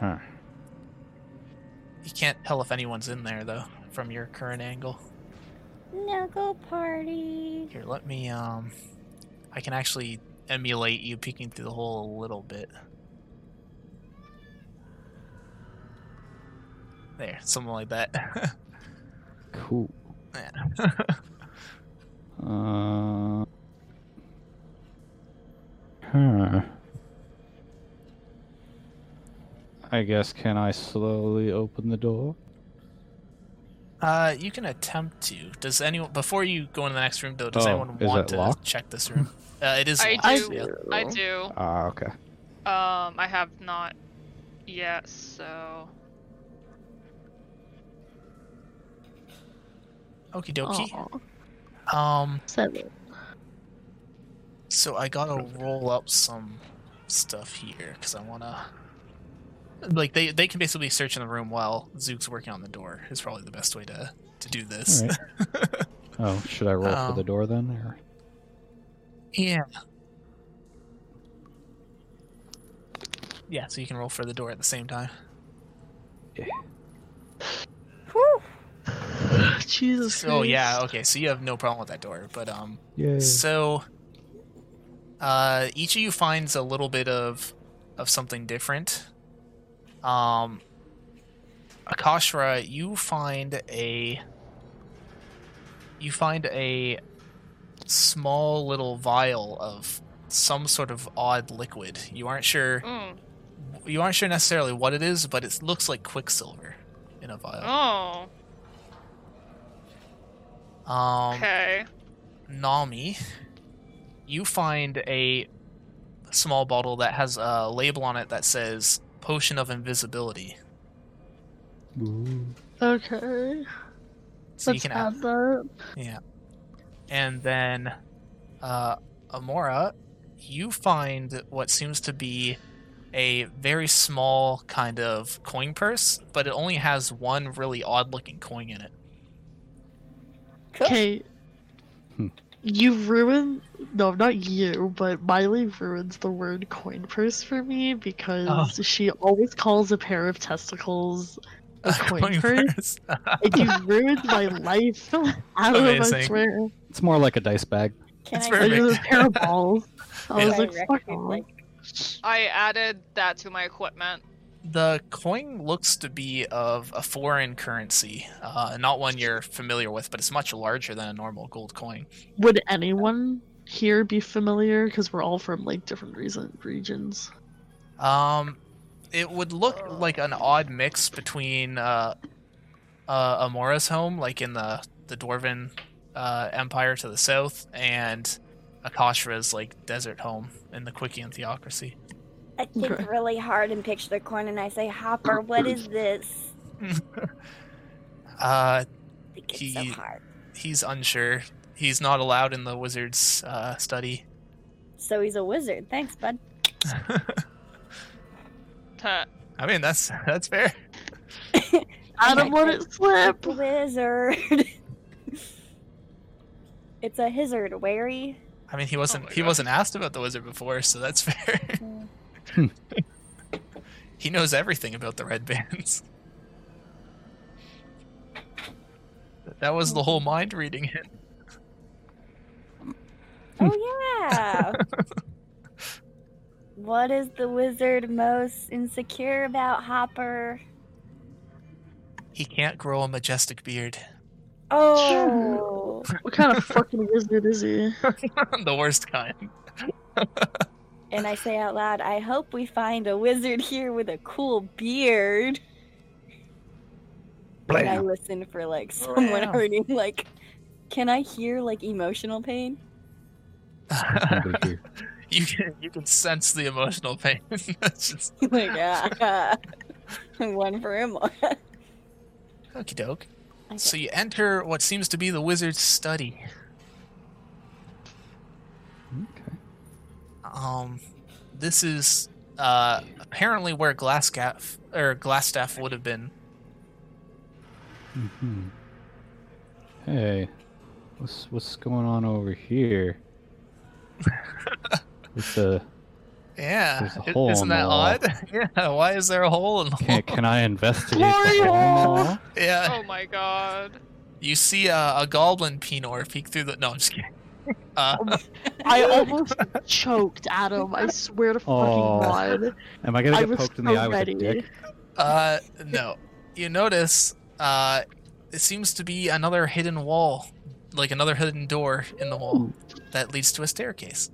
S2: Huh.
S1: You can't tell if anyone's in there though from your current angle.
S3: Snuggle party.
S1: Here, let me. Um, I can actually emulate you peeking through the hole a little bit. There, something like that.
S2: Cool.
S1: Yeah.
S2: uh. Huh. I guess can I slowly open the door?
S1: uh, you can attempt to. Does anyone before you go into the next room though? Does
S2: Oh,
S1: anyone
S2: is
S1: want
S2: it
S1: to
S2: locked?
S1: check this room? Uh, it is.
S4: I
S1: locked,
S6: I
S4: do.
S1: yeah.
S4: I do.
S2: Ah, okay.
S4: Um, I have not yet, so.
S1: Okie dokie.
S6: Aw,
S4: Oh.
S1: Um,
S6: seven.
S1: so I gotta roll up some stuff here because I wanna. Like they they can basically search in the room while Zook's working on the door is probably the best way to to do this.
S2: All right. Oh, should I roll
S1: Um,
S2: for the door then? Or...
S1: yeah. Yeah, so you can roll for the door at the same time.
S3: Whew.
S6: Jesus.
S1: Oh yeah,
S6: Christ.
S1: okay. So you have no problem with that door, but um,
S2: Yay.
S1: So, uh, each of you finds a little bit of of something different. Um, Akashra, you find a you find a small little vial of some sort of odd liquid. You aren't sure
S4: Mm.
S1: you aren't sure necessarily what it is, but it looks like quicksilver in a vial.
S4: Oh,
S1: Um,
S4: okay.
S1: Nami, you find a small bottle that has a label on it that says potion of invisibility.
S2: Ooh.
S6: Okay.
S1: So
S6: Let's
S1: you can
S6: add that.
S1: and then uh Amora, you find what seems to be a very small kind of coin purse, but it only has one really odd looking coin in it.
S3: Cool.
S6: Okay.
S7: Hmm.
S6: You ruin no, not you, but Miley ruins the word coin purse for me because she always calls a pair of testicles a coin, purse. and you ruined my life. Adam, I
S1: Amazing.
S6: swear.
S7: It's more like a dice bag.
S3: Can
S1: It's
S3: I
S1: very
S6: It
S1: Perfect.
S6: was a pair of balls. I
S1: Yeah.
S6: was
S3: I
S6: like, fuck
S3: record,
S6: off.
S3: like,
S4: I added that to my equipment.
S1: The coin looks to be of a foreign currency, uh, not one you're familiar with, but it's much larger than a normal gold coin.
S6: Would anyone here be familiar? Because we're all from like different reason- regions.
S1: Um, it would look like an odd mix between uh, uh, Amora's home, like in the the dwarven uh, empire to the south, and Akashra's like desert home in the Quickian theocracy.
S3: I think
S6: Okay.
S3: really hard and picture the coin, and I say, Hopper, what is this?
S1: Uh,
S3: I think it's
S1: He-
S3: so hard.
S1: he's unsure. He's not allowed in the wizard's uh, study.
S3: So he's a wizard. Thanks, bud.
S4: Tuh.
S1: I mean, that's that's fair.
S6: Adam,
S3: got
S6: let it slip.
S3: Wizard. it's a hizzard, wary.
S1: I mean, he wasn't
S4: Oh my
S1: he
S4: God.
S1: wasn't asked about the wizard before, so that's fair.
S3: Hmm.
S1: he knows everything about the red bands. That was the whole mind reading hint.
S3: Oh yeah. what is the wizard most insecure about, Hopper?
S1: He can't grow a majestic beard.
S3: Oh,
S6: What kind of fucking wizard is he?
S1: the worst kind.
S3: and I say out loud, I hope we find a wizard here with a cool beard. And I listen for like
S1: Oh,
S3: someone
S1: Blam.
S3: hurting. Like, can I hear like emotional pain?
S7: Nobody here.
S1: you can you can sense the emotional pain. That's just
S3: like, ah, one for him. Okay.
S1: okie doke. So you enter what seems to be the wizard's study.
S7: Okay.
S1: Um, this is uh, apparently where Glassgaff or Glassstaff would have been.
S7: hmm Hey, what's what's going on over here? it's a
S1: Yeah,
S7: There's a
S1: i-
S7: hole
S1: isn't
S7: in
S1: that
S7: the wall.
S1: odd? Yeah, why is there a hole in the wall?
S7: can, can I investigate
S6: Glory
S7: the hole
S6: hole!
S7: in the wall?
S1: Yeah,
S4: Oh my god.
S1: you see uh, a goblin pinor peek through the. No, I'm just kidding. Uh,
S6: I almost choked, Adam. I swear to fucking
S7: Oh.
S6: god.
S7: Am I gonna
S6: I
S7: get
S6: was
S7: poked in
S6: so
S7: the eye
S6: ready.
S7: with a dick?
S1: uh, no, you notice uh, it seems to be another hidden wall, like another hidden door in the wall that leads to a staircase.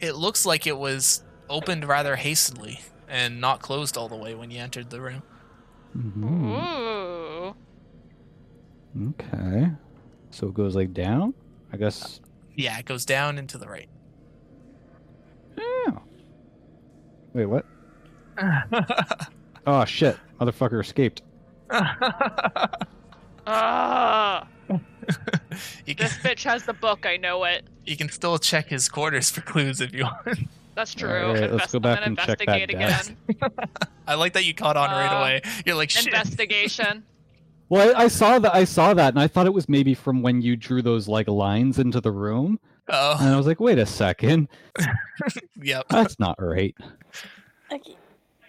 S1: It looks like it was opened rather hastily and not closed all the way when you entered the room.
S2: Hmm.
S7: Mhm.
S4: Ooh.
S7: Okay. So it goes like down. I guess.
S1: Yeah, it goes down and to the right.
S7: Yeah. Wait, what? Oh shit! Motherfucker escaped.
S4: Ah.
S1: you can
S4: This bitch has the book, I know it.
S1: you can still check his quarters for clues if you want.
S4: That's true.
S7: Alright, let's go
S4: Invest-
S7: back
S4: I'm
S7: and
S4: gonna
S7: check that
S4: investigate
S7: desk.
S4: again.
S1: I like that you caught on right
S4: Uh,
S1: away. You're like shit.
S4: Investigation.
S7: Well, I, I saw that. I saw that, and I thought it was maybe from when you drew those like lines into the room,
S1: Oh,
S7: and I was like, "Wait a second,
S1: yep.
S7: that's not right."
S3: Okay.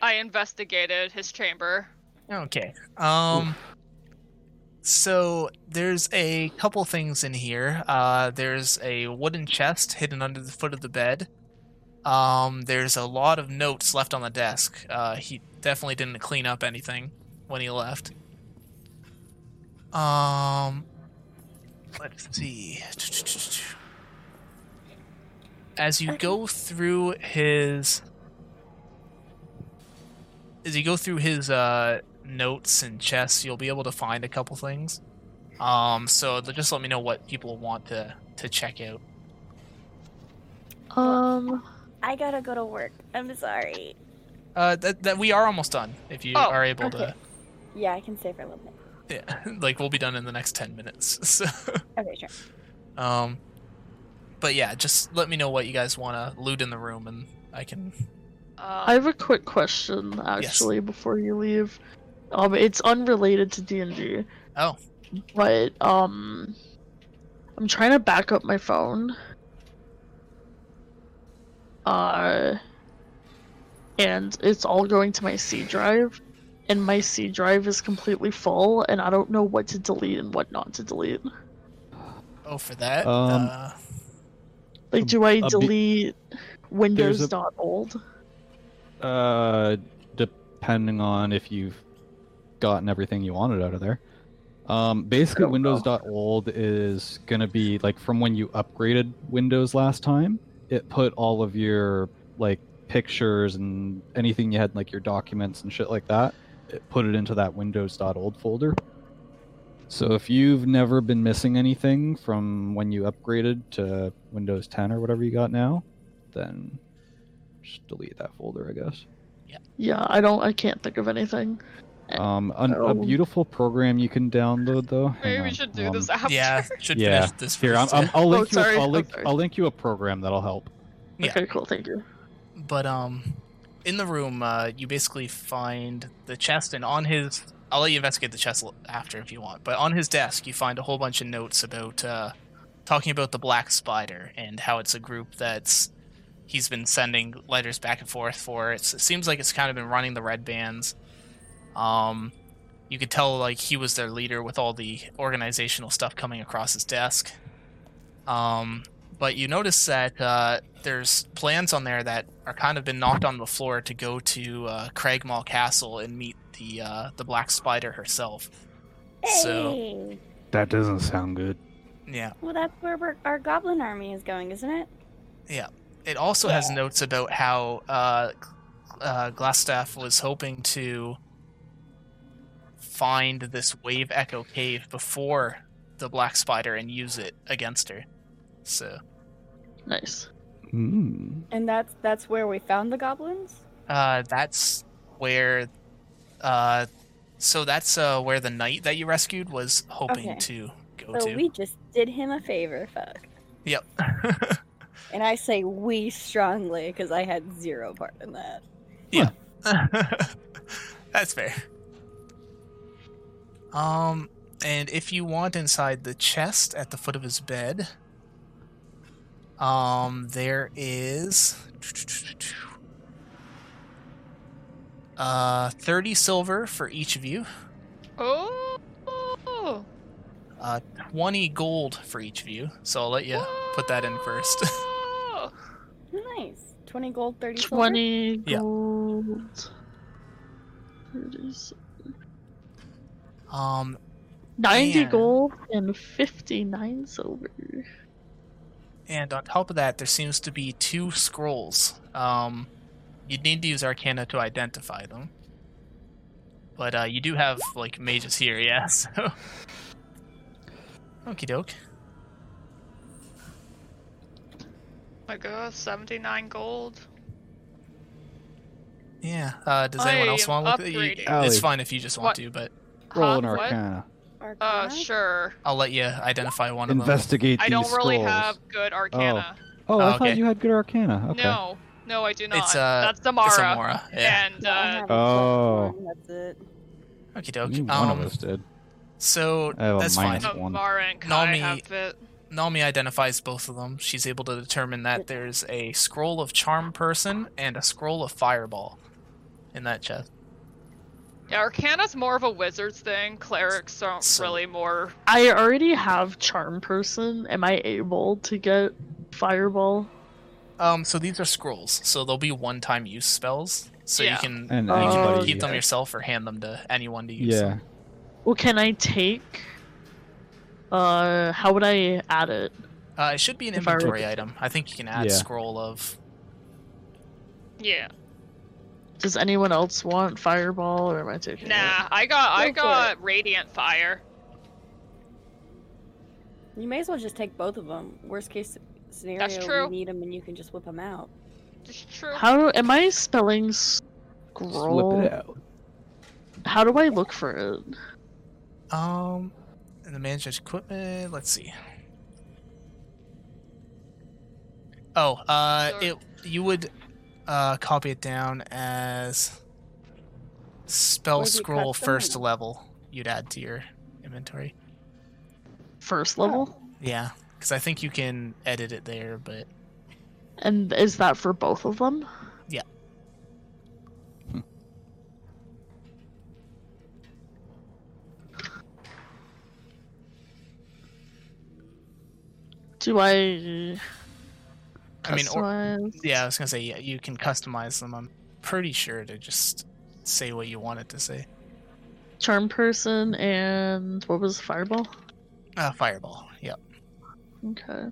S4: I investigated his chamber.
S1: Okay. Um so there's a couple things in here. Uh there's a wooden chest hidden under the foot of the bed. Um there's a lot of notes left on the desk. Uh he definitely didn't clean up anything when he left. Um let's see. As you go through his as you go through his uh notes and chests, you'll be able to find a couple things. Um, so th- just let me know what people want to to check out.
S6: Um,
S3: I gotta go to work. I'm sorry.
S1: Uh, that that we are almost done. If you
S4: Oh,
S1: are able
S3: Yeah, I can stay for a little bit.
S1: to, yeah, like we'll be done in the next ten minutes. So,
S3: Okay, sure.
S1: um, But yeah, just let me know what you guys want to loot in the room, and I can. Uh,
S6: I have a quick question actually before you leave. Um, it's unrelated to D and D.
S1: Oh.
S6: But um, I'm trying to back up my phone. Uh, and it's all going to my C drive, and my C drive is completely full, and I don't know what to delete and what not to delete.
S1: Oh, for that.
S2: Um,
S1: uh,
S6: Like, do I
S2: a bi-
S6: delete Windows
S2: a-
S6: dot old?
S2: Uh, depending on if you've gotten everything you wanted out of there. Um, basically,
S6: I don't know.
S2: Windows.old is gonna be like from when you upgraded Windows last time. It put all of your like pictures and anything you had, like your documents and shit like that. It put it into that Windows.old folder. So if you've never been missing anything from when you upgraded to Windows 10 or whatever you got now, then just delete that folder, I guess.
S6: Yeah, I don't. I can't think of anything.
S2: Um, an,
S6: Oh.
S2: a beautiful program you can download though. Hang
S4: Maybe we
S2: on,
S4: should do
S2: um,
S4: this after.
S1: yeah, should
S2: yeah.
S1: finish this
S2: Here, I'm,
S1: first,
S2: I'm,
S1: yeah.
S2: I'll
S6: Oh,
S2: link you.
S6: sorry,
S2: I'll
S6: I'm
S2: link.
S6: sorry.
S2: I'll link you a program that'll help.
S1: Yeah.
S6: Okay, cool. Thank you.
S1: But um, in the room, uh, you basically find the chest, and on his, I'll let you investigate the chest l- after if you want. But on his desk, you find a whole bunch of notes about uh, talking about the Black Spider and how it's a group that's he's been sending letters back and forth for. It's, it seems like it's kind of been running the red bands. Um, you could tell like he was their leader with all the organizational stuff coming across his desk. Um, but you notice that uh, there's plans on there that are kind of been knocked on the floor to go to uh, Craigmaw Castle and meet the uh, the Black Spider herself. So
S3: Hey!
S2: That doesn't sound good.
S1: yeah,
S3: Well, that's where we're, our goblin army is going, isn't it?
S1: it also has notes about how uh, uh, Glassstaff was hoping to find this Wave Echo Cave before the Black Spider and use it against her. So
S6: Nice.
S2: Hmm.
S3: And that's that's where we found the goblins.
S1: Uh, that's where, uh, so that's uh where the knight that you rescued was hoping
S3: Okay.
S1: to go
S3: So
S1: to.
S3: we just did him a favor, fuck.
S1: Yep.
S3: And I say we strongly because I had zero part in that.
S1: that's fair. Um, and if you want inside the chest at the foot of his bed, um, there is. Uh, 30 silver for each of you,
S4: Oh.
S1: 20 gold for each of you. So I'll let you put that in first.
S4: Oh.
S3: Nice. Twenty gold, thirty. silver?
S6: Twenty
S1: Yeah.
S6: gold. Thirty silver.
S1: Um,
S6: 90
S1: Man.
S6: gold and 59 silver.
S1: and on top of that, there seems to be two scrolls. Um, you'd need to use Arcana to identify them. But uh, you do have like mages here, yeah. So, okie doke.
S4: my god, 79 gold.
S1: Yeah. Uh, does anyone
S4: I
S1: else
S4: am
S1: want to look at
S4: upgrading.
S1: you? It's
S2: Allie.
S1: fine if you just want
S4: What?
S1: to, but
S2: Roll
S4: Huh?
S2: an
S4: What?
S2: arcana.
S4: Uh,
S3: Arcana?
S4: sure.
S1: I'll let you identify one of them.
S2: Investigate
S4: I
S2: these
S4: don't really
S2: scrolls.
S4: have good arcana.
S2: Oh, I
S1: Oh, okay.
S2: thought you had good arcana. Okay.
S4: No, no, I do not.
S1: It's, uh,
S4: That's
S1: It's
S4: Damara.
S1: Amora. Yeah.
S4: And
S3: No, I
S4: uh,
S3: have a plus
S2: Oh.
S3: one, That's it.
S1: Okie
S2: I
S1: doke.
S2: knew one of
S1: Um,
S2: us did.
S1: so
S2: I have a
S1: that's fine.
S2: minus Just one.
S4: Amara and Kai
S1: Nami-
S4: have it.
S1: Nami identifies both of them. She's able to determine that there's a scroll of charm person and a scroll of fireball in that chest.
S4: Yeah, Arcana's more of a wizard's thing. Clerics aren't
S1: So-
S4: really more.
S6: I already have Charm Person. Am I able to get Fireball?
S1: Um, so these are scrolls, so they'll be one-time use spells. So
S4: Yeah.
S1: you can
S2: And
S1: you can
S6: anybody-
S1: keep them
S2: yeah.
S1: yourself or hand them to anyone to use.
S2: Yeah.
S6: Well, can I take. Uh, how would I add it?
S1: Uh, it should be an
S6: If I were to-
S1: inventory item. I think you can add
S2: Yeah.
S1: scroll of.
S4: Yeah.
S6: Does anyone else want Fireball or am I taking it?
S4: Nah, I got I
S3: Go for
S4: got radiant fire.
S3: You may as well just take both of them. Worst case scenario,
S4: true.
S3: we need them, and you can just whip them out.
S4: It's true.
S6: How do. Am I spelling
S2: Slip
S6: scroll?
S2: it out.
S6: How do I look for it?
S1: Um, and the manager's equipment. Let's see. Oh, uh,
S4: Sorry.
S1: it you would uh, copy it down as spell
S3: Where'd you
S1: scroll
S3: cut them?
S1: first level. You'd add to your inventory.
S6: First level?
S1: Yeah, because I think you can edit it there, but
S6: And is that for both of them?
S1: Yeah.
S2: Hmm.
S6: Do I.
S1: I mean, or-
S6: customize?
S1: yeah, I was gonna say yeah, you can customize them. I'm pretty sure to just say what you want it to say.
S6: Charm person and what was fireball?
S1: Uh, fireball. Yep.
S6: Okay.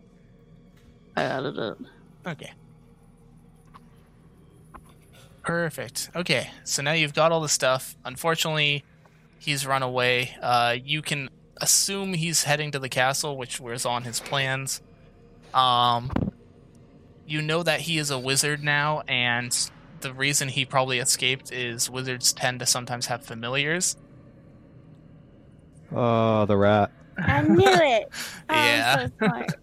S6: I added it.
S1: Okay. Perfect. Okay, so now you've got all the stuff. Unfortunately, he's run away. Uh, you can assume he's heading to the castle, which was on his plans. Um, you know that he is a wizard now, and the reason he probably escaped is wizards tend to sometimes have familiars.
S2: Oh, the rat.
S3: I knew it. Oh,
S1: Yeah.
S3: I'm so smart.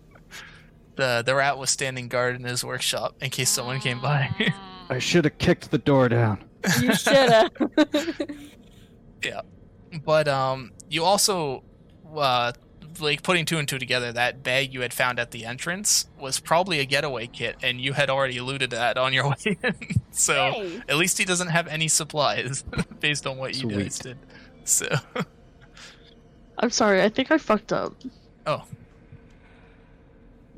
S1: The the rat was standing guard in his workshop in case someone came by.
S4: Mm.
S2: I should have kicked the door down.
S3: You shoulda.
S1: But um, you also uh, like putting two and two together. That bag you had found at the entrance was probably a getaway kit, and you had already looted that on your way in. so
S3: Hey,
S1: at least he doesn't have any supplies based on what you
S2: Sweet.
S1: guys did. So
S6: I'm sorry, I think I fucked up.
S1: Oh.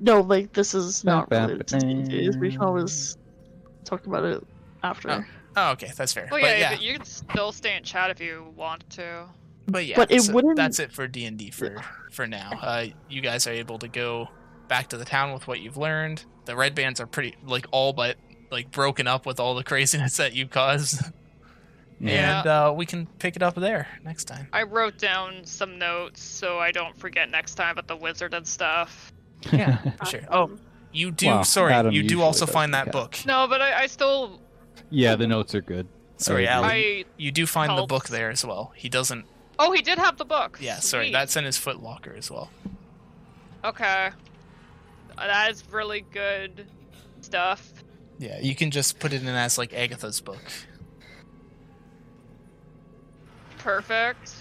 S6: No, like this is not
S2: Ba-ba-ba-ba.
S6: related to DJs. We can always talk about it after.
S1: Oh, oh, okay, that's fair.
S4: Well,
S1: but
S4: yeah,
S1: yeah,
S4: but you can still stay in chat if you want to.
S1: but yeah,
S6: But it
S1: so
S6: wouldn't-
S1: That's it for D and D for for now. Uh, you guys are able to go back to the town with what you've learned. The red bands are pretty like all but like broken up with all the craziness that you caused.
S4: Yeah.
S1: and uh, we can pick it up there next time.
S4: I wrote down some notes so I don't forget next time about the wizard and stuff.
S1: Yeah. Sure. Oh, you do.
S2: Wow,
S1: sorry,
S2: Adam
S1: you do
S2: usually
S1: also
S2: does
S1: find
S2: the
S1: that
S2: cat.
S1: book.
S4: No, but I, I still
S2: yeah, the notes are good.
S1: Sorry,
S2: I agree.
S1: Alan.
S4: I
S1: You do find the
S4: Helps.
S1: book there as well. He doesn't.
S4: oh he did have the book.
S1: Yeah, sorry,
S4: Sweet.
S1: that's in his foot locker as well.
S4: okay. That is really good stuff.
S1: Yeah, you can just put it in as like Agatha's book.
S4: Perfect.